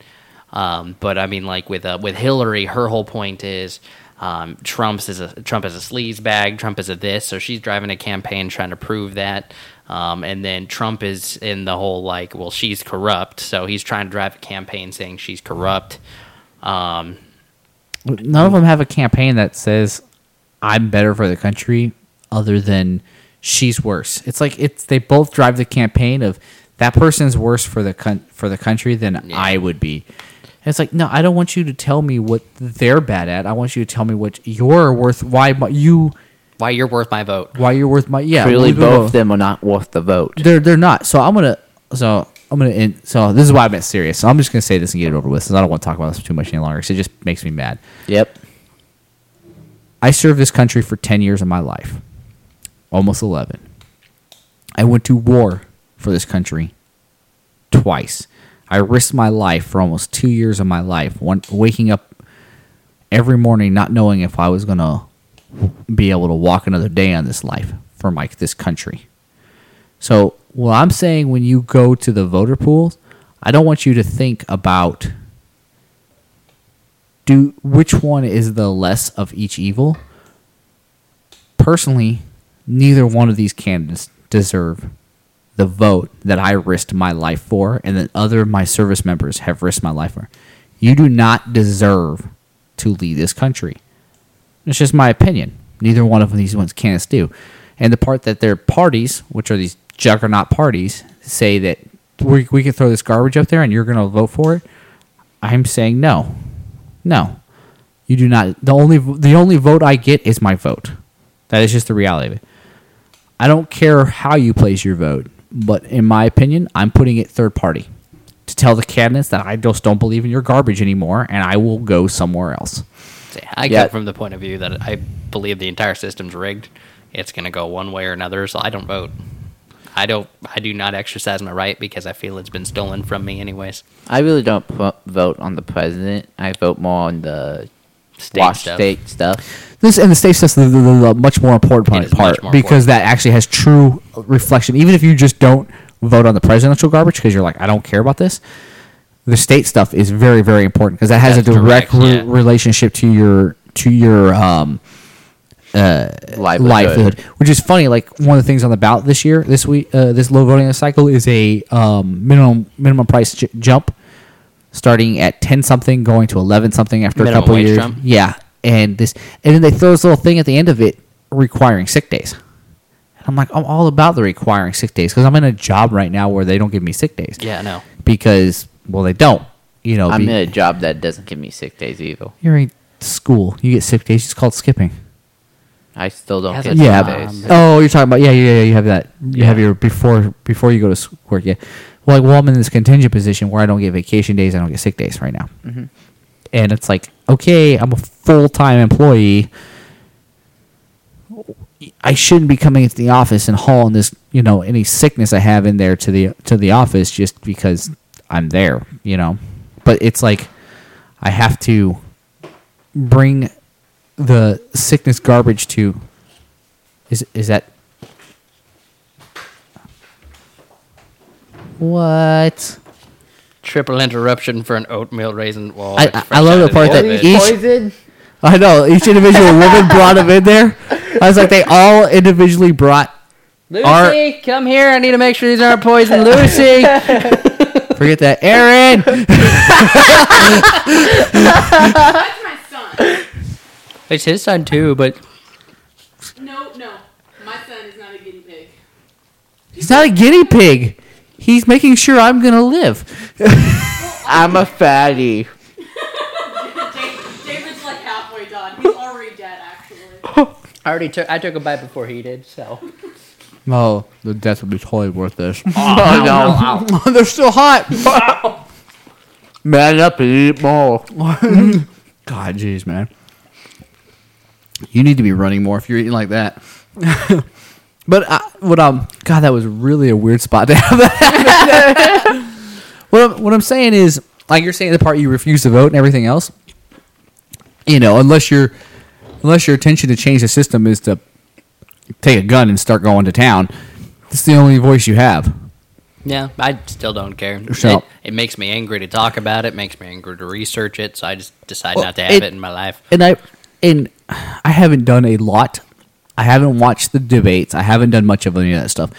Speaker 3: Um, but I mean, like with uh, with Hillary, her whole point is um, Trump's is a Trump is a sleaze bag. Trump is a this, so she's driving a campaign trying to prove that. Um, and then Trump is in the whole like, well, she's corrupt, so he's trying to drive a campaign saying she's corrupt. Um,
Speaker 1: None of them have a campaign that says I'm better for the country, other than she's worse. It's like it's they both drive the campaign of that person's worse for the con- for the country than I would be. And it's like no, I don't want you to tell me what they're bad at. I want you to tell me what you're worth. Why my, you?
Speaker 3: why you're worth my vote.
Speaker 1: Why you're worth my? Yeah,
Speaker 2: really,
Speaker 1: we- we-
Speaker 2: both of them are not worth the vote.
Speaker 1: They're they're not. So I'm gonna so I'm gonna end, so this is why I'm at serious. So I'm just gonna say this and get it over with, since I don't want to talk about this too much any longer. Because it just makes me mad.
Speaker 2: Yep.
Speaker 1: I served this country for 10 years of my life, almost 11. I went to war for this country twice. I risked my life for almost two years of my life, one, waking up every morning not knowing if I was going to be able to walk another day on this life for my, this country. So, what I'm saying when you go to the voter polls, I don't want you to think about do which one is the less of each evil personally neither one of these candidates deserve the vote that i risked my life for and that other of my service members have risked my life for you do not deserve to lead this country it's just my opinion neither one of these ones candidates do and the part that their parties which are these juggernaut parties say that we, we can throw this garbage up there and you're going to vote for it i'm saying no no, you do not. The only the only vote I get is my vote. That is just the reality of it. I don't care how you place your vote, but in my opinion, I'm putting it third party to tell the cabinets that I just don't believe in your garbage anymore, and I will go somewhere else.
Speaker 3: Say, I
Speaker 2: Yeah.
Speaker 3: come from the point of view that I believe the entire system's rigged. It's going to go one way or another, so I don't vote. I don't. I do not exercise my right because I feel it's been stolen from me, anyways.
Speaker 2: I really don't pro- vote on the president. I vote more on the
Speaker 3: State
Speaker 2: wash
Speaker 3: stuff.
Speaker 2: state stuff.
Speaker 1: This and the state stuff's the, the, the, the much more important
Speaker 3: It
Speaker 1: part,
Speaker 3: is much
Speaker 1: part
Speaker 3: more
Speaker 1: because
Speaker 3: important.
Speaker 1: that actually has true reflection. Even if you just don't vote on the presidential garbage because you're like, I don't care about this. The state stuff is very, very important because that has
Speaker 3: That's
Speaker 1: a direct,
Speaker 3: direct,
Speaker 1: re-
Speaker 3: yeah.
Speaker 1: relationship to your to your um,
Speaker 2: Uh, Livelihood.
Speaker 1: livelihood, which is funny. Like one of the things on the ballot this year, this week, uh, this low voting cycle is a um, minimum minimum price j- jump, starting at ten something, going to eleven something after
Speaker 3: Minimum
Speaker 1: a couple
Speaker 3: wage
Speaker 1: years.
Speaker 3: jump?
Speaker 1: Yeah, and this, and then they throw this little thing at the end of it requiring sick days. And I'm like, I'm all about the requiring sick days because I'm in a job right now where they don't give me sick days.
Speaker 3: Yeah, no.
Speaker 1: because well, they don't. You know,
Speaker 2: I'm
Speaker 1: be-
Speaker 2: in a job that doesn't give me sick days either.
Speaker 1: you're in school. You get sick days. It's called skipping.
Speaker 2: I still don't
Speaker 3: Has
Speaker 2: get
Speaker 3: a
Speaker 1: Yeah.
Speaker 2: sick
Speaker 3: job.
Speaker 2: days.
Speaker 1: Oh, you're talking about yeah, yeah, yeah. You have that. You have your before before you go to s- work. Yeah. Well, like, well, I'm in this contingent position where I don't get vacation days. I don't get sick days right now. And it's like, okay, I'm a full time employee. I shouldn't be coming into the office and hauling this, you know, any sickness I have in there to the to the office just because I'm there, you know. But it's like I have to bring the sickness garbage to is is that
Speaker 2: What?
Speaker 3: Triple interruption for an oatmeal raisin wall.
Speaker 2: I- I- I love the part that each- Poison?
Speaker 1: I know each individual woman brought him in there. I was like, they all individually brought.
Speaker 3: Lucy,
Speaker 1: are-
Speaker 3: come here. I need to make sure these aren't poison. Lucy.
Speaker 1: Forget that, Aaron.
Speaker 4: That's my son.
Speaker 3: it's his son too, but
Speaker 4: No, no. My son is not a guinea pig.
Speaker 1: He's not a guinea pig. He's making sure I'm gonna live.
Speaker 2: I'm a fatty.
Speaker 4: Dave- David's like halfway done. He's already dead, actually.
Speaker 3: I already took. I took a bite before he did. So
Speaker 1: No, the death would be totally worth this.
Speaker 2: Oh, no.
Speaker 1: They're still hot.
Speaker 2: Man up and eat more.
Speaker 1: God, jeez, man. You need to be running more if you're eating like that. but I, what um, God, that was really a weird spot to have that. what I'm, what I'm saying is, like you're saying, the part you refuse to vote and everything else. You know, unless your unless your intention to change the system is to take a gun and start going to town, it's the only voice you have.
Speaker 3: yeah, I still don't care.
Speaker 1: So-
Speaker 3: It, it makes me angry to talk about it. Makes me angry to research it. So I just decide
Speaker 1: Well,
Speaker 3: not to have
Speaker 1: it-
Speaker 3: it, in my life.
Speaker 1: and I and I haven't done a lot. I haven't watched the debates. I haven't done much of any of that stuff.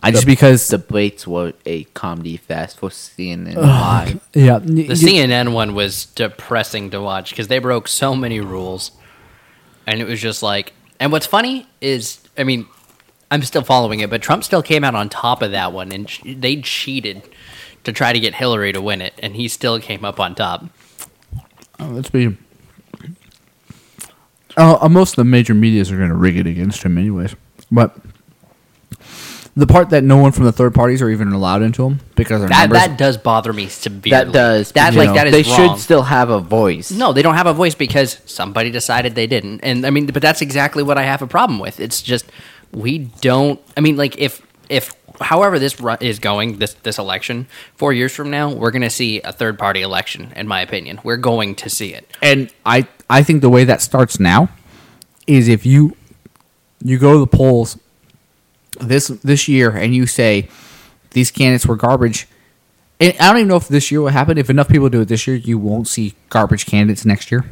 Speaker 1: I just because
Speaker 2: Debates were a comedy fest for CNN Live.
Speaker 1: yeah
Speaker 3: The CNN one was depressing to watch because they broke so many rules, and it was just like. And what's funny is, I mean, I'm still following it, but Trump still came out on top of that one, and ch- they cheated to try to get Hillary to win it, and he still came up on top.
Speaker 1: let's be. Uh, uh, most of the major medias are going to rig it against him, anyways. But the part that no one from the third parties are even allowed into him because their
Speaker 3: That
Speaker 1: numbers.
Speaker 3: that does bother me severely.
Speaker 2: That does.
Speaker 3: That
Speaker 2: you
Speaker 3: like
Speaker 2: know,
Speaker 3: that is
Speaker 2: They
Speaker 3: wrong.
Speaker 2: should still have a voice.
Speaker 3: No, they don't have a voice because somebody decided they didn't. And I mean, but that's exactly what I have a problem with. It's just we don't. I mean, like if if however this ru- is going this this election four years from now, we're gonna see a third party election. In my opinion, we're going to see it.
Speaker 1: and I I think the way that starts now is if you you go to the polls this this year and you say these candidates were garbage. And I don't even know if this year will happen. If enough people do it this year, you won't see garbage candidates next year.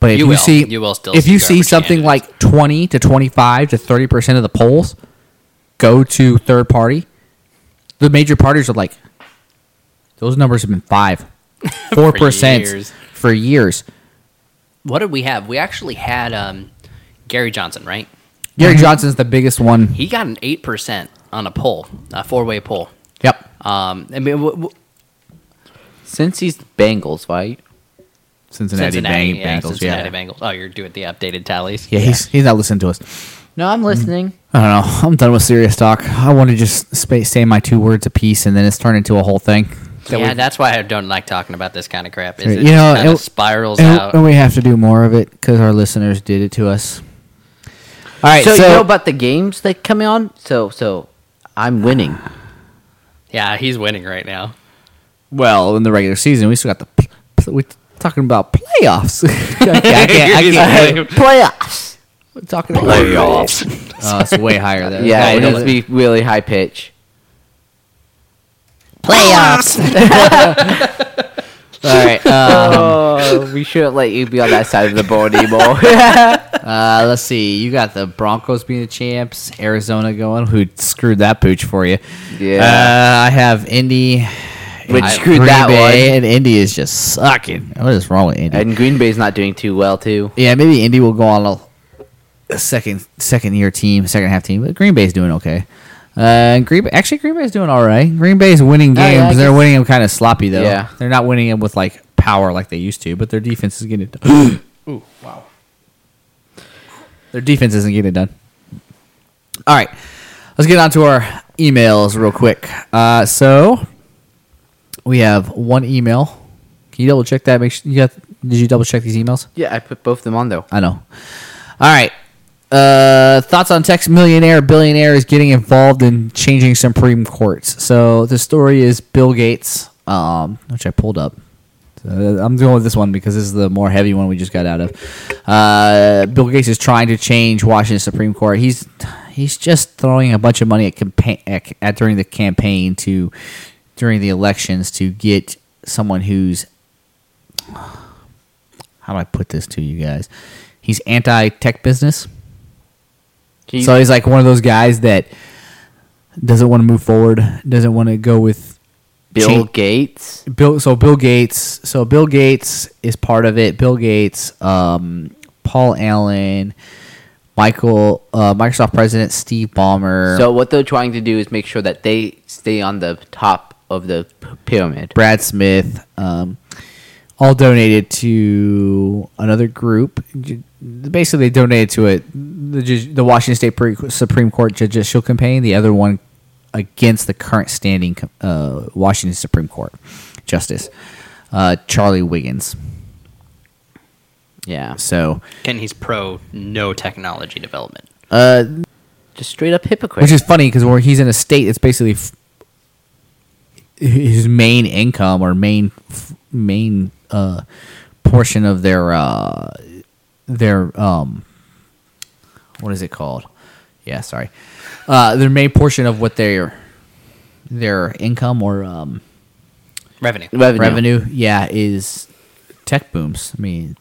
Speaker 1: But if
Speaker 3: You
Speaker 1: you,
Speaker 3: will.
Speaker 1: see
Speaker 3: You will still
Speaker 1: if
Speaker 3: see
Speaker 1: you see
Speaker 3: garbage
Speaker 1: something
Speaker 3: candidates.
Speaker 1: like twenty to twenty five to thirty percent of the polls go to third party, the major parties are like those numbers have been five, four percent
Speaker 3: years.
Speaker 1: for years.
Speaker 3: What did we have? We actually had um, Gary Johnson, right?
Speaker 1: Gary Johnson's the biggest one.
Speaker 3: He got an eight percent on a poll, a four way poll.
Speaker 1: Yep.
Speaker 3: Um, I mean, w- w-
Speaker 2: Since he's Bengals, right?
Speaker 1: Cincinnati, Bang,
Speaker 3: yeah,
Speaker 1: Bengals.
Speaker 3: Cincinnati
Speaker 1: yeah.
Speaker 3: Bengals. Oh, you're doing the updated tallies.
Speaker 1: yeah, he's he's not listening to us.
Speaker 2: No, I'm listening.
Speaker 1: I don't know. I'm done with serious talk. I want to just spa say my two words a piece, and then it's turned into a whole thing. that
Speaker 3: yeah,
Speaker 1: we-
Speaker 3: that's why I don't like talking about this kind of crap. Is
Speaker 1: Right,
Speaker 3: it
Speaker 1: you know,
Speaker 3: kind
Speaker 1: it-
Speaker 3: of spirals
Speaker 1: and,
Speaker 3: out.
Speaker 1: and we have to do more of it because our listeners did it to us. All right,
Speaker 2: so,
Speaker 1: so,
Speaker 2: you know about the games that come on? So so I'm winning.
Speaker 3: yeah, he's winning right now.
Speaker 1: well, in the regular season, we still got the pl- pl- we talking about playoffs. I can't, I can't, I can't.
Speaker 2: Playoffs.
Speaker 1: We're talking about Oh, it's way higher than
Speaker 2: Yeah,
Speaker 1: Oh,
Speaker 2: it
Speaker 1: no,
Speaker 2: has to be really high pitch.
Speaker 1: playoffs. All right, uh,
Speaker 2: Oh, we shouldn't let you be on that side of the board anymore.
Speaker 1: Uh, let's see. You got the Broncos being the champs, Arizona going, who screwed that pooch for you.
Speaker 2: yeah,
Speaker 1: Uh, I have Indy.
Speaker 2: Which
Speaker 1: I-
Speaker 2: screwed
Speaker 1: Green
Speaker 2: that
Speaker 1: Bay,
Speaker 2: one.
Speaker 1: And Indy is just sucking. What is wrong with Indy?
Speaker 2: and Green Bay's not doing too well too.
Speaker 1: yeah, maybe Indy will go on a, a second second year team, second half team, but Green Bay's doing okay. Uh, Green Bay, actually Green Bay's doing all right. Green Bay's winning
Speaker 2: Oh, yeah,
Speaker 1: games.
Speaker 2: I
Speaker 1: they're
Speaker 2: guess-
Speaker 1: winning them kind of sloppy though.
Speaker 2: Yeah.
Speaker 1: They're not winning them with like power like they used to, but their defense is getting it done. Ooh, wow. Their defense isn't getting it done. All right. Let's get on to our emails real quick. Uh, so we have one email. Can you double check that? Make sure you got did you double check these emails?
Speaker 2: Yeah, I put both of them on though.
Speaker 1: I know. All right. Uh, thoughts on Texas millionaire billionaire is getting involved in changing Supreme Courts. So the story is Bill Gates, um, which I pulled up. So I'm going with this one because this is the more heavy one we just got out of. Uh, Bill Gates is trying to change Washington Supreme Court. He's he's just throwing a bunch of money at, campa- at, at during the campaign to during the elections to get someone who's how do I put this to you guys? He's anti tech business.
Speaker 2: Can you-
Speaker 1: so he's like one of those guys that doesn't want to move forward, doesn't want to go with
Speaker 2: Bill
Speaker 1: change-
Speaker 2: Gates.
Speaker 1: Bill. So Bill Gates. So Bill Gates is part of it. Bill Gates, um, Paul Allen, Michael, uh, Microsoft President Steve Ballmer,
Speaker 2: So what they're trying to do is make sure that they stay on the top of the p- pyramid.
Speaker 1: Brad Smith, um, all donated to another group. J- Basically, they donated to it the, ju- the Washington State Pre- Supreme Court judicial campaign. The other one against the current standing uh, Washington Supreme Court justice, uh, Charlie Wiggins.
Speaker 2: Yeah,
Speaker 1: So.
Speaker 9: And he's pro no technology development.
Speaker 1: uh,
Speaker 2: just straight up hypocrite.
Speaker 1: Which is funny because where he's in a state that's basically f- his main income or main f- main uh, portion of their uh, their um what is it called? Yeah, sorry. Uh, their main portion of what their their income or um,
Speaker 9: Revenue.
Speaker 2: revenue.
Speaker 1: revenue. yeah, is tech booms. I mean,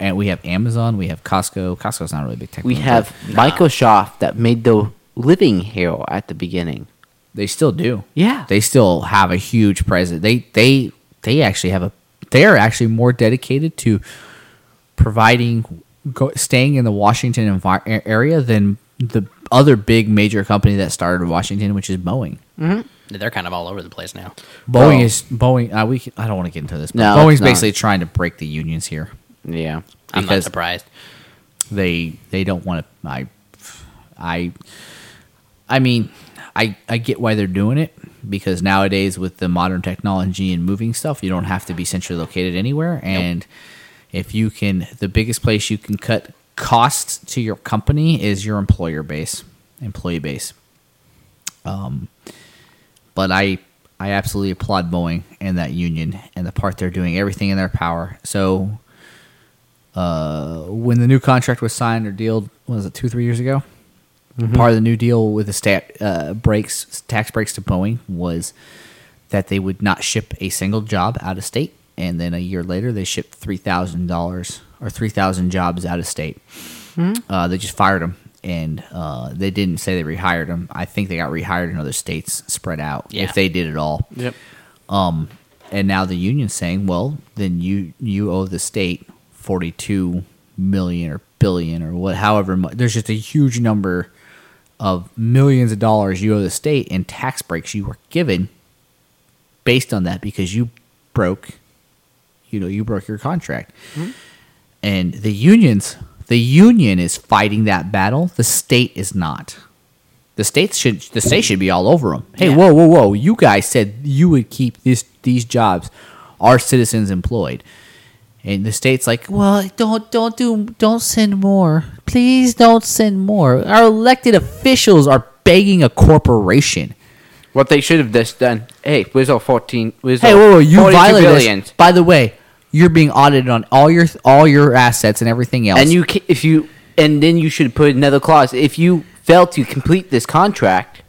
Speaker 1: and we have Amazon, we have Costco. Costco's not really a big tech.
Speaker 2: We
Speaker 1: boom, but
Speaker 2: have Microsoft that made the living hero at the beginning.
Speaker 1: they still do.
Speaker 2: Yeah.
Speaker 1: they still have a huge presence. They they they actually have a they are actually more dedicated to providing go, staying in the Washington envi- a- area than the other big major company that started in Washington, which is Boeing.
Speaker 9: They're kind of all over the place now.
Speaker 1: Boeing
Speaker 2: Oh.
Speaker 1: is Boeing. Uh, we can, I don't want to get into this. But
Speaker 2: No,
Speaker 1: Boeing's
Speaker 2: it's not.
Speaker 1: basically trying to break the unions here
Speaker 2: Yeah.
Speaker 9: I'm not
Speaker 1: Because-
Speaker 9: surprised.
Speaker 1: they they don't want to I I I mean I I get why they're doing it because nowadays with the modern technology and moving stuff you don't have to be centrally located anywhere and if you can the biggest place you can cut costs to your company is your employer base employee base um but I I absolutely applaud Boeing and that union and the part they're doing everything in their power so Uh, when the new contract was signed or deal was it two three years ago part of the new deal with the stat uh, breaks tax breaks to boeing was that they would not ship a single job out of state and then a year later they shipped $3000 or 3000 jobs out of state uh, they just fired them and uh, they didn't say they rehired them i think they got rehired in other states spread out
Speaker 9: Yeah.
Speaker 1: if they did it all Um,
Speaker 3: Yep.
Speaker 1: and now the union's saying, well, then you you owe the state forty two million or billion or what, however much. There's just a huge number of millions of dollars you owe the state in tax breaks you were given based on that because you broke, you know, you broke your contract. And the unions, the union is fighting that battle. The state is not. The states should the state should be all over them. Hey, whoa, whoa, whoa! You guys said you would keep this these jobs, our citizens employed, and the state's like, well, don't don't do don't send more. Please don't send more. Our elected officials are begging a corporation.
Speaker 2: What they should have just done. Hey, where's our fourteen? Where's
Speaker 1: Hey,
Speaker 2: our
Speaker 1: whoa, whoa! You
Speaker 2: 42
Speaker 1: violated.
Speaker 2: billion?
Speaker 1: This. By the way, you're being audited on all your all your assets and everything else.
Speaker 2: And you, ca- if you, and then you should put another clause. If you fail to complete this contract,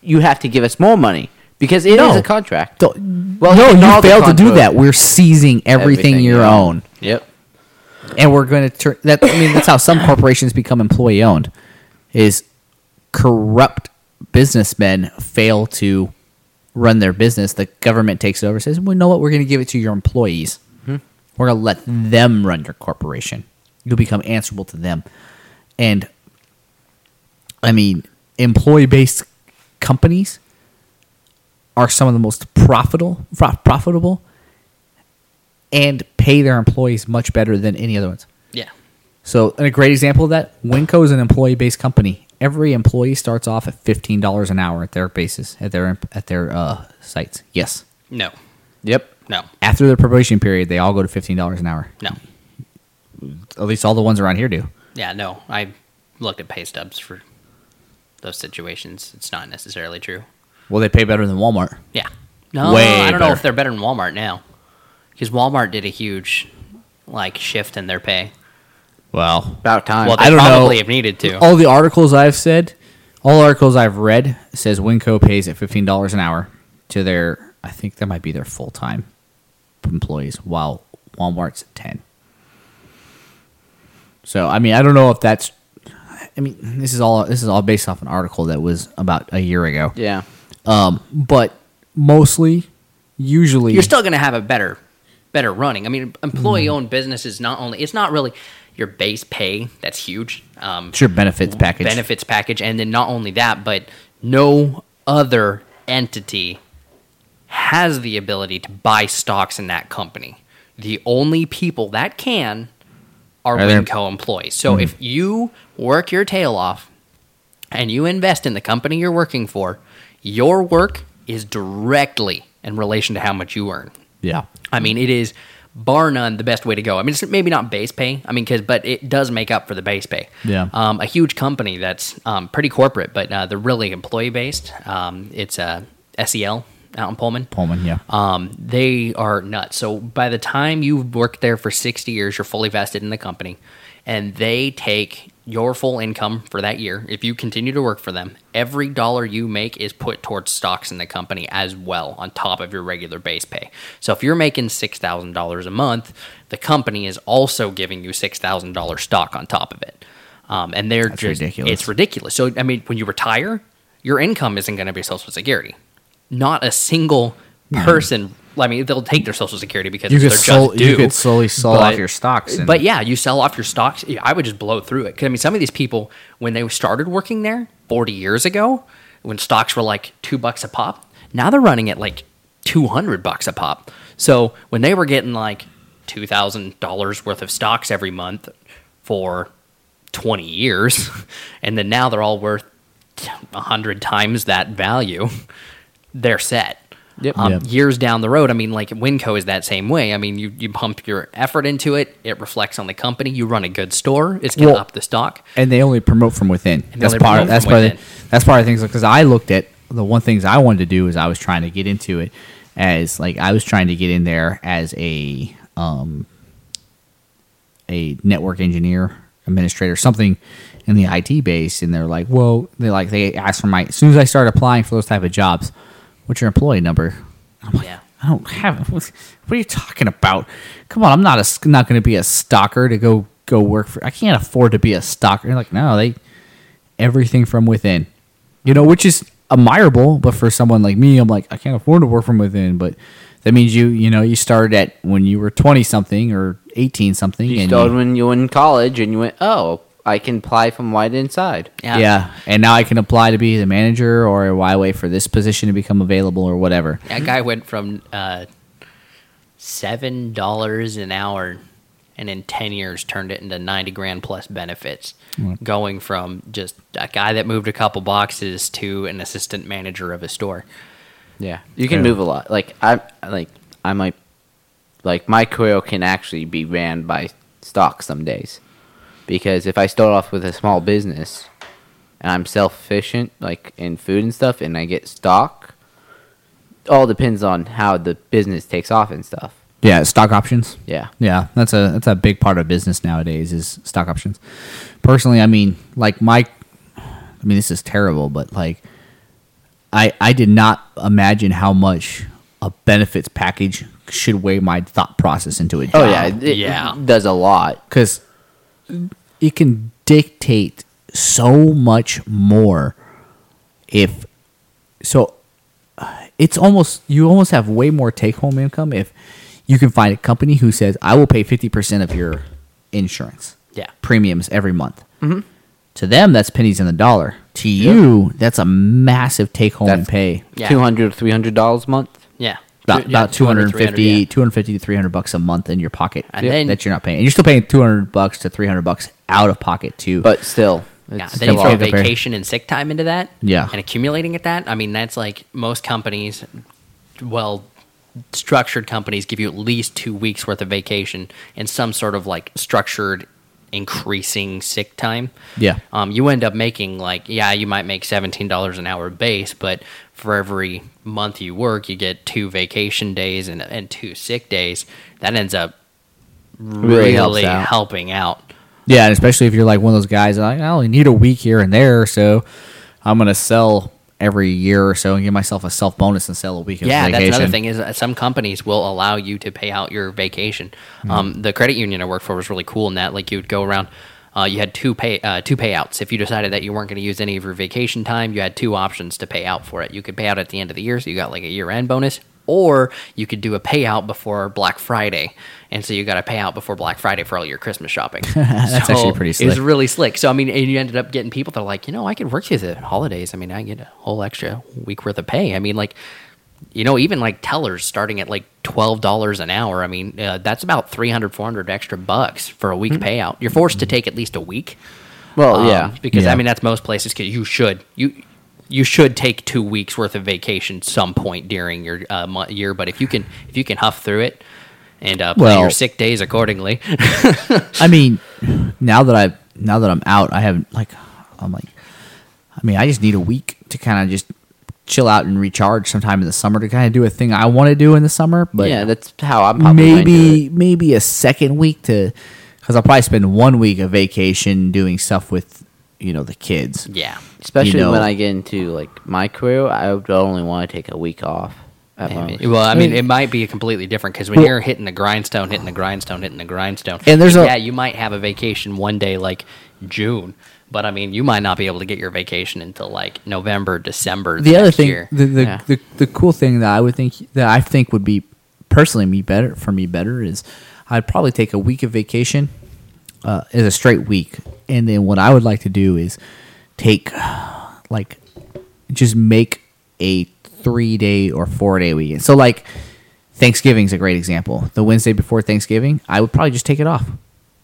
Speaker 2: you have to give us more money because it is
Speaker 1: No.
Speaker 2: a contract.
Speaker 1: Don't-
Speaker 2: Well,
Speaker 1: no,
Speaker 2: you
Speaker 1: you
Speaker 2: called the
Speaker 1: failed to do
Speaker 2: contract.
Speaker 1: that. We're seizing everything,
Speaker 2: Everything,
Speaker 1: your
Speaker 2: yeah.
Speaker 1: own.
Speaker 2: Yep.
Speaker 1: and we're going to turn that. I mean, that's how some corporations become employee owned. Is corrupt businessmen fail to run their business, the government takes it over. and Says, "Well, you know what? We're going to give it to your employees. We're going to let them run your corporation. You'll become answerable to them." And I mean, employee based companies are some of the most profitable pro- profitable and pay their employees much better than any other ones.
Speaker 9: Yeah.
Speaker 1: So, and a great example of that, Winco is an employee-based company. Every employee starts off at fifteen dollars an hour at their basis at their at their uh, sites. Yes,
Speaker 9: No.
Speaker 2: Yep.
Speaker 9: No.
Speaker 1: after their probation period, they all go to fifteen dollars an hour.
Speaker 9: No.
Speaker 1: At least all the ones around here do.
Speaker 9: Yeah, no. I looked at pay stubs for those situations. It's not necessarily true.
Speaker 1: Well, they pay better than Walmart.
Speaker 9: Yeah. No,
Speaker 1: Way
Speaker 9: I don't know
Speaker 1: better.
Speaker 9: if they're better than Walmart now. Because Walmart did a huge like shift in their pay.
Speaker 1: Well,
Speaker 2: About time.
Speaker 9: Well, they
Speaker 1: I don't know.
Speaker 9: probably have needed to.
Speaker 1: all the articles I've said All articles I've read says Winco pays at fifteen dollars an hour to their. I think that might be their full time employees, while Walmart's at ten. So I mean, I don't know if that's. I mean, this is all this is all based off an article that was about a year ago.
Speaker 2: Yeah.
Speaker 1: Um, but mostly, usually,
Speaker 3: you're still going to have a better better running. I mean, employee
Speaker 1: Mm-hmm.
Speaker 3: owned businesses not only it's not really your base pay that's huge. Um,
Speaker 1: it's your benefits package.
Speaker 3: benefits package, and then not only that, but no other entity has the ability to buy stocks in that company. The only people that can are
Speaker 1: Are there- Mm-hmm.
Speaker 3: Winco employees. So if you work your tail off and you invest in the company you're working for, your work is directly in relation to how much you earn.
Speaker 1: Yeah.
Speaker 3: I mean, it is bar none the best way to go. I mean, it's maybe not base pay. I mean, 'cause- but it does make up for the base pay.
Speaker 1: Yeah.
Speaker 3: Um, a huge company that's um, pretty corporate, but uh, they're really employee based. Um, it's uh, SEL out in Pullman.
Speaker 1: Pullman, yeah.
Speaker 3: Um, they are nuts. So by the time you've worked there for 60 years, you're fully vested in the company, and they take your full income for that year. If you continue to work for them, every dollar you make is put towards stocks in the company as well, on top of your regular base pay. So if you're making $6,000 a month, the company is also giving you $6,000 stock on top of it. Um, and they're just,
Speaker 1: ridiculous.
Speaker 3: it's ridiculous. So, I mean, when you retire, your income isn't going to be Social Security not a single person. I mean, they'll take their social security because
Speaker 1: Mm-hmm. You
Speaker 3: it's
Speaker 1: could
Speaker 3: their
Speaker 1: sol-
Speaker 3: just due.
Speaker 1: you could slowly sell
Speaker 3: but-
Speaker 1: off your stocks and-
Speaker 3: but yeah, you sell off your stocks. Yeah, I would just blow through it. 'Cause, I mean, some of these people when they started working there 40 years ago, when stocks were like two bucks a pop, now they're running at like 200 bucks a pop. So when they were getting like two thousand dollars worth of stocks every month for 20 years, and then now they're all worth a hundred times that value, they're set. Um,
Speaker 1: Yep.
Speaker 3: Years down the road, I mean, like Winco is that same way. I mean, you, you pump your effort into it, it reflects on the company. You run a good store, it's going to
Speaker 1: Well-
Speaker 3: up the stock.
Speaker 1: and they only promote from within.
Speaker 3: And they
Speaker 1: That's
Speaker 3: only
Speaker 1: part.
Speaker 3: promote
Speaker 1: That's
Speaker 3: from
Speaker 1: part.
Speaker 3: within.
Speaker 1: That's part of things because I looked at the one things I wanted to do is I was trying to get into it as like I was trying to get in there as a um a network engineer administrator something in the IT base and they're like well they like they asked for my as soon as I started applying for those type of jobs what's your employee number I'm like,
Speaker 3: Yeah.
Speaker 1: I don't have. What what are you talking about? Come on, I'm not a not going to be a stalker to go go work for. I can't afford to be a stalker. You're like, no, they everything from within. You know, which is admirable, but for someone like me, I'm like, I can't afford to work from within. But that means you, you know, you started at when you were 20 something or 18 something,
Speaker 2: You
Speaker 1: and
Speaker 2: started
Speaker 1: you-
Speaker 2: when you were in college and you went, oh, I can apply from wide inside.
Speaker 1: yeah. and now I can apply to be the manager or why wait for this position to become available or whatever.
Speaker 3: That guy went from uh, $7 an hour and in 10 years turned it into 90 grand plus benefits, going from just a guy that moved a couple boxes to an assistant manager of a store.
Speaker 2: Yeah, you can
Speaker 1: Yeah.
Speaker 2: move a lot. Like I, like I might, like my career can actually be ran by stocks some days, because if I start off with a small business, and I'm self-efficient, like in food and stuff, and I get stock, all depends on how the business takes off and stuff.
Speaker 1: Yeah, stock options.
Speaker 2: Yeah,
Speaker 1: Yeah, that's a that's a big part of business nowadays is stock options. Personally, I mean, like my, I mean, this is terrible, but like, I I did not imagine how much a benefits package should weigh my thought process into a
Speaker 2: oh
Speaker 1: job
Speaker 2: yeah, it, it
Speaker 3: yeah.
Speaker 2: does a lot.
Speaker 1: because it can dictate so much more if so uh, it's almost you almost have way more take home income if you can find a company who says i will pay 50% of your insurance
Speaker 3: Yeah.
Speaker 1: premiums every month to them that's pennies in the dollar to you that's a massive take home
Speaker 2: That's-
Speaker 1: pay
Speaker 3: Yeah.
Speaker 2: Two hundred, three hundred dollars a month.
Speaker 3: Yeah.
Speaker 1: about,
Speaker 3: Yeah,
Speaker 1: about 250
Speaker 3: yeah.
Speaker 1: 250 to 300 bucks a month in your pocket
Speaker 3: And then-
Speaker 1: that you're not paying and you're still paying 200 bucks to 300 bucks out of pocket too
Speaker 2: But still,
Speaker 3: Yeah,
Speaker 2: it's
Speaker 3: then you
Speaker 2: still
Speaker 3: throw
Speaker 2: a lot.
Speaker 1: compare.
Speaker 3: vacation and sick time into that.
Speaker 1: Yeah.
Speaker 3: And accumulating at that. I mean, that's like most companies, well structured companies give you at least two weeks worth of vacation and some sort of like structured increasing sick time.
Speaker 1: Yeah.
Speaker 3: Um, you end up making like, yeah, you might make $17 an hour base, but for every month you work, you get two vacation days and, and two sick days. That ends up really,
Speaker 2: Really helps out.
Speaker 3: helping out.
Speaker 1: yeah and especially if you're like one of those guys like i only need a week here and there so I'm gonna sell every year or so and give myself a self bonus and sell a week of
Speaker 3: yeah,
Speaker 1: vacation.
Speaker 3: that's another thing is that some companies will allow you to pay out your vacation. Um, the credit union I worked for was really cool in that like you would go around. Uh, you had two pay uh, two payouts. If you decided that you weren't going to use any of your vacation time, you had two options to pay out for it. You could pay out at the end of the year, so you got like a year end bonus, or you could do a payout before Black Friday, and so you got a payout before Black Friday for all your Christmas shopping. that's
Speaker 1: actually pretty
Speaker 3: It was
Speaker 1: slick.
Speaker 3: Oh, really slick. So I mean, and you ended up getting people that are like, you know, I could work through the holidays. I mean, I get a whole extra week worth of pay. I mean, like you know, even like tellers starting at like twelve dollars an hour. I mean, uh, that's about 300, 400 extra bucks for a week payout. You're forced to take at least a week.
Speaker 2: Well,
Speaker 3: um,
Speaker 2: yeah,
Speaker 3: because
Speaker 1: Hmm. Oh, Yeah.
Speaker 3: I mean that's most places. Cause you should you you should take two weeks worth of vacation some point during your uh, mo- year. But if you can if you can huff through it and uh, plan
Speaker 1: Well-
Speaker 3: your sick days accordingly,
Speaker 1: I mean, now that I now that I'm out, I have like I'm like I mean, I just need a week to kind of just chill out and recharge sometime in the summer to kind of do a thing I want to do in the summer, but
Speaker 2: yeah, that's how I'm probably gonna do it.
Speaker 1: maybe maybe a second week to cuz I'll probably spend one week of vacation doing stuff with you know the kids.
Speaker 3: yeah.
Speaker 2: Especially
Speaker 1: know.
Speaker 2: when I get into like my career, I would only want to take a week off. At
Speaker 3: I mean,
Speaker 2: most.
Speaker 3: well, I mean, it might be completely different because when
Speaker 1: Well-
Speaker 3: you're hitting the grindstone, hitting the grindstone, hitting the grindstone,
Speaker 1: And there's a-
Speaker 3: yeah, you might have a vacation one day like June, but I mean, you might not be able to get your vacation until like November, December.
Speaker 1: the other
Speaker 3: next
Speaker 1: thing
Speaker 3: year.
Speaker 1: the the,
Speaker 2: Yeah.
Speaker 1: the the cool thing that I would think that I think would be personally me better for me better is I'd probably take a week of vacation uh, as a straight week and then what I would like to do is take like just make a 3 day or 4 day weekend. So like Thanksgiving's a great example. The Wednesday before Thanksgiving, I would probably just take it off.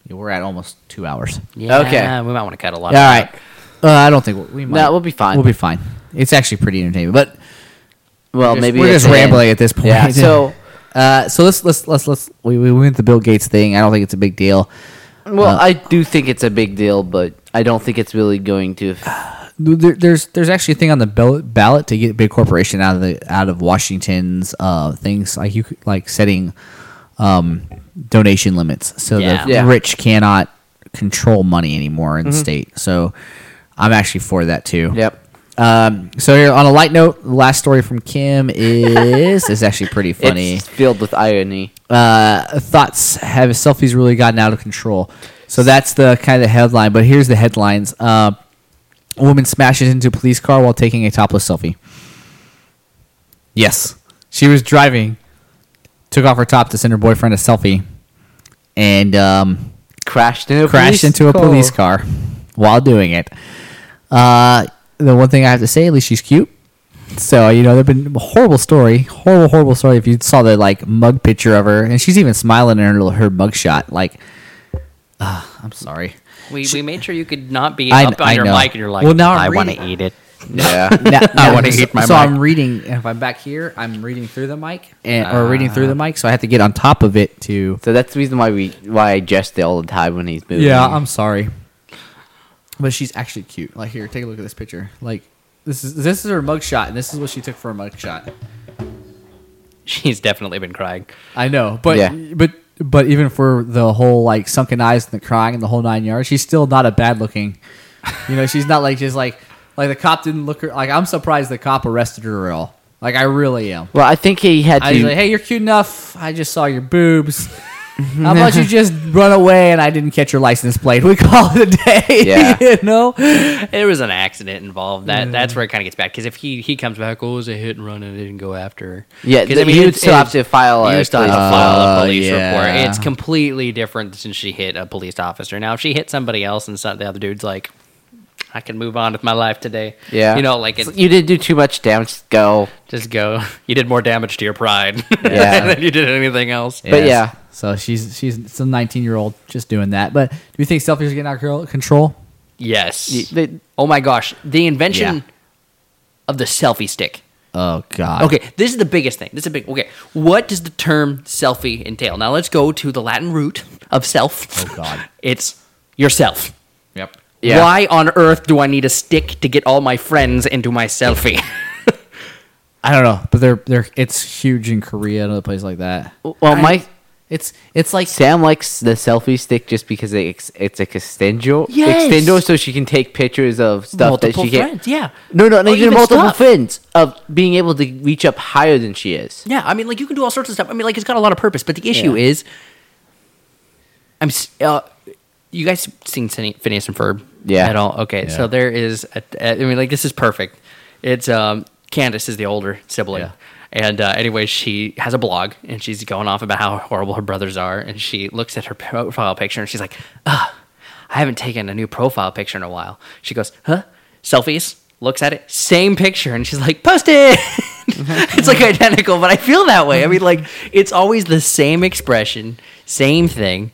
Speaker 1: We're at almost 2 hours.
Speaker 3: yeah,
Speaker 2: Okay.
Speaker 3: we might want to cut a lot.
Speaker 1: All
Speaker 3: of
Speaker 1: right. Uh, I don't think we, we might.
Speaker 2: No, we'll be fine.
Speaker 1: We'll be fine. It's actually pretty entertaining, but
Speaker 2: well,
Speaker 1: just-
Speaker 2: maybe
Speaker 1: we're
Speaker 2: at
Speaker 1: just
Speaker 2: the end.
Speaker 1: rambling at this point.
Speaker 2: Yeah. So,
Speaker 1: Uh, so let's let's let's let's we, we went the Bill Gates thing. I don't think it's a big deal.
Speaker 2: well, I do think it's a big deal, but I don't think it's really going to.
Speaker 1: There, there's there's actually a thing on the bell- ballot to get big corporation out of the out of Washington's uh, things like you could- like setting um, donation limits so
Speaker 3: Yeah.
Speaker 1: the
Speaker 2: Yeah.
Speaker 1: rich cannot control money anymore in the state. So I'm actually for that too.
Speaker 2: Yep.
Speaker 1: Um, so here, on a light note, the last story from Kim is is actually pretty funny.
Speaker 2: It's filled with irony.
Speaker 1: uh, thoughts have selfies really gotten out of control so that's the kind of the headline but here's the headlines uh, a woman smashes into a police car while taking a topless selfie yes she was driving took off her top to send her boyfriend a selfie and um,
Speaker 2: Crashed into a
Speaker 1: crashed
Speaker 2: police
Speaker 1: into a
Speaker 2: car.
Speaker 1: police car while doing it uh, the one thing i have to say at least she's cute so you know, there've been a horrible story, horrible, horrible story. If you saw the like mug picture of her, and she's even smiling in her little- her mug shot, like, ah, I'm sorry.
Speaker 3: that. We, we made sure you could not be
Speaker 1: I-
Speaker 3: up on
Speaker 1: I
Speaker 3: your
Speaker 1: know.
Speaker 3: mic and you're like,
Speaker 1: Well, now I'm
Speaker 3: I want to
Speaker 1: reading-
Speaker 3: eat it.
Speaker 2: Yeah.
Speaker 1: Now, I
Speaker 3: wanna eat my
Speaker 1: So
Speaker 3: mic.
Speaker 1: I'm reading. If I'm back here, I'm reading through the mic, and, or reading through the
Speaker 3: Ah.
Speaker 1: mic. So I have to get on top of it to.
Speaker 2: so that's the reason why we why I jest all the time when he's moving.
Speaker 1: Yeah, I'm sorry. But she's actually cute. Like here, take a look at this picture. Like this is this is her mug shot, and this is what she took for a mug shot.
Speaker 3: She's definitely been crying.
Speaker 1: I know, but
Speaker 2: Yeah.
Speaker 1: but but even for the whole like sunken eyes and the crying and the whole nine yards, she's still not a bad looking. You know, she's not like just like like the cop didn't look her like I'm surprised the cop arrested her at all. Like I really am.
Speaker 2: Well, I think he had
Speaker 1: I was
Speaker 2: to.
Speaker 1: like, hey, you're cute enough. I just saw your boobs. How about you just run away and I didn't catch your license plate? We call it a day.
Speaker 2: Yeah.
Speaker 1: you know.
Speaker 3: There was an accident involved. That that's where it kind of gets back because if he he comes back, oh, it was a hit and run and I didn't go after her.
Speaker 2: yeah,
Speaker 3: 'Cause,
Speaker 2: th- you would
Speaker 3: it's-
Speaker 2: still have
Speaker 3: it's-
Speaker 2: to file.
Speaker 3: you
Speaker 2: a uh,
Speaker 3: still have to
Speaker 2: police-
Speaker 3: file a police
Speaker 1: yeah.
Speaker 3: report. It's completely different since she hit a police officer. Now, if she hit somebody else and some, the other dude's like, I can move on with my life today.
Speaker 2: Yeah.
Speaker 3: You know, like, it,
Speaker 2: you didn't do too much damage. Go.
Speaker 3: just go. You did more damage to your pride
Speaker 2: Yeah.
Speaker 3: than you did anything else.
Speaker 2: But yeah.
Speaker 1: So she's she's some 19 year old just doing that. But do you think selfies are getting out of control?
Speaker 3: Yes.
Speaker 2: You- they-
Speaker 3: oh my gosh. The invention
Speaker 1: Yeah.
Speaker 3: of the selfie stick.
Speaker 1: Oh God.
Speaker 3: Okay, this is the biggest thing. This is a big. Okay, what does the term selfie entail? Now let's go to the Latin root of self.
Speaker 1: Oh, God.
Speaker 3: it's yourself.
Speaker 1: Yep.
Speaker 2: Yeah.
Speaker 3: Why on earth do I need a stick to get all my friends into my selfie?
Speaker 1: I don't know, but they're they're it's huge in Korea and other places like that.
Speaker 2: Well, my
Speaker 1: It's it's like
Speaker 2: Sam likes the selfie stick just because it's it's a extendo,
Speaker 3: Yes.
Speaker 2: extendo, so she can take pictures of stuff
Speaker 3: multiple
Speaker 2: that she can't.
Speaker 3: friends. Yeah.
Speaker 2: No, no,
Speaker 3: Or
Speaker 2: not even
Speaker 3: even
Speaker 2: multiple
Speaker 3: stuff.
Speaker 2: friends of being able to reach up higher than she is.
Speaker 3: Yeah, I mean, like you can do all sorts of stuff. I mean, like it's got a lot of purpose. But the issue is, I'm. s- Uh, you guys seen Phine- Phineas and Ferb?
Speaker 2: Yeah.
Speaker 3: At all? Okay. So there is. A, a, I mean, like this is perfect. It's um, Candace is the older sibling. And uh, anyway, she has a blog, and she's going off about how horrible her brothers are. And she looks at her profile picture, and she's like, "Ugh, I haven't taken a new profile picture in a while." She goes, "Huh? Selfies?" Looks at it, same picture, and she's like, "Post it." it's like identical, but I feel that way. I mean, like it's always the same expression, same thing,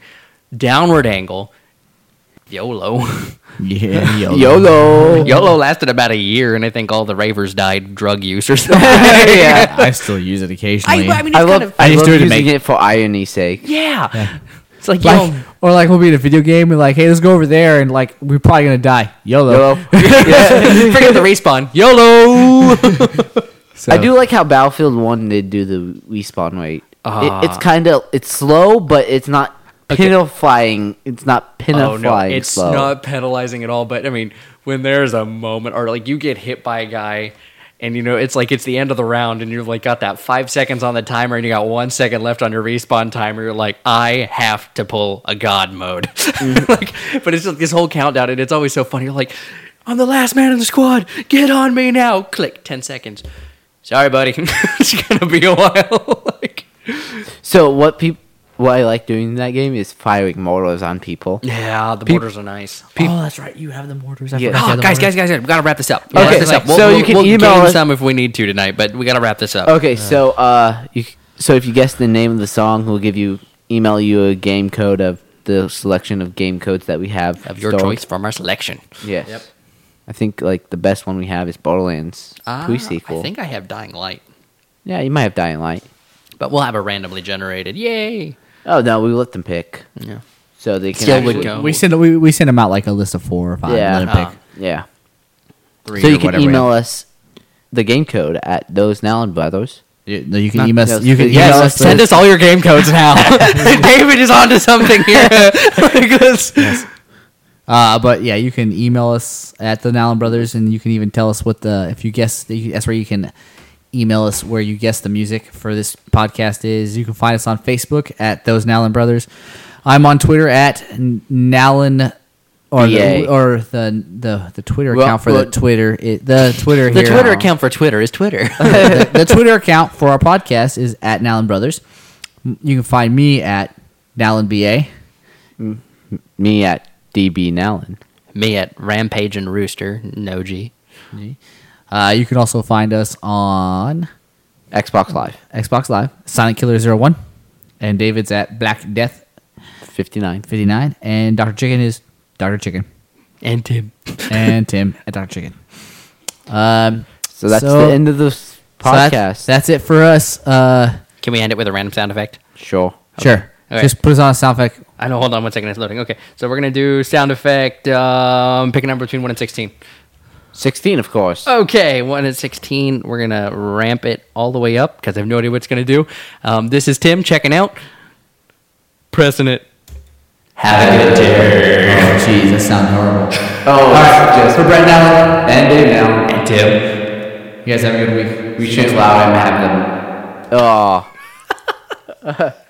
Speaker 3: downward angle. YOLO.
Speaker 1: yeah, yo,
Speaker 2: YOLO.
Speaker 3: YOLO lasted about a year, and I think all the ravers died drug use or something.
Speaker 2: yeah.
Speaker 1: I still use it occasionally.
Speaker 3: mean,
Speaker 2: I love. I,
Speaker 1: I just
Speaker 2: love
Speaker 1: do it to
Speaker 2: using
Speaker 1: make-
Speaker 2: it for irony's sake.
Speaker 3: yeah. It's like,
Speaker 1: like,
Speaker 3: yo,
Speaker 1: or like we'll be in a video game and like, hey, let's go over there and like we're probably gonna die. YOLO.
Speaker 2: YOLO.
Speaker 3: forget the respawn. YOLO.
Speaker 1: So,
Speaker 2: I do like how Battlefield One did do the respawn rate.
Speaker 3: Ah.
Speaker 2: it, it's kind of it's slow, but it's not pinifying. It's not pinifying
Speaker 3: oh no, it's
Speaker 2: slow.
Speaker 3: not penalizing at all. But I mean, when there's a moment, or like you get hit by a guy, and you know it's like it's the end of the round, and you've like got that five seconds on the timer, and you got one second left on your respawn timer. You're like, I have to pull a god mode. like, but it's just this whole countdown, and it's always so funny. You're like, I'm the last man in the squad. Get on me now. Click. Ten seconds. Sorry, buddy. it's gonna be a while. like,
Speaker 2: So what people what I like doing in that game is firing mortars on people.
Speaker 3: yeah, the borders are nice.
Speaker 1: oh, that's right. You have the mortars. I
Speaker 2: Yeah.
Speaker 1: forgot you
Speaker 3: Oh,
Speaker 1: had the
Speaker 3: guys,
Speaker 1: mortars.
Speaker 3: guys, guys, guys, we gotta wrap this up. We gotta
Speaker 2: Okay,
Speaker 3: wrap this up.
Speaker 2: so you can email
Speaker 3: game
Speaker 2: us-
Speaker 3: some if we need to tonight, but we gotta wrap this up.
Speaker 2: Okay, so uh, you so if you guess the name of the song, we'll give you email you a game code of the selection of game codes that we have
Speaker 3: Of your
Speaker 2: stored.
Speaker 3: choice from our selection.
Speaker 2: Yes.
Speaker 3: Yep.
Speaker 2: I think like the best one we have is Borderlands
Speaker 3: Ah,
Speaker 2: pre-sequel.
Speaker 3: I think I have Dying Light,
Speaker 2: Yeah, you might have Dying Light.
Speaker 3: but we'll have a randomly generated. Yay!
Speaker 2: Oh no, we let them pick.
Speaker 3: Yeah.
Speaker 2: So they can
Speaker 3: Still
Speaker 2: actually-
Speaker 3: would go.
Speaker 1: We send we, we send them out like a list of four or five.
Speaker 2: Yeah.
Speaker 1: Yeah.
Speaker 3: Ah.
Speaker 1: pick.
Speaker 2: Yeah.
Speaker 1: Three
Speaker 2: So
Speaker 1: or
Speaker 2: you can
Speaker 1: whatever.
Speaker 2: email us the game code at those Nolan Brothers.
Speaker 1: You, no, you can
Speaker 2: Not
Speaker 1: email.
Speaker 2: those-
Speaker 1: us you can
Speaker 2: yes,
Speaker 1: email us.
Speaker 3: Send
Speaker 1: the-
Speaker 3: us all your game codes now. David is onto something here. Like, let's-
Speaker 1: Uh, but yeah, you can email us at the Allen Brothers, and you can even tell us what the if you guess that's where you can email us where you guess the music for this podcast is. You can find us on Facebook at those Allen Brothers. I'm on Twitter at Nallen or
Speaker 2: BA.
Speaker 1: the, or the the the Twitter
Speaker 2: Well,
Speaker 1: account for
Speaker 2: well-
Speaker 1: the Twitter it, the Twitter
Speaker 3: the
Speaker 1: here.
Speaker 3: Twitter account for Twitter is Twitter.
Speaker 1: the, the Twitter account for our podcast is at Nallen Brothers. M- You can find me at Nallen BA.
Speaker 2: Me at DB Nolan.
Speaker 3: Me at Rampage and Rooster, no G.
Speaker 1: Uh, you can also find us on
Speaker 2: Xbox Live
Speaker 1: Xbox Live, Silent Killer 01, and David's at Black Death
Speaker 2: 59.
Speaker 1: 59, and Dr. Chicken is Dr. Chicken,
Speaker 3: And Tim.
Speaker 1: and Tim at Dr. Chicken. Um,
Speaker 2: So that's
Speaker 1: So-
Speaker 2: the end of the s-
Speaker 1: so that's-
Speaker 2: podcast.
Speaker 1: that's, it for us. Uh,
Speaker 3: Can we end it with a random sound effect?
Speaker 2: sure.
Speaker 1: Sure.
Speaker 3: Okay.
Speaker 1: Just put us on a sound effect.
Speaker 3: I know. Hold on one second. It's loading. Okay, so we're gonna do sound effect. Um, pick a number between one and sixteen.
Speaker 2: 16, of course.
Speaker 3: Okay, one and sixteen. We're gonna ramp it all the way up because I have no idea what it's gonna do. Um, this is Tim checking out, pressing it.
Speaker 1: Jeez, that sounds horrible.
Speaker 2: All right, just for Brett Nolan and Dave Nolan. And Tim.
Speaker 1: You guys have a good week.
Speaker 2: We should allow him to have them. Oh.